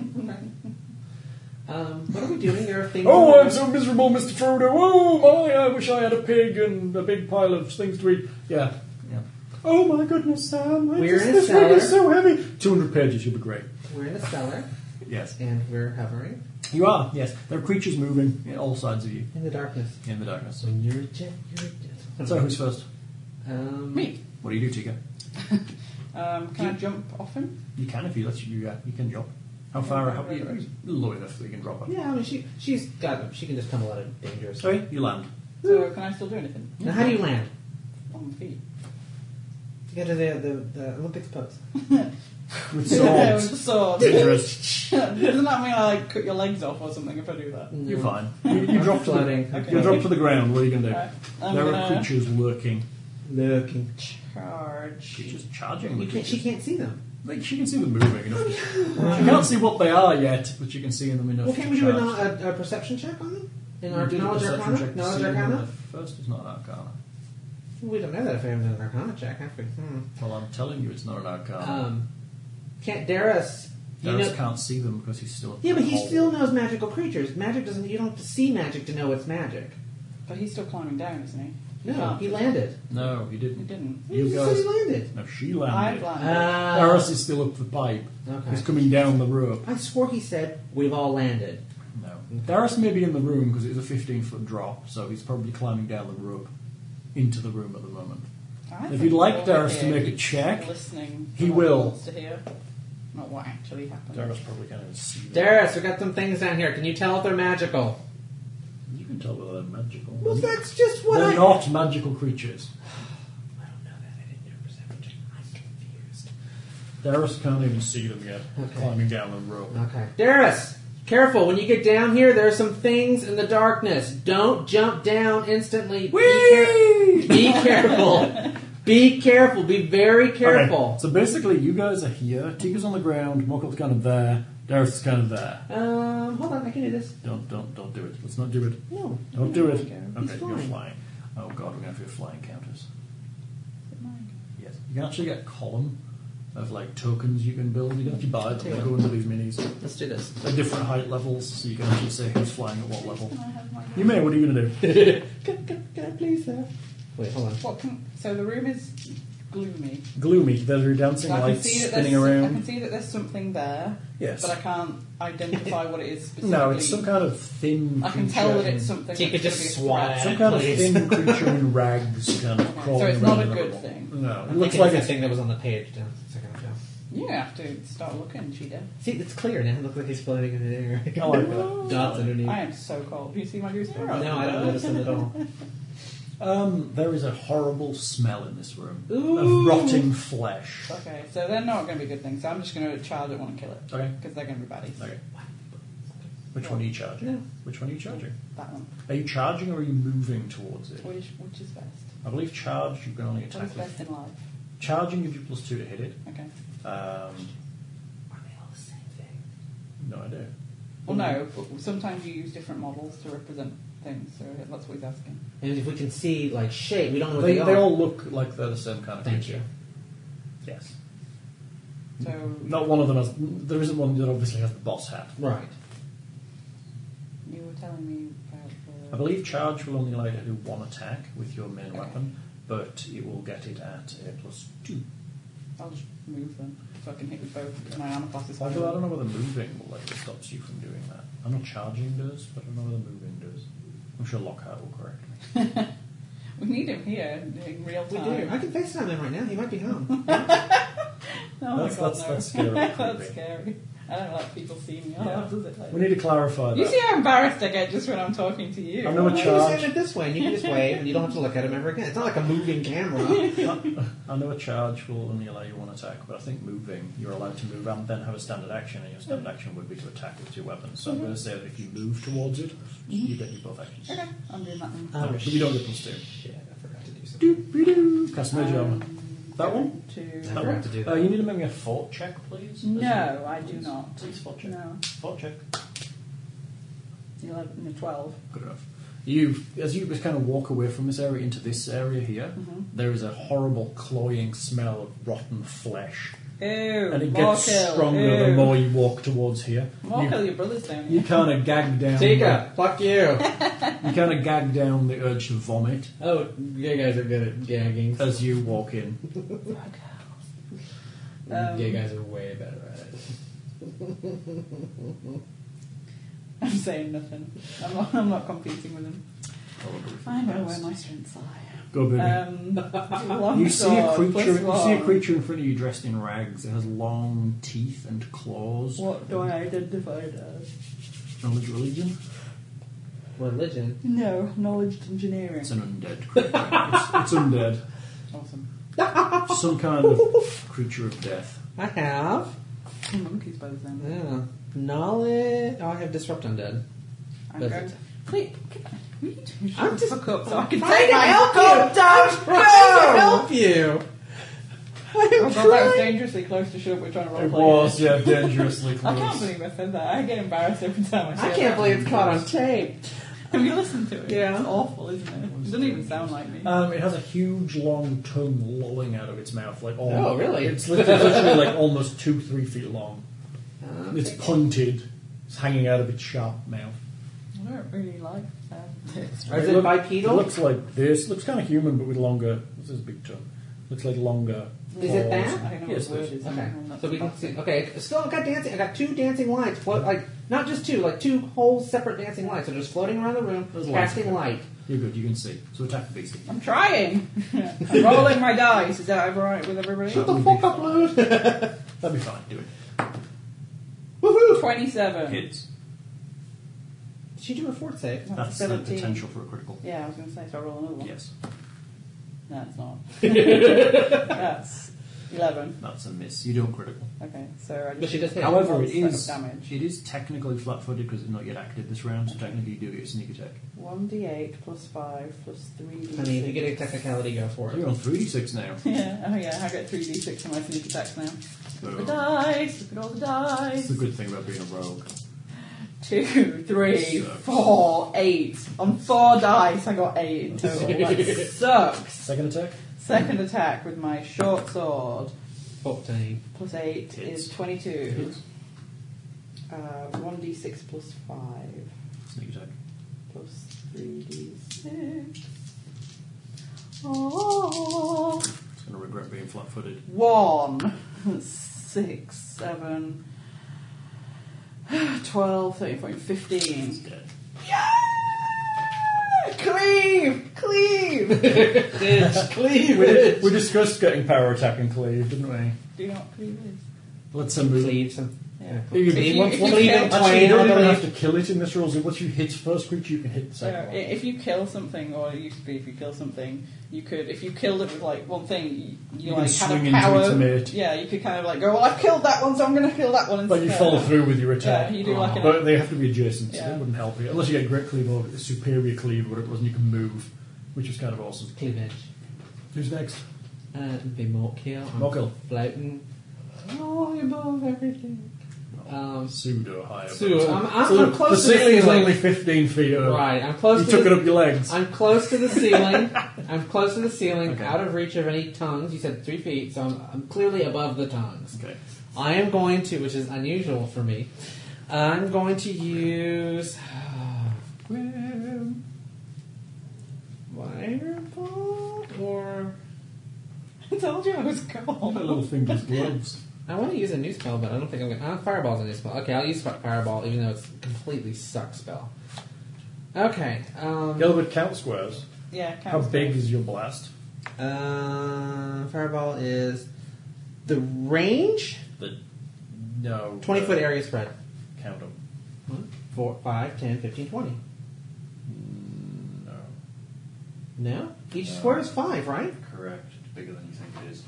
Um, what are we doing? There are things. oh, I'm so miserable, Mr. Frodo. Oh, my, I wish I had a pig and a big pile of things to eat. Yeah. yeah. Oh, my goodness, Sam. I We're just- in a this room is cellar. so heavy. 200 pages. You'll be great. We're in a cellar Yes. and we're hovering You are, yes. There are creatures moving at all sides of you in the darkness. in the darkness. When you're a jet, you're a jet. So, who's first? um, Me. What do you do, Tika? of. Um, can I jump off him? You can if you let you. Yeah, you can drop. How far? How, right, you, low enough that you can drop her. Yeah, I mean, she she's got she can just come a lot of dangerous. Sorry, you land. So can I still do anything Hmm. Now, how do you land? on my feet? You go to the the, the Olympics pose. With With swords. a sword. Dangerous. Doesn't that mean I like cut your legs off or something if I do that? Mm. You're fine. You, you drop to the, floating. Okay. you drop to the ground. What are you going to do? Right, I'm there are gonna creatures lurking. Looking. charge. Creatures charging. You can't, she can't see them. Like, she can see them moving enough. to- she can't see what they are yet, but you can see them enough. Well, to can we do a, charge. knowl- a, a perception check on them? In You our did a knowledge perception arcana, check to knowledge see them. arcana. First is not an arcana. We don't know that if I haven't done an arcana check. Have we? Hmm. Well, I'm telling you, it's not an arcana. Um, can't Darius. You Darius know, can't see them because he's still. yeah, but he hole. still knows magical creatures. Magic doesn't. You don't have to see magic to know it's magic. But he's still climbing down, isn't he? No, Can't. he landed. No, He he didn't. didn't. Oh. You Ah. He guys. said he landed. No, she I landed. landed. Um, Uh, Darius is still up the pipe. okay. He's coming down the rope. I swore he said we've all landed. No. Darius may be in the room because it is a 15 foot drop, so he's probably climbing down the rope into the room at the moment. I If think you'd like we're Darius to here. make a check, listening. he to what will. wants To hear, not what actually happened. probably can't even see Darius, we got some things down here. Can you tell if they're magical? You can can tell whether they're magical. Well, that's just what they're I. not magical creatures. I don't know that. I didn't do a perception check. I'm confused. Darius can't even see them yet, climbing down the rope. Okay. Darius, careful. When you get down here, there are some things in the darkness. Don't jump down instantly. Be, care- be careful. Be careful. Be very Okay, careful. so basically, you guys are here. Tiga's on the ground. Morkel's kind of there. Darius is kind of there. Um, hold on. I can do this. Don't, don't, don't do it. Let's not do it. No. Don't do it. Okay, He's you're fine. flying. Oh god, we're going to have flying counters. Yes, you can actually get a column of like tokens you can build. You can actually buy them. They go into these minis Let's do this. at different height levels, so you can actually say who's flying at what level. You may. What are you going to do? Can, can, can I please have? Wait, hold on. What can, so the room is gloomy. Gloomy. There's your dancing So I can lights see that spinning there's I can around. see that there's something there, Yes. but I can't identify what it is specifically. No, it's some kind of thin. I can creature tell that it's in- something. Tika that's just gonna be a swat threat. at Some it, kind of please. thin creature in rags, kind of crawling So it's around not a in the good rubble. thing. No, it I'm looks looking like at the it's thing that was on the page down a second ago. You have to start looking, Cheetah. See, it's clear now. It looks like he's floating in the air. I like that. Dots underneath. I am so cold. Do you see my goosebumps? no, I don't notice them at all. Um, there is a horrible smell in this room of Ooh. rotting flesh. Okay, so they're not going to be good things. So I'm just going to charge it, want to kill it. Okay. Because they're going to be baddies. Okay. Which one are you charging? No. Which one are you charging? That one. Are you charging or are you moving towards it? Which, which is best? I believe charge you can only What attack is best with in life? charging gives you plus two to hit it. Okay. Um, Are they all the same thing? no idea. Well, Mm-hmm. no, but sometimes you use different models to represent things, so that's what he's asking. And if we can see, like, shape, we don't know what They, they, they are. all look like they're the same kind of Thank you. creature. Yes. So Not one of them has. There isn't one that obviously has the boss hat. Right. you were telling me I about the. believe charge will only allow you to do one attack with your main Okay. weapon, but it will get it at a plus two. I'll just move them so I can hit with both. And I am a class is Although I don't know whether moving will like stops you from doing that. I know charging does, but I don't know whether moving does. I'm sure Lockhart will correct me. We need him here in real We time. do. I can FaceTime him right now. He might be home. Oh That's- my god, that's- no. that's scary, that's creepy. scary. I don't like people seeing me. Oh, Yeah. does it? Like, We need to clarify that. you see how embarrassed I get just when I'm talking to you. I'm not You a Like, just charge. aim it this way, and you can just wave, and you don't have to look at him ever again. It's not like a moving camera. I know a charge will only allow you one attack, but I think moving, you're allowed to move and then have a standard action, and your standard action would be to attack with two weapons. So I'm going to say that if you move towards it, you get your both actions. Mm-hmm. Okay, I'm doing that one. No, but you don't get plus two. Shit, I forgot to do something. Doo-doo-doo. Cast Major Armor. That one? Two. I That forgot one? to do Uh, that. you need to make me a fort check, please. No, I do Please. not. Please fort check. No, Fort check. 11 and 12. Good enough. You, as you just kind of walk away from this area into this area here, Mm-hmm. there is a horrible cloying smell of rotten flesh, Ew, and it more gets kill. stronger Ew. the more you walk towards here. More you, kill your brothers down you here. kind of gag down. Tika, fuck you. You kind of gag down the urge to vomit Oh, you guys are good at gagging. as you walk in. Um, you guys are way better at it. I'm saying nothing. I'm not, I'm not competing with them. I know where my strengths lie. Go baby. Um, long you see a sword, plus creature. You see a one. creature in front of you dressed in rags. It has long teeth and claws. What do I identify as? Knowledge religion. Religion. No, knowledge engineering. It's an undead creature. it's, it's undead. Awesome. Some kind of creature of death. I have. Two monkeys by the sound. of it. Yeah. Knowledge. Oh, I have disrupt undead. I'm Does going it? to. Click. You need to shut I'm the just fuck up so I can I'm trying take to my help goddamn- you. help you. Oh god, that was dangerously close to shove. We're trying to roll It play was, yeah, dangerously I close. can't believe I said that. I get embarrassed every time I say I that. can't believe it's caught on tape. Have you listened to it? Yeah. It's awful, isn't it? It doesn't even sound like me. Um, it has a huge, long tongue lolling out of its mouth, like all. Oh, really? It's lit- it's literally like almost two, three feet long. It's pointed. It's hanging out of its sharp mouth. I don't really like that. It's Or is it look- bipedal? It looks like this. Looks kind of human, but with longer. This is a big tongue. Looks like longer. Is it claws. that? I don't know Yes, what the word this. is. Okay, I'm not so we can about see. it. Okay, still I got dancing. I got two dancing lights. What like not just two, like two whole separate dancing lights. They're just floating around the room, Those lights. casting light. You're good. You can see. So attack the beast. I'm trying. I'm rolling my dice. Is that alright with everybody? Shut the fuck up, Lou. That'd be fine. Do it. Woohoo! 27. Hits. she do a fort save? That's the 17. potential for a critical. Yeah, I was going to say, so I roll another one. Yes, No, it's not. That's 11. that's a miss. You do a critical. Okay, so I But just she does hit. However, one it step of is damage. it is technically flat-footed because it's not yet active this round, so technically you do get a sneak attack. 1d8 plus 5 plus 3d6. I mean, if you get a technicality, go for You're it. on three d six now. Yeah, oh yeah, I get 3d6 for my sneak attacks now. The So dice! Look at all the it's the dice! good thing about being a rogue. Two, three, Sucks. four, eight. On four dice, I got 8 in total. That sucks! Second attack. Second attack with my short sword. Fourteen. Plus 8 Hits. is 22. Hits. Uh, 1d6 plus 5 Sneak attack. plus 3d6. Oh, It's going to regret being flat-footed. 1, 6, 7, 12, 13, 14, 15. It's dead. Yeah! Cleave! Cleave! Cleave. We, we discussed getting power attack and cleave, didn't we? Do not cleave this. Let's um, move. Leave some. Yeah. You If can- you- once- if once- you Actually, kill you Twain, don't I even believe- have to kill it in this rules. Once you hit first creature, you can hit the So second i- one. if you kill something, or it used to be if you kill something, you could if you killed it with like one thing, you, you, You can like had swing a into power. its mate. Yeah, you could kind of like go, well, I've killed that one, so I'm going to kill that one. But you instead." follow through with your attack. Yeah, you do like an- but they have to be adjacent, so Yeah. it wouldn't help you. Unless you get great cleave or superior cleave, whatever it was, and you can move, which is kind of awesome. Cleavage. Who's next? Uh, it'd be more kill. I'm Morkill. Floating. Oh, above everything. Um, Pseudo higher. Sue, but- I'm, I'm, So I'm close the to the ceiling ceiling. is only 15 feet up. right, I'm You close to took the, it up your legs. I'm close to the ceiling. I'm close to the ceiling, Okay. out of reach of any tongues. You said three feet, so I'm, I'm clearly above the tongues. Okay. I am going to, which is unusual for me, I'm going to use. Fireball? Or. I told you I was cold. My little fingers gloves. I want to use a new spell, but I don't think I'm going to. Uh, fireball's a new spell. Okay, I'll use fi- Fireball, even though it's a completely suck spell. Okay, um. Gilbert, count squares. Yeah, How counts. big is your blast? Uh, fireball is the range The no. 20 the- foot area spread Count them. 4 5 10 15 20 No. no each square is 5 right Correct. It's bigger than you think it is.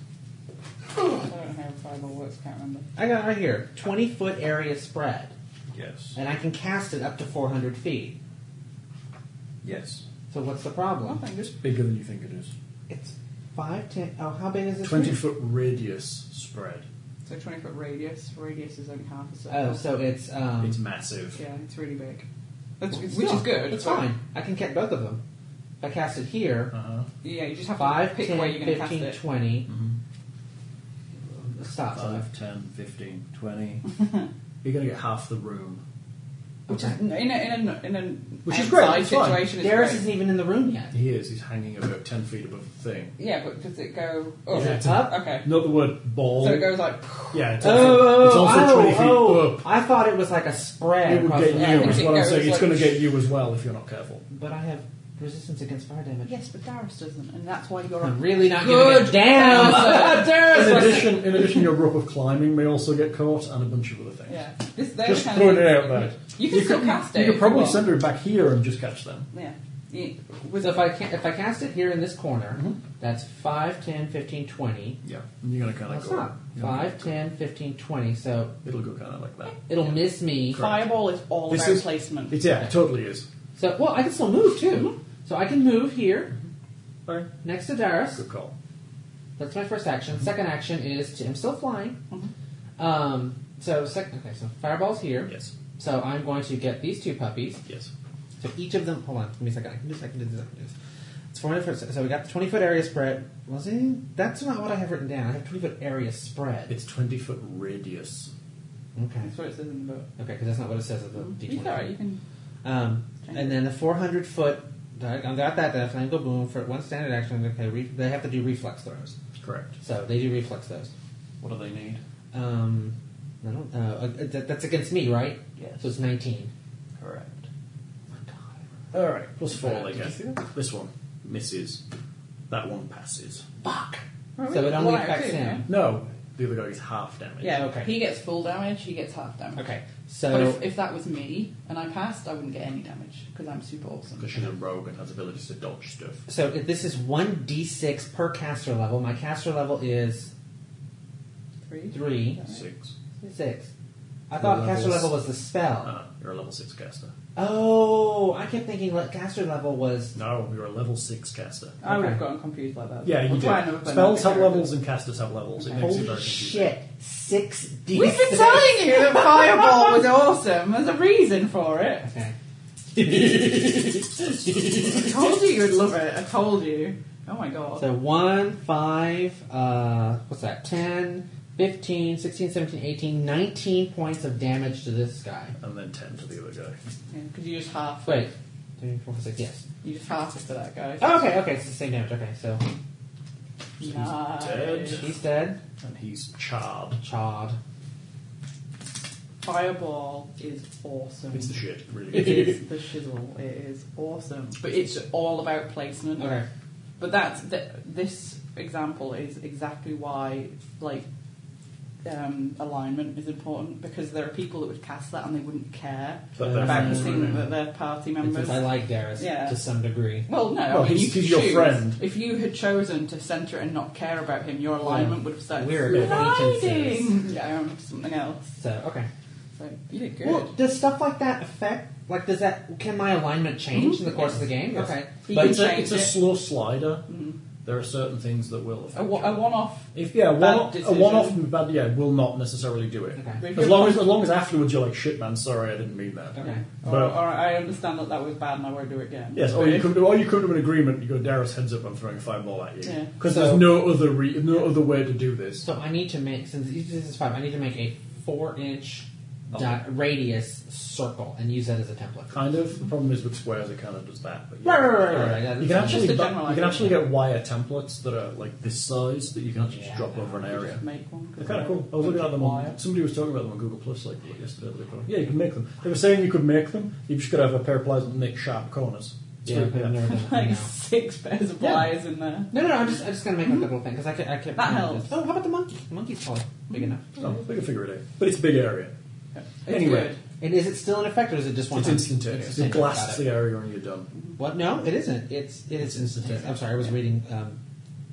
I don't know how fireball works. Can't remember. i got it right here 20 foot area spread Yes. and i can cast it up to 400 feet Yes. so what's the problem Nothing. Just Bigger than you think it is. it's 5 10 oh how big is this 20 range? foot radius spread. so twenty foot radius. Radius is only half a circle. oh so it's um It's massive. yeah, it's really big. That's, it's which is not. good. it's but- fine i can get both of them if i cast it here Uh-huh. Yeah, you just have to 5 pick where 10 you're going to 15 cast it. Mm-hmm. 20 Mm-hmm. stop sign. 5, 10, 15, 20. You're going to get half the room. Which is in a in a in a Which is great, outside it's fine. situation. is Darius great. isn't even in the room yet He is. He's hanging about 10 feet above the thing. Yeah, but does it go up? Yeah, it's up. Okay. Not the word ball. So it goes like. yeah, it's also, Oh, it's also oh, 20 feet oh. up. I thought it was like a spread. It would across get the- you, I think is what it I'm goes saying. It's like- going to get you as well if you're not careful. But I have resistance against fire damage. Yes, but Darius doesn't, and that's why you're I'm on. really not Good going to get down. In Darius, addition, in addition, your rope of climbing may also get caught and a bunch of other things. Yeah. This, those Just kind of throwing it things out that there. You can still cast it. You could probably if you send her back here and just catch them. want. Yeah. You, with so if I, can, if I cast it here in this corner, Mm-hmm. that's 5, 10, 15, 20. Yeah. And you're going to kind of That's go. not. you're gonna 5, 10, 15, 20. So It'll go kind of like that. it'll miss me. fireball is all This about is- placement. It's, yeah, it totally is. So, well, I can still move too. So I can move here Okay. next to Darius. Good call. That's my first action. Second action is to, I'm still flying. Um, so, sec- okay, so fireball's here. Yes. So I'm going to get these two puppies. Yes. So each of them. Hold on, give me a second. I can do this. I can do this. I can do this. It's 400 foot. So we got the 20 foot area spread. Was it? That's not what I have written down. I have 20 foot area spread. It's 20 foot radius. okay. That's what it says in the book. Mm-hmm. Okay, because that's not what it says at the It's all right. You D20. can. Um, and then the 400 foot. I I got that. That's go boom for one standard action. Okay, re, they have to do reflex throws. Correct. So they do reflex throws. What do they need? Um, I don't. Uh, uh, that, that's against me, right? Yes. So it's 19. Correct. Oh my God. Alright, plus four Uh, they did you see get. This one misses. That one passes. Fuck. Right, So it only well, affects okay, him. No. The other dog is half damage. Yeah, Okay. He gets full damage, he gets half damage. Okay, But so if, if that was me and I passed, I wouldn't get any damage because I'm super awesome. Because she's a rogue and has abilities to dodge stuff. so if this is one d6 per caster level. My caster level is Three. three, Six. six. I thought caster levels. level was the spell. Ah, you're a level six caster. Oh, I kept thinking like caster level was No, you're a level six caster. I would have Okay. gotten confused like that. Yeah, you That's do. why I never played Spells that have levels and casters have levels. It makes it holy very confusing. shit six d. We've been telling you that Fireball was awesome. There's a reason for it. Okay. I told you you'd love it. I told you. Oh my god. So 1, 5, uh, what's that? 10, 15, 16, 17, 18, 19 points of damage to this guy. And then ten to the other guy. Because you just half. Wait. 3, 4, 6, yes. You just half it to that guy. Oh, okay, okay, it's the same damage. Okay, so Nice. dead. he's dead. And he's charred. Chard. Fireball is awesome. It's the shit, really. It is the shizzle. It is awesome. But it's all about placement. Okay. But that's th- this example is exactly why like um, alignment is important because there are people that would cast that and they wouldn't care But Their about the friends thing that their party And members. since I like Darius Yeah. to some degree. Well, no. Well, I mean, he's- you could he's your choose. friend. If you had chosen to centre and not care about him, your alignment would have said We're acquaintances. sliding down to something else. So, okay. So you did good. Well, does stuff like that affect, like, does that, can my alignment change in the course of the game? Yes. Mm-hmm. Okay. You But can it's a, change it's a it. Mm-hmm. slow slider. There are certain things that will affect A, wa- you. a one-off. If yeah, Bad one, a decision. one-off bad yeah will not necessarily do it. Okay. If you're As long as fine- as long as afterwards you're like shit, man. Sorry, I didn't mean that. Okay. Or, But- or I understand that that was bad and I won't do it again. Yes, or But you if- come to or you come to an agreement. You go, Darius, heads up, I'm throwing fireball at you Yeah. because So- there's no other re- no other way to do this. So I need to make since this is five. I need to make a four-inch Oh. di- radius circle and use that as a template. Kind of. The problem is with squares, it kind of does that. But yeah. Right, right, right, right, right, yeah, you that's can fine. actually Just a bu- general you can idea. actually get wire templates that are like this size that you can actually just drop over an area. Just make one. They're kind of cool. I was looking at them on. Somebody was talking about them on Google Plus like yesterday. They put on. Yeah, you can make them. They were saying you could make them. You just got to have a pair of pliers that make sharp corners. It's Yeah, pretty- I've never done that. Like No. six pairs of pliers in there. No, no, no. I'm just, I'm just gonna make like, a little thing because I could, I could. That helps. Oh, how about the monkey? The monkey's probably big enough. Oh, we can figure it out. But it's a big area. It's Anyway. good. And is it still in effect, or is it just one? It's time? instantaneous. It instantaneous, blasts got it. the area and you're done. What? No, it isn't. It's it is instantaneous. I'm sorry, I was reading um,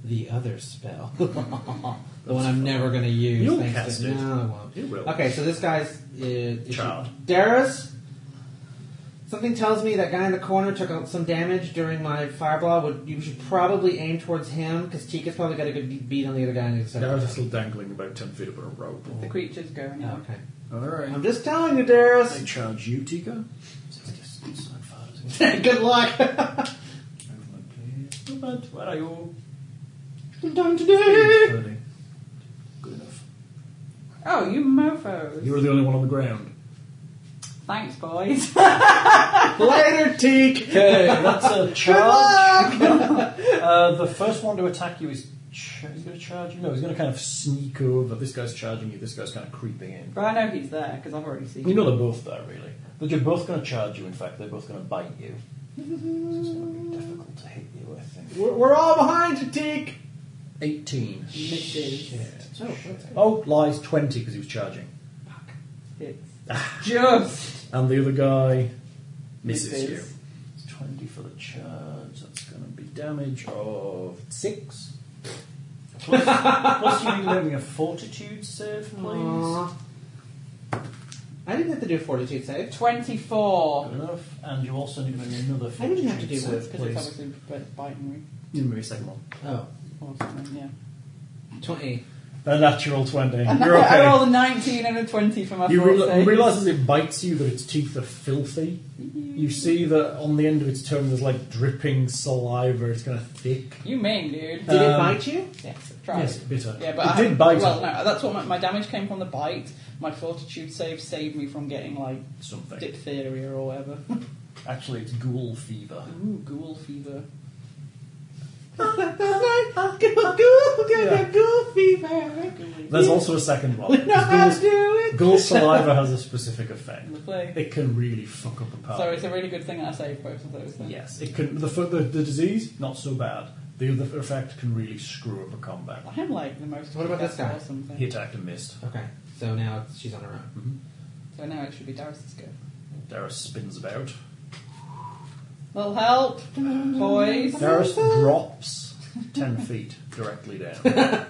the other spell, the one I'm never gonna use. You'll thanks cast to, it. No, I won't. You will. Okay, so this guy's uh, Child. Darius. Something tells me that guy in the corner took out some damage during my fireball. Would you should probably aim towards him because Tika's probably got a good beat on the other guy. In the second Darius is round. still dangling about ten feet above a rope. The creature's going Oh, out. okay. All right. I'm just telling you, They Darius. charge you, Tika. good luck. Where are you? I'm done today. Good enough. Oh, you mofos. You're the only one on the ground. Thanks, boys. Later, Teak. Okay, that's a charge. uh, the first one to attack you is. Ch- he's going to charge you? No, he's going to kind of sneak over. This guy's charging you, this guy's kind of creeping in. but I know he's there because I've already seen You him. know they're both there, really. But you're both going to charge you, in fact. They're both going to bite you. So it's going to be difficult to hit you, I think. We're, we're all behind you, Teak. 18. Misses. Oh, that's good. Oh, lies, 20 because he was charging. Hits. Just And the other guy misses, misses. you. It's 20 for the charge. That's going to be damage of 6. Plus, plus you need to make me a fortitude save, please. Aw. I didn't have to do a fortitude save. 24. Good enough. And you also need to make me another I fortitude didn't have to do save, one, Because it's please. obviously bit- biting me You need to make me a second one. Oh, or something, yeah. 20. A natural 20. And You're okay. I rolled a 19 and a 20 for my You, four real you saves. realise as it bites you that its teeth are filthy. You see that on the end of its tongue there's like dripping saliva. It's kind of thick. You mean, dude. Did it Um, bite you? Yes, try Yes, it. bitter. Yeah, but it I did bite Well, it. no, that's what my, my damage came from the bite. My fortitude save saved me from getting like Something. diphtheria or whatever. Actually, it's ghoul fever. Ooh, ghoul fever. There's also a second one. Because do Ghoul, ghoul saliva has a specific effect. The play. It can really fuck up a party. So it's a really good thing I saved both of those. Then. Yes, it can. The, fu- the the disease not so bad. The other effect can really screw up a combat. I'm like the most. What about this guy? Or something. He attacked and missed. Okay, so now it's, she's on her own. So now it should be Darius's go. Darius spins about. Well, help, boys. Darius drops 10 feet directly down.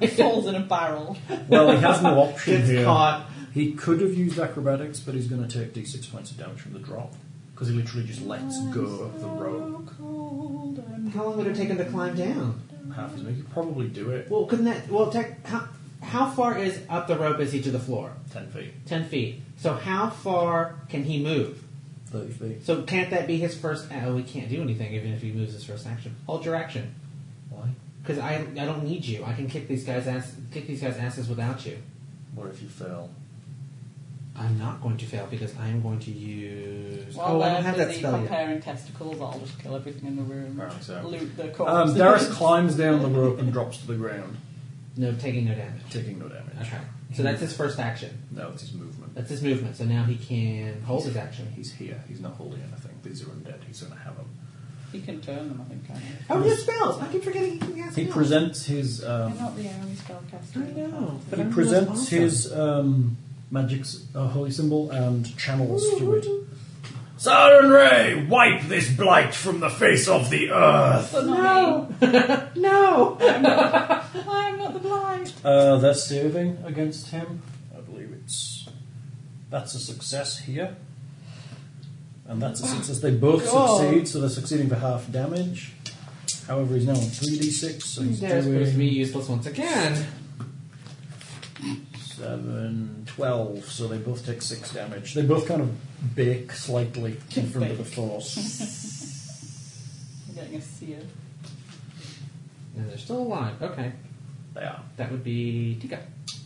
It falls in a barrel. Well, he has no option Gets here. caught. He could have used acrobatics, but he's going to take d6 points of damage from the drop. Because he literally just lets go of the rope. Cold and How long would it take him to climb down? Half as many. He could probably do it. Well, couldn't that? Well, tech, how, how far is up the rope is he to the floor? 10 feet. Ten feet. So how far can he move? 30 feet. So can't that be his first? Oh, he can't do anything even if he moves his first action. Hold your action, Why? because I I don't need you. I can kick these guys ass kick these guys asses without you. What if you fail? I'm not going to fail because I am going to use. While oh, I they're don't have that busy spell yet. comparing testicles, I'll just kill everything in the room. Apparently so. Loot the corpse. Um, Darius climbs down the rope and drops to the ground, No, taking no damage. taking no damage. Okay. So that's his first action. No, it's his movement. That's his movement. So now he can hold his action. He's here. He's not holding anything. These are undead. He's going to have them. He can turn them, I think. Can't he? Oh, his spells! I keep forgetting he can cast He spells. presents his You're um, not the only spellcaster. I know. But he I'm the most presents awesome. his um, magic s- uh, holy symbol and channels to it. Siren Ray, wipe this blight from the face of the earth. But not No! no! me. I'm not the blind. Uh, they're saving against him. I believe it's that's a success here, and that's a success. They both God. succeed, so they're succeeding for half damage. However, he's now on three d six, so he's There's supposed to doing be useless once again. Seven, twelve, so they both take six damage. They both kind of bake slightly in front of the force. I'm getting a seer. And they're still alive. Okay. they are. That would be Tika.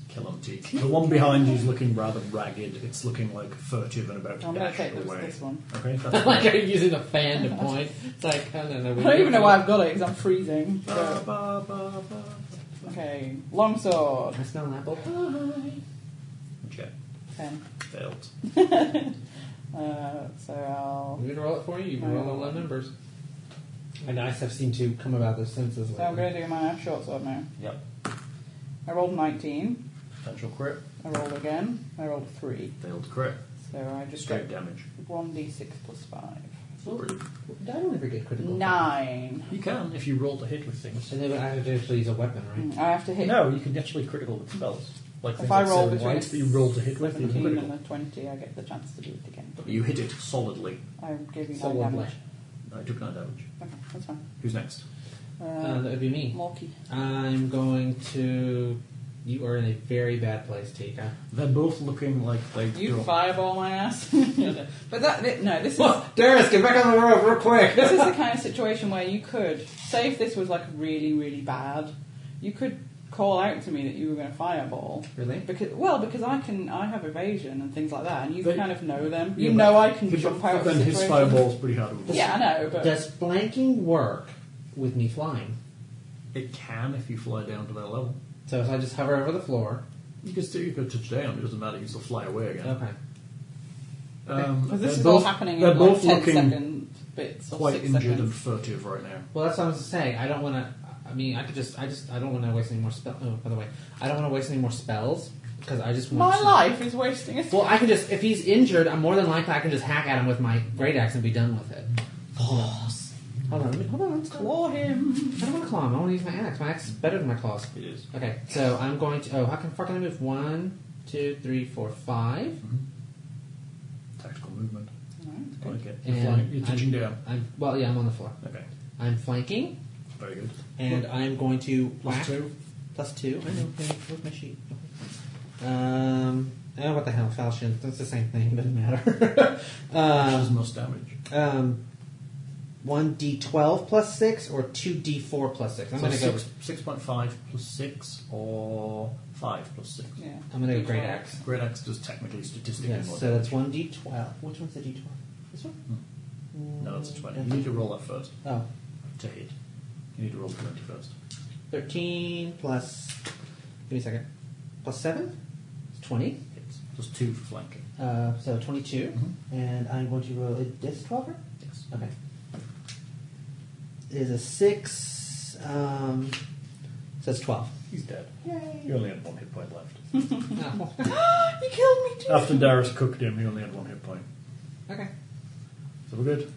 Kill them, Teak. The one behind you is looking rather ragged. It's looking like furtive and about to I'm going to dash take this, away. this one. Okay, that's like fine. I'm using a fan to point. It's like, I don't know. I don't even know why I've got it because I'm freezing. Ba, So. ba, ba, ba. Okay, longsword. I smell an apple. Okay, Ten. failed. Uh, so I'll. I'm going to roll it for you. You can roll all low numbers. My dice have seemed to come about their senses So I'm lately. going to do my short sword now. Yep. I rolled 19. Potential crit. I rolled again. I rolled a 3. Failed crit. So I just Straight get damage. 1d6 plus 5. Brilliant. I don't ever get critical. 9. You can if you roll to hit with things. And then I have to actually use a weapon, right? I have to hit. No, you can actually critical with spells. Like If things I like roll Sarah between White, that you roll to hit with, you can 17 and critical. a 20, I get the chance to do it again. You hit it solidly. I give you 9 So one damage. flesh. I took nine damage. Okay, that's fine. Who's next? Uh, Uh, that would be me. Morky. I'm going to. You are in a very bad place, Tika. They're both looking like they. You they're- fireball my ass. but that, thi- no, this is. Darius, get back on the road real quick! this is the kind of situation where you could say if this was like really really bad you could call out to me that you were going to fireball Really? because well because i can i have evasion and things like that and you But- kind of know them Yeah, you but- know i can But jump out of then his situations. fireball's pretty hard to roll. yeah i know but Does flanking work with me flying? It can if you fly down to their level. So if I just hover over the floor. You can still you can touch down. It doesn't matter. You can still fly away again. Okay. Um, Well, this they're is all both, happening They're in like both 10 looking second bits or quite six injured and seconds furtive right now. Well, that's what I was saying. I don't want to. I mean, I could just. I just. I don't want to waste any more spells. Oh, by the way, I don't want to waste any more spells because I just want. my to, life is wasting a Well, I can just. If he's injured, I'm more than likely I can just hack at him with my great axe and be done with it. Hold on. Let me, hold on. Let's claw. claw him I don't want to claw him. I want to use my axe. My axe is better than my claws. It is. Okay, so I'm going to. Oh, how can fucking I move? One, two, three, four, five. Tactical movement. Okay. You're, And flying, you're touching I'm, down. I'm well, yeah, I'm on the floor. Okay. I'm flanking, Very good. and I'm going to whack. Plus two. Plus two. I know. Okay, where's my sheet? Um. Oh, what the hell, falchion? That's the same thing. Doesn't matter. Which does um, most damage. um, one d twelve plus six or two d four plus six. I'm So gonna go. six, 6.5 plus 6 or 5 plus 6. yeah I'm gonna go great axe. Great Axe does technically statistically Yes. more So that's damage. one d twelve. Which one's the d twelve? This one. Hmm. No, that's a 20. You need to roll that first Oh. to hit. You need to roll 20 first. 13 plus. Give me a second. Plus 7? It's 20. Hits. Plus 2 for flanking. Uh, so 22. Mm-hmm. And I'm going to roll a disc dropper. Yes. Okay. Is a 6. is. Um, so it's 12. He's dead. Yay. He only had one hit point left. No. You killed me too. After Darius cooked him, he only had one hit point. Okay. So we're good.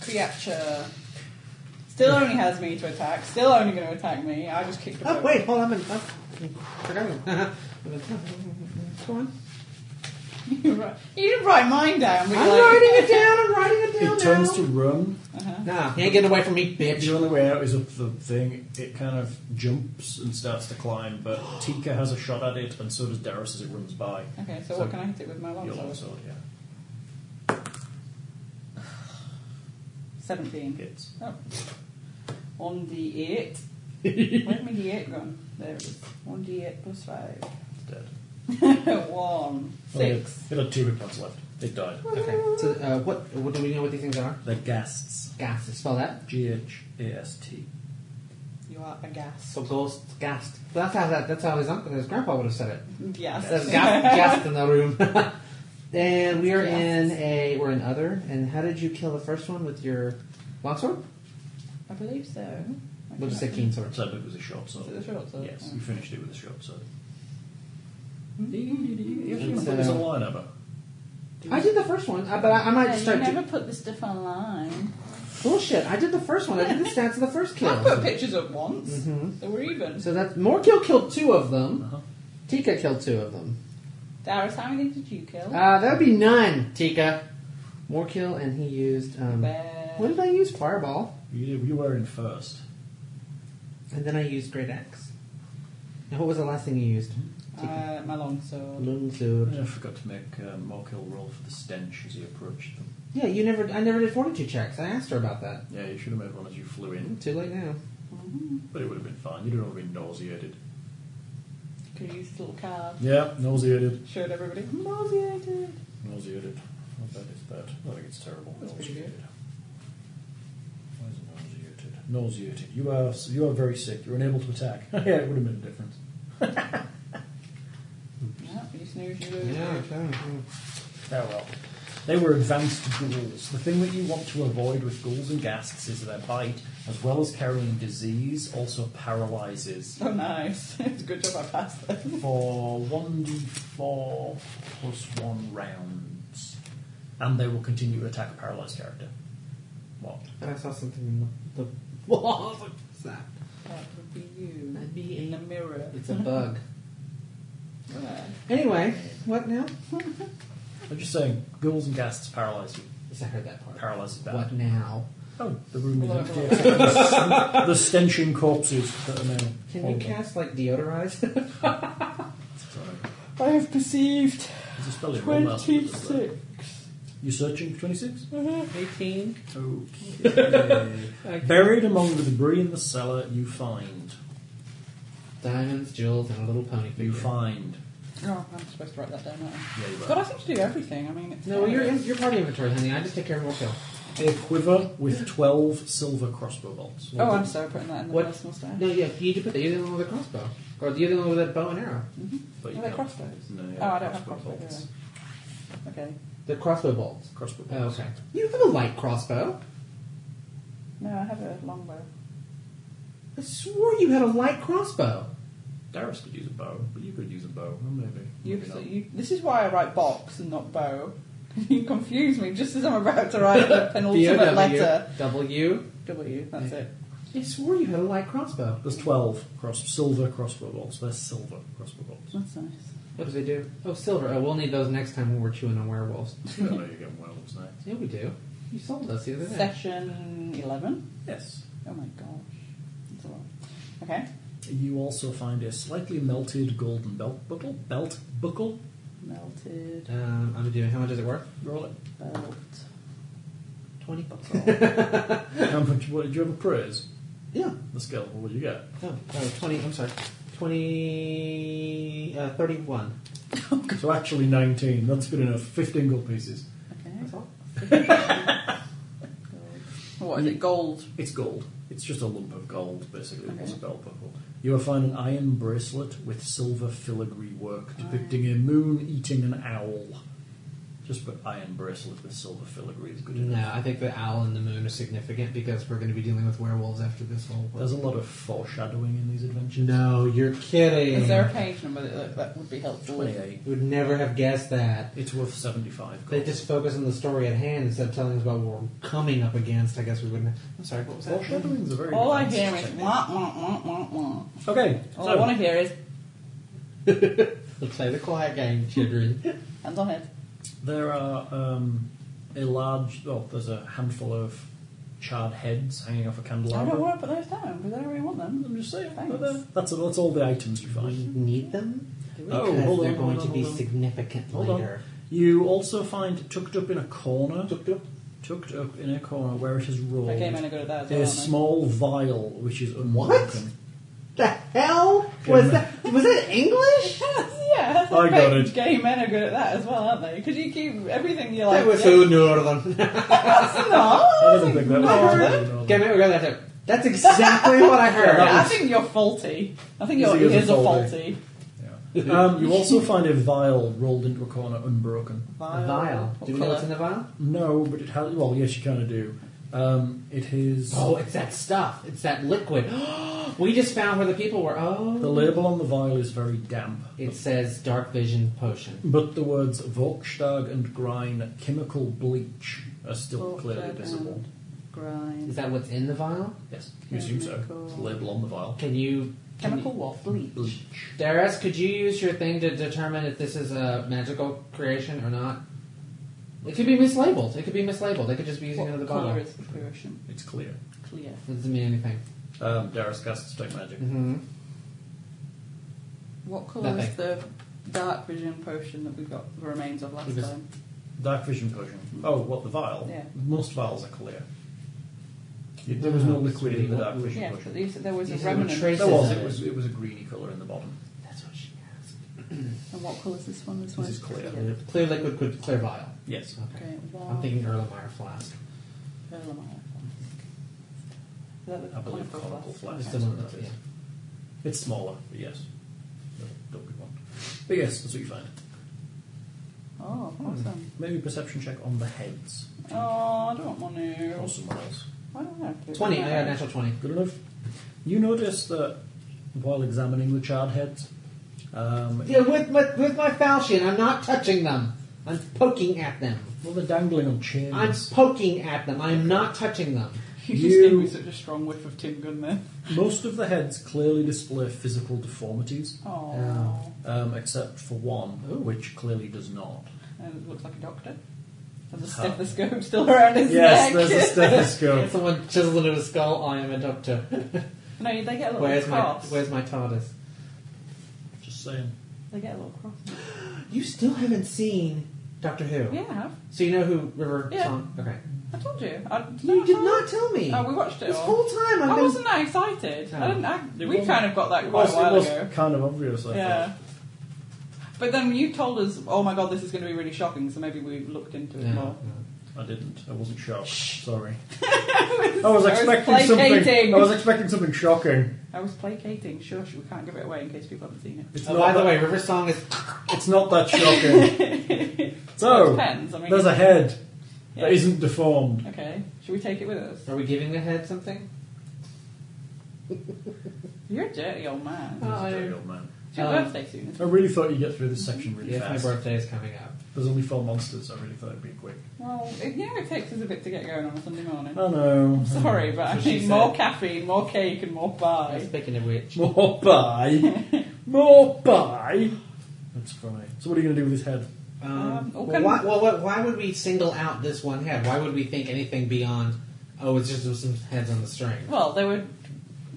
Creature. Still only has me to attack. Still only going to attack me. I just kicked it. Oh, over. wait, hold on. I'm, I'm forgetting. Go on. you write- you didn't write mine down. but I'm you're like- writing it down. I'm writing it down. It turns now. to run. Nah, you ain't getting away from me, bitch. The only way out is up the thing. It kind of jumps and starts to climb, but Tika has a shot at it, and so does Darius as it runs by. Okay, so, So- what can I hit it with my Your long longsword? sword, yeah. Seventeen. Hits. Oh. On the eight. Where'd my D eight gone? There it is. One D eight plus five. It's dead. One. Six. Oh, It had two hit points left. It died. Okay. So, uh, what, what do we know what these things are? The ghasts. Gas. Spell that. G H A S T. You are aghast. So ghost, gas. That's how that, that's how his uncle, his grandpa would have said it. Yes. There's gas, gas in the room. and we are in Gas. a we're in other. And how did you kill the first one with your longsword? I believe so. I We'll just say think keen sword. So it was a short sword. Is it a short sword? Yes, Oh. you finished it with a short sword. Hmm. You actually It's, put this uh, online ever. I did the first one, uh, but I, I might Yeah, just you start. never do- put this stuff online. bullshit! I did the first one. I did the stats of the first I put kill. Mm-hmm. pictures up once, so we're even. So that's Morkill killed two of them. Uh-huh. Tika killed two of them. Darius, how many did you kill? Uh, that would be nine. Tika, Morkill, and he used. Um, Bad. what did I use? Fireball, You, you were in first. and then I used Great Axe. And what was the last thing you used? Tika. Uh, my longsword. Longsword. I forgot to make uh, Morkill roll for the stench as he approached them. Yeah, you never. I never did fortitude checks. I asked her about that. Yeah, you should have made one as you flew in, Too late now. but it would have been fine. You'd have been nauseated. Could use this little card. Yeah, nauseated. Showed everybody. Nauseated. Nauseated. I bet it's bad. I think it's terrible. That's pretty nauseated. Why is it nauseated? Nauseated. You are s- you are very sick. You're unable to attack. yeah, it would have made a difference. Yeah, you snooze, you lose. Yeah, okay. Oh well. They were advanced ghouls. The thing that you want to avoid with ghouls and ghasts is their bite, as well as carrying disease, also paralyzes. Oh, nice. it's a good job I passed that. For 1d4 plus 1 rounds. And they will continue to attack a paralyzed character. What? And I saw something in the, the wall. What's that? That would be you. That'd be In the a, mirror. it's a bug. Yeah. Anyway, what now? I'm just saying, ghouls and ghasts paralyze you. Yes, I heard that part. Paralyzes bad. What now? Oh, the room is Well, empty. except for the sten- the stenching corpses that are now. Can all we gone. cast like deodorize? Sorry. I have perceived There's a spell in Rollmaster that does that. 26. You searching for 26? Eighteen. Okay. Buried among the debris in the cellar, you find. Diamonds, jewels, and a little pony figure. You find. Oh, I'm supposed to write that down, aren't I? Yeah, you God, I were. seem to do everything. I mean, it's No, well, you're in, you're part of inventory, honey. I just take care of Morkill. A quiver with 12 silver crossbow bolts. Oh, I'm sorry, putting that in the What- personal stash. No, yeah, you need to put that. You're the one with the crossbow, or you're the one with that bow and arrow. But you Are they can't- crossbows? No, Oh, I don't have crossbow crossbows. bolts. do I? Okay. The crossbow bolts. Crossbow bolts. Oh, okay. You have a light crossbow. No, I have a longbow. I swore you had a light crossbow. Darius could use a bow, but you could use a bow. Well, Oh, maybe. You, Maybe so not. you, this is why I write box and not bow. you confuse me just as I'm about to write the penultimate letter. W. W, that's it. I swore you had a light crossbow. There's 12 cross silver crossbow bolts. They're silver crossbow bolts. That's nice. What does it do? Oh, silver. Oh, we'll need those next time when we're chewing on werewolves. I don't know you're getting werewolves now. Yeah, we do. You sold us the other day. Session 11. Yes. Oh my gosh. That's a lot. Okay. You also find a slightly melted golden belt buckle. Belt buckle. Melted Um, I'm doing. How much is it worth? Roll it. belt. Twenty bucks. How much? What, did you have a praise? yeah. The skill. What did you get? Oh, oh, 20. I'm sorry. 20. Uh, 31. So actually 19. That's good enough. 15 gold pieces. Okay. That's all. What is it? Gold. It's gold. It's just a lump of gold, basically. It was a Okay. belt buckle. You will find an iron bracelet with silver filigree work depicting a moon eating an owl. Just put iron bracelet with silver filigree is good enough. No, I think the owl and the moon are significant because we're going to be dealing with werewolves after this whole. There's a lot of foreshadowing in these adventures. No, you're kidding. Is there a page number that, that would be helpful? Twenty-eight. You would never have guessed that. It's worth seventy-five. They just focus on the story at hand instead of telling us about what we're coming up against. I guess we wouldn't. I'm sorry, what was that? foreshadowing is a very. All I advanced hear is technique. wah, wah, wah, wah, wah. Okay. All I so, want to hear is Let's play the quiet game, children. hands on head. There are um, a large, well, there's a handful of charred heads hanging off a I candelabra. don't want to put those down because I don't really want them. I'm just saying. uh, Thanks. they're there. That's that's all the items you we find. need them Oh, because hold on, they're hold going on, to be hold on. significant Hold on. later. You also find tucked up in a corner, Tucked up? tucked up in a corner where it is rolled, Okay, man, I go to that as well. a aren't I? small vial which is unbroken. The hell Good was man. that? Was that English? yeah, that's I got great. it. Gay men are good at that as well, aren't they? Because you keep everything you're like. yeah, northern. that's not. I Oh didn't think that was. Get me, we got that too. That's exactly what I heard. I think you're faulty. I think your His ears ears are are faulty. faulty. Um, you also find a vial rolled into a corner, unbroken. A vial. What Do we know colour? what's in the vial? No, but it has. Well, yes, you kind of do. Um, it is. Oh, it's that stuff. It's that liquid. we just found where the people were. Oh. The label on the vial is very damp. It says dark vision potion. But the words Volkstag and Grine chemical bleach are still clearly Volkstag visible. Is Grind. that what's in the vial? Yes, you assume so. Chemical- It's the label on the vial. Can you? Chemical what? Bleach. Bleach. Dares, could you use your thing to determine if this is a magical creation or not? It could be mislabeled. It could be mislabeled. They could just be using another What bottle. colour It is the fruition? It's clear. Clear. doesn't mean anything. Um, Darius casts detect magic. Mm-hmm. What colour Nothing. is the dark vision potion that we got the remains of last It was- time? Dark vision potion. Oh, what the vial? Yeah. Most vials are clear. You- There was no liquid in the dark vision Yeah, but potion. these, there was a These are the remnant. traces. There was. of It was. It was a greeny color in the bottom. That's what she asked. And what colour is this one? This, one This is clear. Clear liquid, could clear vial. Yes. Okay. Okay, I'm one. thinking Erlenmeyer flask. Erlenmeyer. Is that the I believe conical conical flask? flask. It's That's the what one that that- is. It's smaller, but yes. No, Don't be one. But yes, that's what you find. Oh, awesome. Maybe a perception check on the heads Oh, I don't want or to. somewhere else. Why don't I have to? 20. I got a natural 20. Good enough. You notice that while examining the charred heads, um, Yeah, with, with, with my falchion, I'm not touching them. I'm poking at them. well, they're dangling on I'm chains. poking at them. I'm not touching them. You just gave me such a strong whiff of Tim Gun there. Most of the heads clearly display physical deformities, Oh, um, except for one, which clearly does not. and it looks like a doctor. And the Huh. stethoscope still around his Yes, neck. there's a stethoscope. Someone chiseled into his skull. I am a doctor. no, they get a little where's my Oh, cross. Where's my TARDIS? Just saying. They get a little cross. You still haven't seen Doctor Who. Yeah, I have. So you know who River Yeah. Song? Okay. I told you. I, You did not tell me. Oh, we watched it This all. whole time I've I been. wasn't that excited. I No. didn't. I, It we wasn't- kind of got that It quite was, a it while was ago. kind of obvious, I Yeah. thought. But then you told us, oh my god, this is going to be really shocking, so maybe we looked into it Yeah. more. I didn't. I wasn't shocked. Sorry. I was I was expecting something. placating. I was expecting something shocking. I was placating. Shush, we can't give it away in case people haven't seen it. It's Oh, not by the that- way, River Song is. It's not that shocking. so, Depends. I mean, there's a head Yeah. that isn't deformed. Okay, should we take it with us? Are we giving the head something? You're a dirty old man. Hi. Very old man. It's your Um, Uh, birthday soon. isn't I really thought you'd get through this section really Yes, my fast. birthday is coming up. There's only four monsters, I really thought it'd be quick. it? Well, it, you know, it takes us a bit to get going on a Sunday morning. I know. Sorry, but I So Mm. she need said- more caffeine, more cake, and more Uh, pie. Speaking of which, More pie. More pie. That's funny. So what are you going to do with this head? Um, Um, well, okay. why, well, what, why would we single out this one head? Why would we think anything beyond? Oh, it's just some heads on the string. Well, they were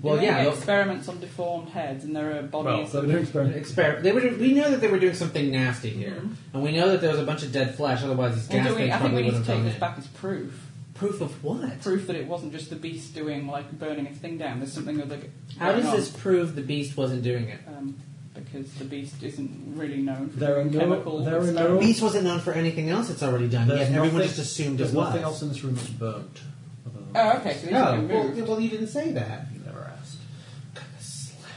Well, doing yeah, look- experiments on deformed heads, and there are bodies. So do experiment. Exper- they were. do- We know that they were doing something nasty here, and we know that there was a bunch of dead flesh. Otherwise, these Well, gas Mm-hmm. do we, things I think we probably need would to have take gone this in. back as proof. Proof of what? Proof that it wasn't just the beast doing, like, burning a thing down. There's something other. How going does on, this prove the beast wasn't doing it? Um, because the beast isn't really known for There are doing no- chemical there are no- The experiments. beast wasn't known for anything else it's already done. There's yet everyone nothing- just assumed There's it was. nothing else in this room that's burnt. other than- Oh, okay, so these have Oh, been well, moved. well, you didn't say that. You never asked. Slap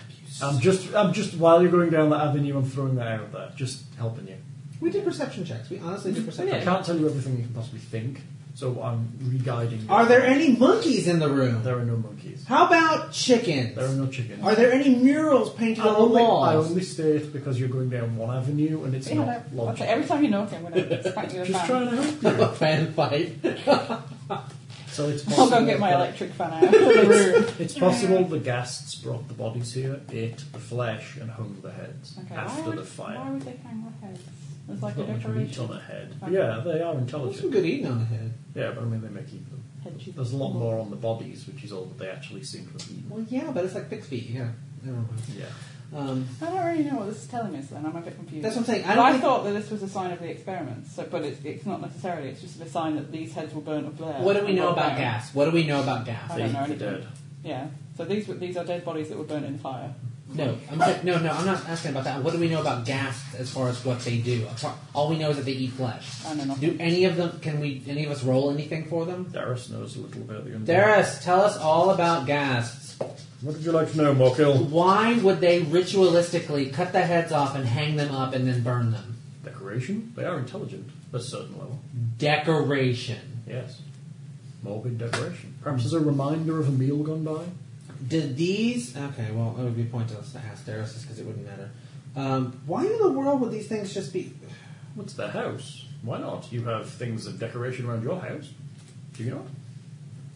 you. I'm just, I'm just. While you're going down that avenue, I'm throwing that out there, just helping you. We did perception checks. We honestly did perception I checks. can't tell you everything you can possibly think, so I'm re-guiding you. Are there any monkeys in the room? There are no monkeys. How about chickens? There are no chickens. Are there any murals painted I on the only, I walls? only say it because you're going down one avenue and it's See, I not don't- that's logical. it. Every time you knock him, I'm going to smack you with a Just fan. trying to help you. a fan fight. So it's possible. I'll go get my that- electric fan out of the room. It's possible the ghasts brought the bodies here, ate the flesh, and hung the heads Okay, why, after would, the fire. why would they hang their heads? There's like a Not much meat decoration. on a head. Okay. Yeah, they are There's some intelligent. good eating on the head. Yeah, but I mean, they may keep them. Head shape. There's a lot more on the bodies, which is all that they actually seem to have eaten. Well, yeah, but it's like pig's feet. Yeah, never mind. Yeah. Um, I don't really know what this is telling us then. I'm a bit confused. that's what I'm saying. I But don't I think- thought that this was a sign of the experiments, so, but it's, it's not necessarily. It's just a sign that these heads will burn up there. What do we know about gas? gas? What do we know about gas? I They don't know eat the anything. dead. Yeah. So these were- these are dead bodies that were burnt in fire. No, I'm not, no, no. I'm not asking about that. What do we know about gas as far as what they do? Apart- All we know is that they eat flesh. I know nothing. Do any of them? Can we? Any of us roll anything for them? Darius knows a little about the underworld. Darius, tell us all about gas. What would you like to know, Morkill? Why would they ritualistically cut the heads off and hang them up and then burn them? Decoration? They are intelligent at a certain level. Decoration. Yes. Morbid decoration. Perhaps as a reminder of a meal gone by? Did these? Okay, well, it would be pointless to ask Darius just because it wouldn't matter. Um, why in the world would these things just be? What's their house? Why not? You have things of decoration around your house. Do you not?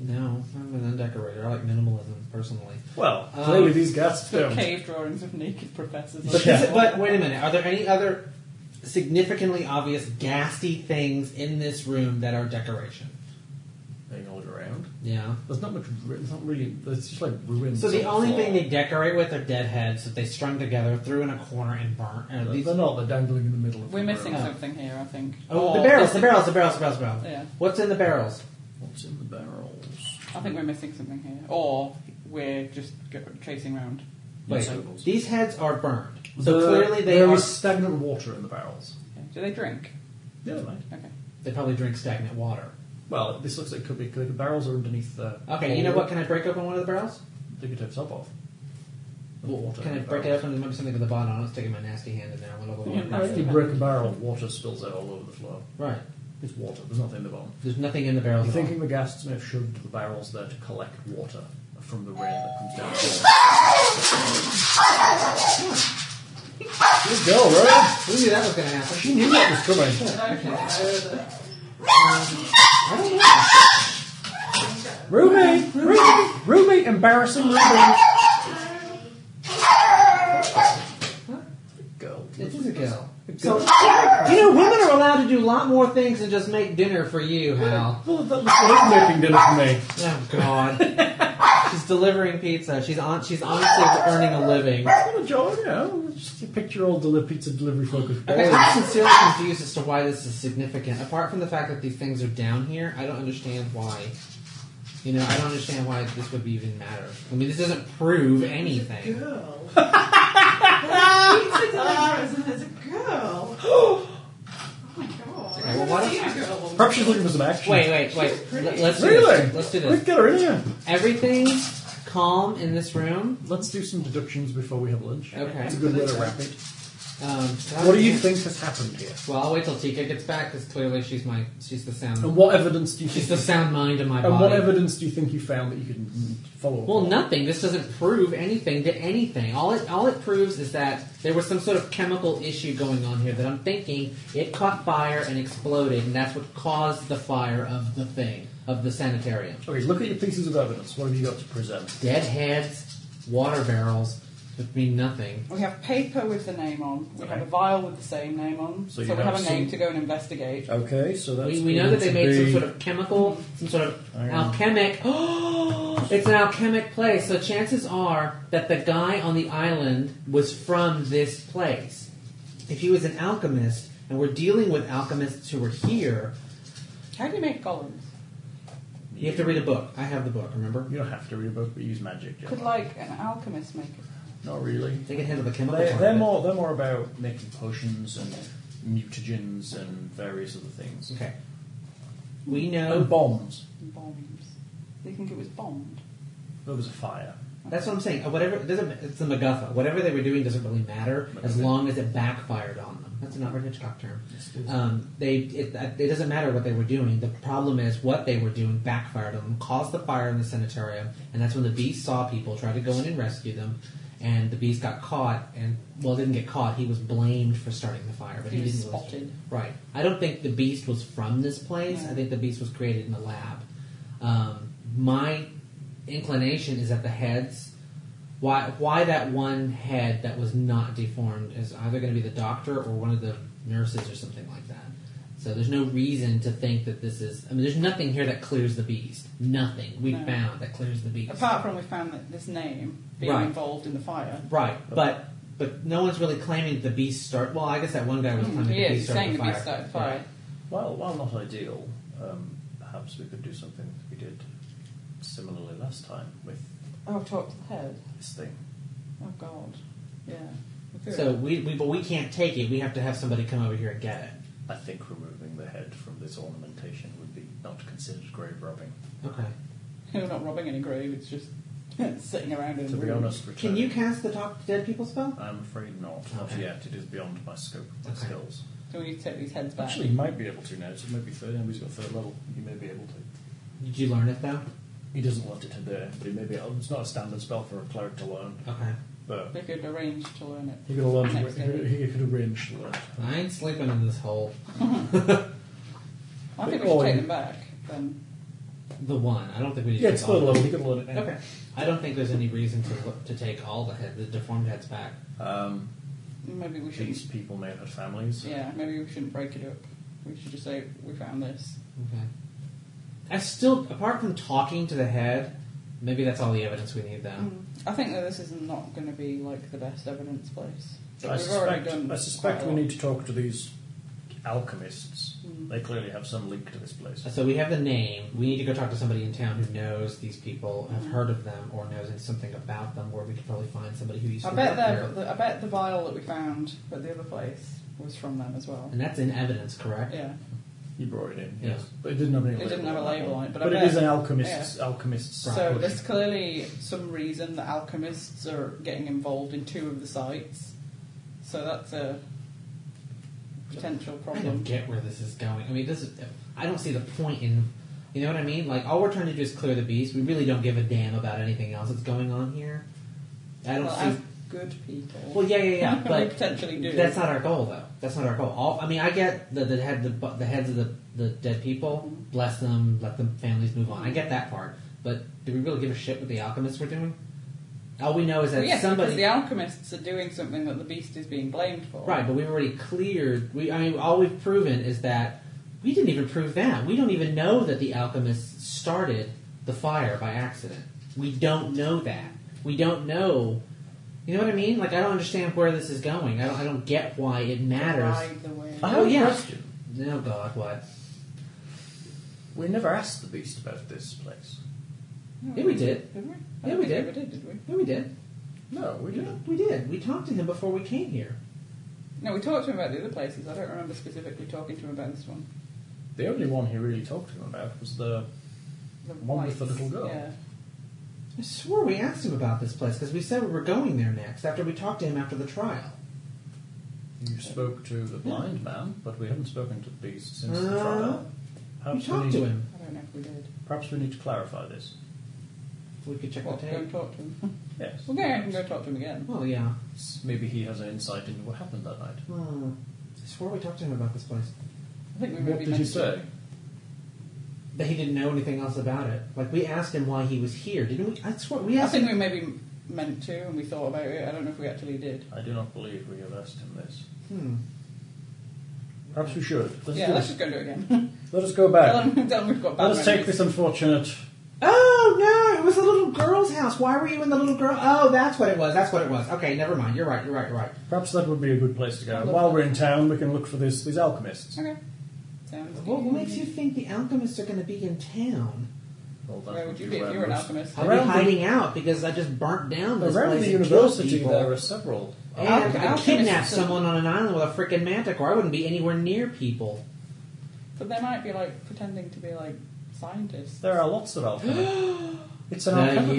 No, I'm an undecorator. I like minimalism personally. Well, Um, clearly these gas Got don't. Cave drawings of naked professors. But, Yeah. is it- but wait a minute. Are there any other significantly obvious ghastly things in this room that are decoration? They nod around. Yeah. There's not much. ru- There's not really. There's just like ruins. So the on only floor. thing they decorate with are dead heads that they strung together, threw in a corner, and burnt. And These these, are not. They're dangling in the middle. Of We're the missing room. something here, I think. oh, the Or- barrels, the barrels, the barrels, the barrels, the barrels. Yeah. What's in the barrels? What's in the barrels? I think we're missing something here, or we're just go- chasing round. Wait, Notables. these heads are burned. So There- clearly they there are. is stagnant water in the barrels. Okay. Do they drink? Yeah, right. Okay. They probably drink stagnant water. Well, this looks like it could be. Could, the barrels are underneath the. Okay, you know what? Can I break open one of the barrels? They could have top off. The water Can I in the break it barrels. open? There might be something at the bottom. I'm not sticking my nasty hand in there. I'm gonna- Yeah, If you break a barrel, water spills out all over the floor. Right. It's water. There's nothing in the bottom. There's nothing in the barrels. I'm at all. thinking the ghasts may have shoved the barrels there to collect water from the rain that comes down. Good girl, right? We knew that was going to happen. She knew that was coming. I don't know. Roommate, roommate, roommate, embarrassing roommate. Girl. It is a girl. So, you know, women are allowed to do a lot more things than just make dinner for you, Hal. Well, that was making dinner for me. Oh God. she's delivering pizza. She's on. She's honestly earning a living. What a joy, you know. Just a picture all deli- pizza delivery focused. Okay, I'm sincerely confused as to why this is significant. Apart from the fact that these things are down here, I don't understand why. You know, I don't understand why this would even matter. I mean, this doesn't prove anything. Girl. pizza delivers and there's a girl. Oh my god. Okay, well, why don't- I've never seen a girl. Perhaps she's looking for some action. Wait, wait, wait. Let- Let's do Really? this. Let's do Quick, this. get her in here. Everything's calm in this room. Let's do some deductions before we have lunch. Okay. It's a good way to wrap it. Um, What do you think has happened here? Well, I'll wait till Tika gets back because clearly she's my she's the And sound what evidence do you she's think? the sound mind in my and what body. evidence do you think you found that you could mm, follow up? well, on? nothing. This doesn't prove anything to anything. All it all it proves is that there was some sort of chemical issue going on here that I'm thinking it caught fire and exploded, and that's what caused the fire of the thing of the sanitarium. Okay, look at your pieces of evidence. What have you got to present? Dead heads, water barrels, which mean nothing. We have paper with the name on. We have Okay. a vial with the same name on. So, So you we have have Uh, a name some- to go and investigate. Okay, so that's We, we know going that they to made some be- sort of chemical, some sort of Hang on. alchemic. it's an alchemic place, so chances are that the guy on the island was from this place. If he was an alchemist, and we're dealing with alchemists who were here, How do you make golems? you have to read a book. I have the book, remember? You don't have to read a book, but use magic. Generally. Could like an alchemist make it? Not really. They can handle the chemical They, part they're of it. more. They're more about making potions and mutagens and various other things. Okay. We And know. bombs. Bombs. They think it was bombed. There was a fire. That's what I'm saying. Uh, Whatever it doesn't, it's the MacGuffin. Whatever they were doing doesn't really matter as long as it backfired on them. That's an Alfred Hitchcock term. Um, they it, it doesn't matter what they were doing. The problem is what they were doing backfired on them, caused the fire in the sanitarium, and that's when the beast saw people, tried to go in and rescue them, and the beast got caught. And well, didn't get caught. He was blamed for starting the fire, but he, He was didn't. really- spotted. right. I don't think the beast was from this place. No. I think the beast was created in the lab. Um, my inclination is that the heads why why that one head that was not deformed is either going to be the doctor or one of the nurses or something like that. So there's no reason to think that this is. I mean, there's nothing here that clears the beast. Nothing we No. found that clears the beast. Apart from we found that this name being Right. involved in the fire. right, but but no one's really claiming that the beast start. Well, I guess that one guy was claiming Hmm, Yeah, the he's beast started saying the the fire. beast started the fire. Well, while not ideal, um, perhaps we could do something that we did similarly last time with Oh, talk to the head. this thing. Oh God. Yeah. We could. So we, we but we can't take it. We have to have somebody come over here and get it. I think removing the head from this ornamentation would be not considered grave robbing. Okay. we're not robbing any grave. It's just sitting around in To the be room. honest, Can returning- you cast the talk to dead people spell? I'm afraid not. Not Okay. yet. It is beyond my scope of Okay. skills. Do we need to take these heads back? Actually, you might be able to now. So maybe third. Nobody's got third level. You may be able to. Did you learn it though? He doesn't want it to there, but he may be. oh, It's not a standard spell for a cleric to learn, Okay. but we could arrange to learn it. he could learn. To, Next he, could, day. he could arrange to learn. I ain't sleeping in this hole. I think we should Oh, take you- them back. Then The one. I don't think we need Yeah, to it's take all third of level. them. He could learn it. Now. Okay. I don't think there's any reason to to take all the head, the deformed heads back. Um, maybe we should. these people may have had families. Yeah, maybe we shouldn't break it up. We should just say we found this. Okay. I still, apart from talking to the head, maybe that's all the evidence we need though. I think that this is not going to be like the best evidence place. I We've already suspect. done I suspect quite a we lot. Mm-hmm. need to talk to these alchemists. They clearly have some link to this place. So we have the name. We need to go talk to somebody in town who knows these people, have heard of them, or knows something about them, where we could probably find somebody who used I to bet work here. the, the I bet the vial that we found at the other place was from them as well. And that's in evidence, correct? Yeah, He brought it in. Yeah. Yes, but it didn't have any. it didn't have a label on that label one. on it, but, But I it bet, is an alchemist's alchemist's. So push. there's clearly some reason that alchemists are getting involved in two of the sites. So that's a potential I don't problem. get where this is going. I mean, this is, I don't see the point in. You know what I mean? Like, all we're trying to do is clear the beast. We really don't give a damn about anything else that's going on here. I don't Well, see. as good people. Well, yeah, yeah, yeah, we but potentially do. that's not our goal, though. That's not our goal. All, I mean, I get the the, head, the bu- the heads of the, the dead people, bless them, let the families move on. I get that part, but do we really give a shit what the alchemists were doing? All we know is that Well, yes, somebody because the alchemists are doing something that the beast is being blamed for. Right, but we've already cleared. We, I mean, all we've proven is that we didn't even prove that. We don't even know that the alchemists started the fire by accident. We don't know that. We don't know. You know what I mean? Like, I don't understand where this is going. I don't. I don't get why it matters. Ride the wave. I have Oh, a yeah. question. No, God, what? We never asked the beast about this place. No, Yeah, we did. Didn't we? I Yeah, don't we think did. ever did, did we? No, we did. No, we Yeah, we did. We talked to him before we came here. No, we talked to him about the other places. I don't remember specifically talking to him about this one. The only one he really talked to him about was the. The One with the whites, little girl. Yeah. I swore we asked him about this place because we said we were going there next after we talked to him after the trial. You spoke to the blind man, but we haven't spoken to the beast since the Uh, trial. We Perhaps talked need, to him. I don't know if we did. Perhaps we need to clarify this. We could check What, the go and tape. talk to him. Yes. We'll go and go talk to him again. Oh yeah. Perhaps Maybe he has an insight into what happened that night. Hmm. I swore we talked to him about this place. I think we What maybe did he meant to- say? That he didn't know anything else about it. Like we asked him why he was here, didn't we? I swear we I asked think him. we maybe meant to, and we thought about it. I don't know if we actually did. I do not believe we have asked him this. Hmm. Perhaps we should. Let's yeah, do let's this. just go and do it again. Let us go tell, back. him, tell him we've got bad Let us take memories. this unfortunate. Oh no! It was the little girl's house. Why were you in the little girl? Oh, that's what it was. That's what it was. Okay, never mind. You're right. You're right. You're right. Perhaps that would be a good place to go. I'll look While for we're in town, we can look for this, these alchemists. Okay. Sounds What good. makes you think the alchemists are going to be in town? Well, that Where would you be be if where you were an most- alchemist? I'll Around the- be hiding out because I just burnt down this Around place the and killed university, people. there are several. and Al- I alchemists kidnapped are- someone on an island with a freaking manticore. I wouldn't be anywhere near people. But they might be like pretending to be like scientists. There are lots of alchemists. It's an The alchemical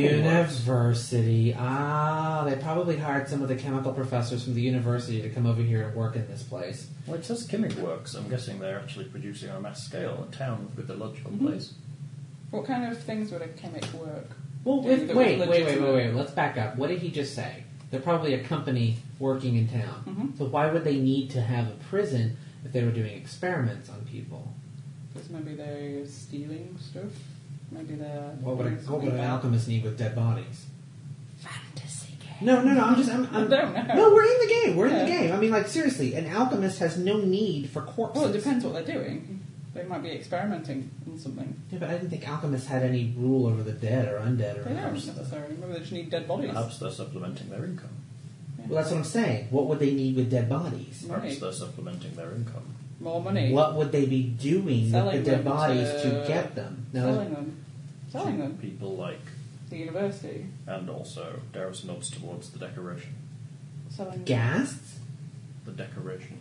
university. Ah, they probably hired some of the chemical professors from the university to come over here and work in this place. work. Well, it says chemic works. I'm guessing they're actually producing on a mass scale. A town would be the logical Mm-hmm. place. What kind of things would a chemic work? Well, If wait, they're wait, wait, wait, legitimate. wait, wait. Let's back up. What did he just say? They're probably a company working in town. Mhm. So why would they need to have a prison if they were doing experiments on people? Because maybe they're stealing stuff. Maybe they're. What would, a, doing what would something an bad. alchemist need with dead bodies? Fantasy game. No, no, no. I'm just. I'm, I'm, I don't know. No, we're in the game. We're in the Yeah. game. I mean, like seriously, an alchemist has no need for corpses. Well, it depends what they're doing. They might be experimenting on something. Yeah, but I didn't think alchemists had any rule over the dead or undead or They don't anything. necessarily. Maybe they just need dead bodies. Perhaps they're supplementing their income. Well, that's what I'm saying. What would they need with dead bodies? Perhaps Money. they're supplementing their income. More money. What would they be doing Selling with the dead them bodies to, to- get them? Selling them. Selling to them. People like, The university. and also Darius nods towards the decoration. Selling them. Ghasts? The decoration.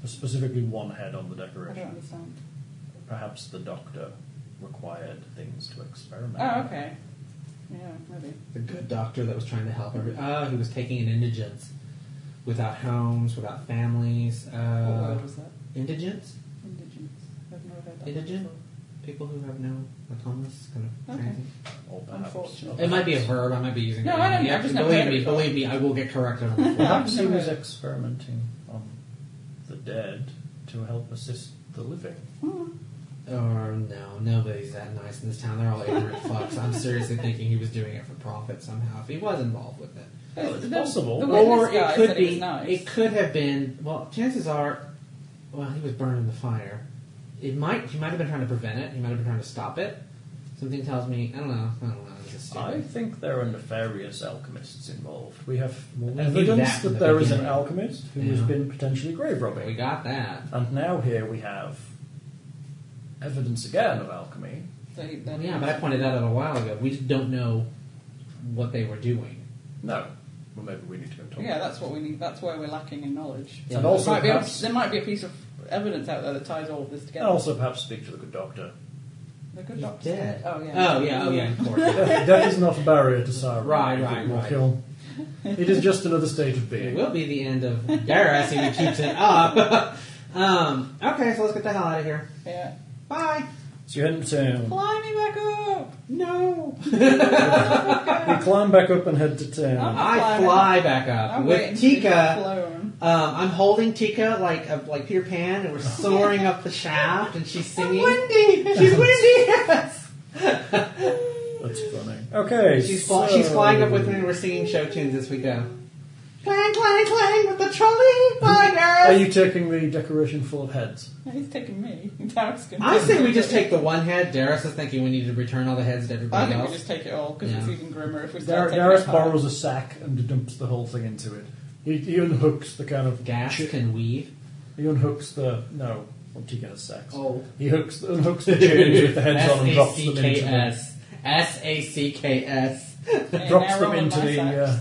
There's specifically one head on the I don't decoration. understand. Perhaps the doctor required things to experiment. Oh, okay. Yeah, maybe. The good doctor that was trying to help every. Oh, he was taking an indigence. Without homes, without families. what Uh, word was that? indigence? Indigence. I've never heard that. Indigent? before. People who have no, like homeless, kind of. Okay. crazy. Or perhaps, Unfortunate. or It might be a perhaps- verb. I might be using. No, it wrong. I don't- Yeah, I've just never believe heard me. it before. Believe me. I will get corrected on the Perhaps he was experimenting on the dead to help assist the living. Or Oh, no, nobody's that nice in this town. They're all ignorant fucks. I'm seriously thinking he was doing it for profit somehow. If he was involved with it, Well, it's The- possible. The or witness it guy could said be. It was nice. it could have been. Well, chances are, well, he was burning the fire. It might. He might have been trying to prevent it. He might have been trying to stop it. Something tells me. I don't know. I don't know. This is stupid. I think there are nefarious alchemists involved. We have we knew evidence that that, from the there is an beginning. alchemist who has Yeah. been potentially grave But we robbing. got that. And now here we have evidence again of alchemy. They, they Yeah, but I pointed that out a while ago. We just don't know what they were doing. No. Well, maybe we need to go talk. Yeah, that's what we need. That's where we're lacking in knowledge. Yeah, and but also might be a, perhaps, there might be a piece of evidence out there that ties all of this and together. also perhaps speak to the good doctor. the good Oh, He's doctor's dead. Oh yeah. Oh yeah. Oh yeah. Of course. death, death is not a barrier to sorrow. Right, It right, will right. kill. It is just another state of It being. will be the end of Darius if he keeps it up. um, okay, so let's get the hell out of here. Yeah. Bye. So you head into Fly me back up. No. We climb back up and head to I'm town. I flying fly back up I'm waiting with to be Tika. flown. Um, I'm holding Tika like uh, like Peter Pan, and we're soaring up the shaft, and she's singing. windy. She's windy. Yes. That's funny. Okay, She's so... fly- she's flying up with me, and we're singing show tunes as we go. Clang clang clang with the trolley Are binders. you taking the decoration full of heads? He's taking me. Derek's gonna I take say me. we just take the one head. Darius is thinking we need to return all the heads to I everybody think else. we just take it all because it's Yeah. even grimmer if we start Dar- taking Darius it apart. borrows a sack and dumps the whole thing into it. He, he unhooks the kind of Gas chi- can weave. He unhooks the no. Well, Tika has sacks. Oh. He hooks the, unhooks the chains with the heads on and drops them into the S-A-C-K-S. S-A-C-K-S. Hey, drops now them roll in into my the sacks. uh,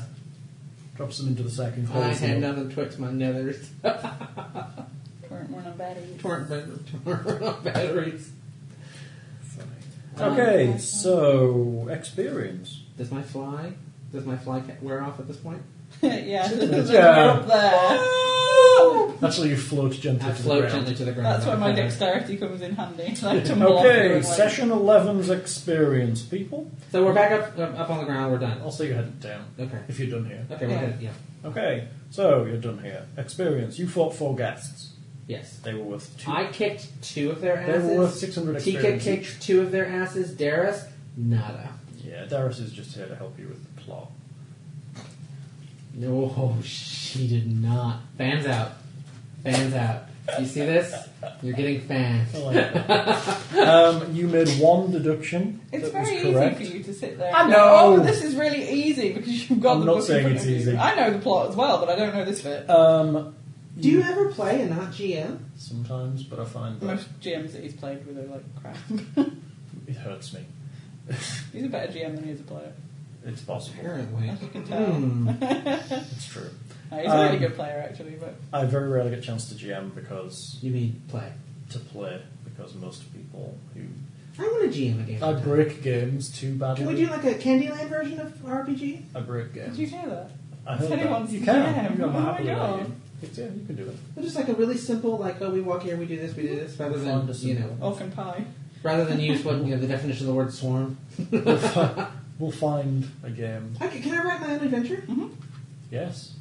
drops them into the sack and I holds had them. up. nothing twixt my nethers. Torrent one of baddies. Torrent torrent batteries. Okay, so experience. Does my fly, does my fly ca- wear off at this point? yeah, Yeah. yeah. up there. Actually, you float gently I to float the ground. gently to the ground. That's where my Okay. dexterity comes in handy. Like tumble off the Okay, road, like- session 11's experience, people. So we're back up, up up on the ground, we're done. Also, you're headed down Okay. if you're done here. Okay, we're Yeah. good, yeah. Okay, so you're done here. Experience. You fought four ghasts. Yes. They were worth two. I kicked two of their they asses. were worth 600 Tika experience. kicked two of their asses. Darius, nada. Yeah, Darius is just here to help you with the plot. No, she did not. Fans out. Fans out. You see this? You're getting fans. I like that. um, you made one deduction. It's that very was easy correct. for you to sit there. I and know. Go, oh, this is really easy because you've got I'm the not book in saying front it's of you." easy. I know the plot as well, but I don't know this bit. Um, Do you ever play and not GM? sometimes, but I find that Most GMs that he's played with are like crap. it hurts me. he's a better GM than he is a player. It's possible. Apparently. Hmm. It's true. No, he's a really Um, good player actually, but I very rarely get a chance to GM because You mean play? to play because most people who I want to GM a game. I like that. break games too badly. Can we do like a Candyland version of RPG? I break Did games. you hear that? I heard anyone's that. You can. game. You can. Oh I'm my happily let God. you. It's, yeah, you can do it. Or just like a really simple, like oh, we walk here, we do this, we do this, rather than Fun to you know, Orphan Pie. Rather than use what you know, the definition of the word swarm. We'll, fi- we'll find a game. okay, can I write my own adventure? Yes.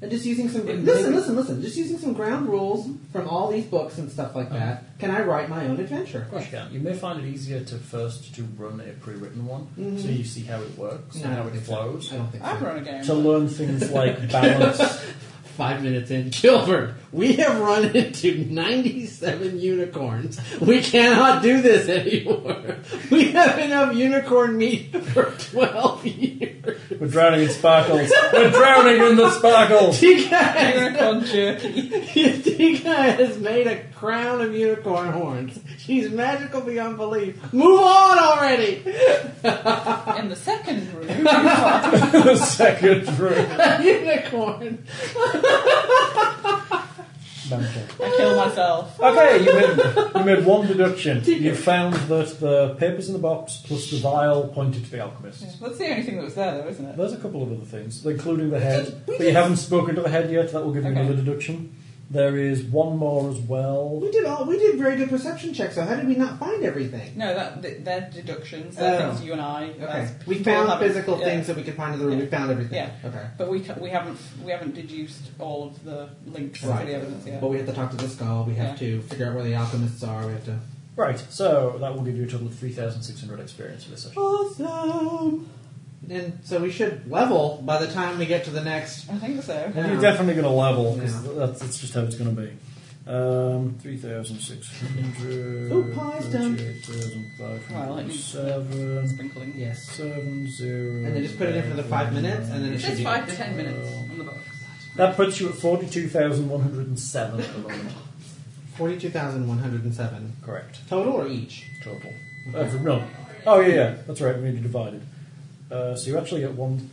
And just using some Maybe- listen, listen, listen. Just using some ground rules from all these books and stuff Uh-huh. like that. Can I write my own adventure? Of course you can. You may find it easier to first to run a pre-written one, so you see how it works No, and I how don't it think so. flows. I don't think I've so. run a game. To learn things like balance. Five minutes in, Gilbert, we have run into 97 unicorns. We cannot do this anymore. We have enough unicorn meat for 12 years. We're drowning in sparkles. We're drowning in the sparkles. You guys, Unicorn jerky. Tika has made a crown of unicorn horns. She's magical beyond belief. Move on already! In the second room, you are the second room. unicorn. Mental. I kill myself. Okay, you made, you made one deduction. You found that the papers in the box plus the vial pointed to the alchemist. That's the only thing that was there, though, isn't it? There's a couple of other things, including the head. But you haven't spoken to the head yet, that will give you Okay. another deduction. There is one more as well. We did all we did very good perception checks. So how did we not find everything? No, that th- they're deductions. They're Oh. things you and I. Okay, that's- we people found haven't- physical yeah. things that we could find in the room. We Yeah. found everything. Yeah. Okay. But we ca- we haven't we haven't deduced all of the links Right. to the evidence yet. But we have to talk to the skull. We have to figure out where the alchemists are. We have to. Right, so that will give you a total of 3,600 experience for this Oh. session. Awesome. And so we should level by the time we get to the next. I think so. You're definitely going to level, because Yeah. that's, that's just how it's going to be. Um, 3,600. Ooh, pies done. 38,507, Well, it needs- Sprinkling. Yes. seven, zero, And then just put it in for the five minutes, and then it It should says be. five to ten minutes on the box. That puts you at 42,107 at the moment. 42,107. Correct. Total or each? Total. Uh, for- no. Oh, yeah, yeah. That's right. We need to divide it. Uh, so you actually get one.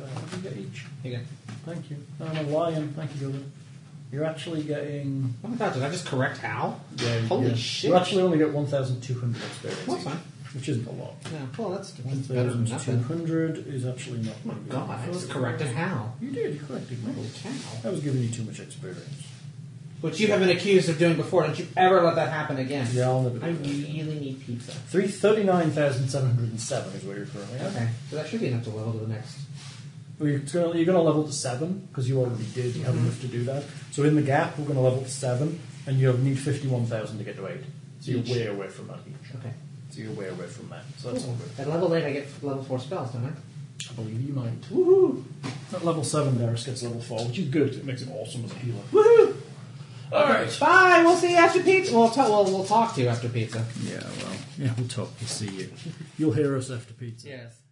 Uh, what do you get each? You go. Thank you. I'm a lion. Thank you, Gilbert. You're actually getting. Oh my god, did I just correct Hal? Yeah, you- Holy yeah. shit. You actually only get 1,200 experience. That's fine. Which isn't a lot. Yeah, well, that's, that's better than nothing. 1,200 is actually not. Oh my god, I just corrected Hal. You did. You corrected me. Holy cow. I was giving you too much experience. Which you have been accused of doing before. Don't you ever let that happen again. Yeah, I'll never do I that. really need pizza. Three thirty-nine thousand seven hundred and seven is where you're currently at. Okay, so that should be enough to level to the next. Well, You're going to level to seven because you already did. You have enough to do that. So in the gap, we're going to level to seven, and you have need fifty-one thousand to get to eight. So you're Each. way away from that each. Okay. So you're way away from that. So that's all Cool. good. At level 8, I get level 4 spells, don't I? I believe you might. Woohoo! At level seven, Darius gets level four, which is good. It makes him awesome as a healer. Woohoo! All right. Bye! We'll see you after pizza! We'll, ta- we'll, we'll talk to you after pizza. Yeah. Well. Yeah. We'll talk. We'll see you. You'll hear us after pizza. Yes.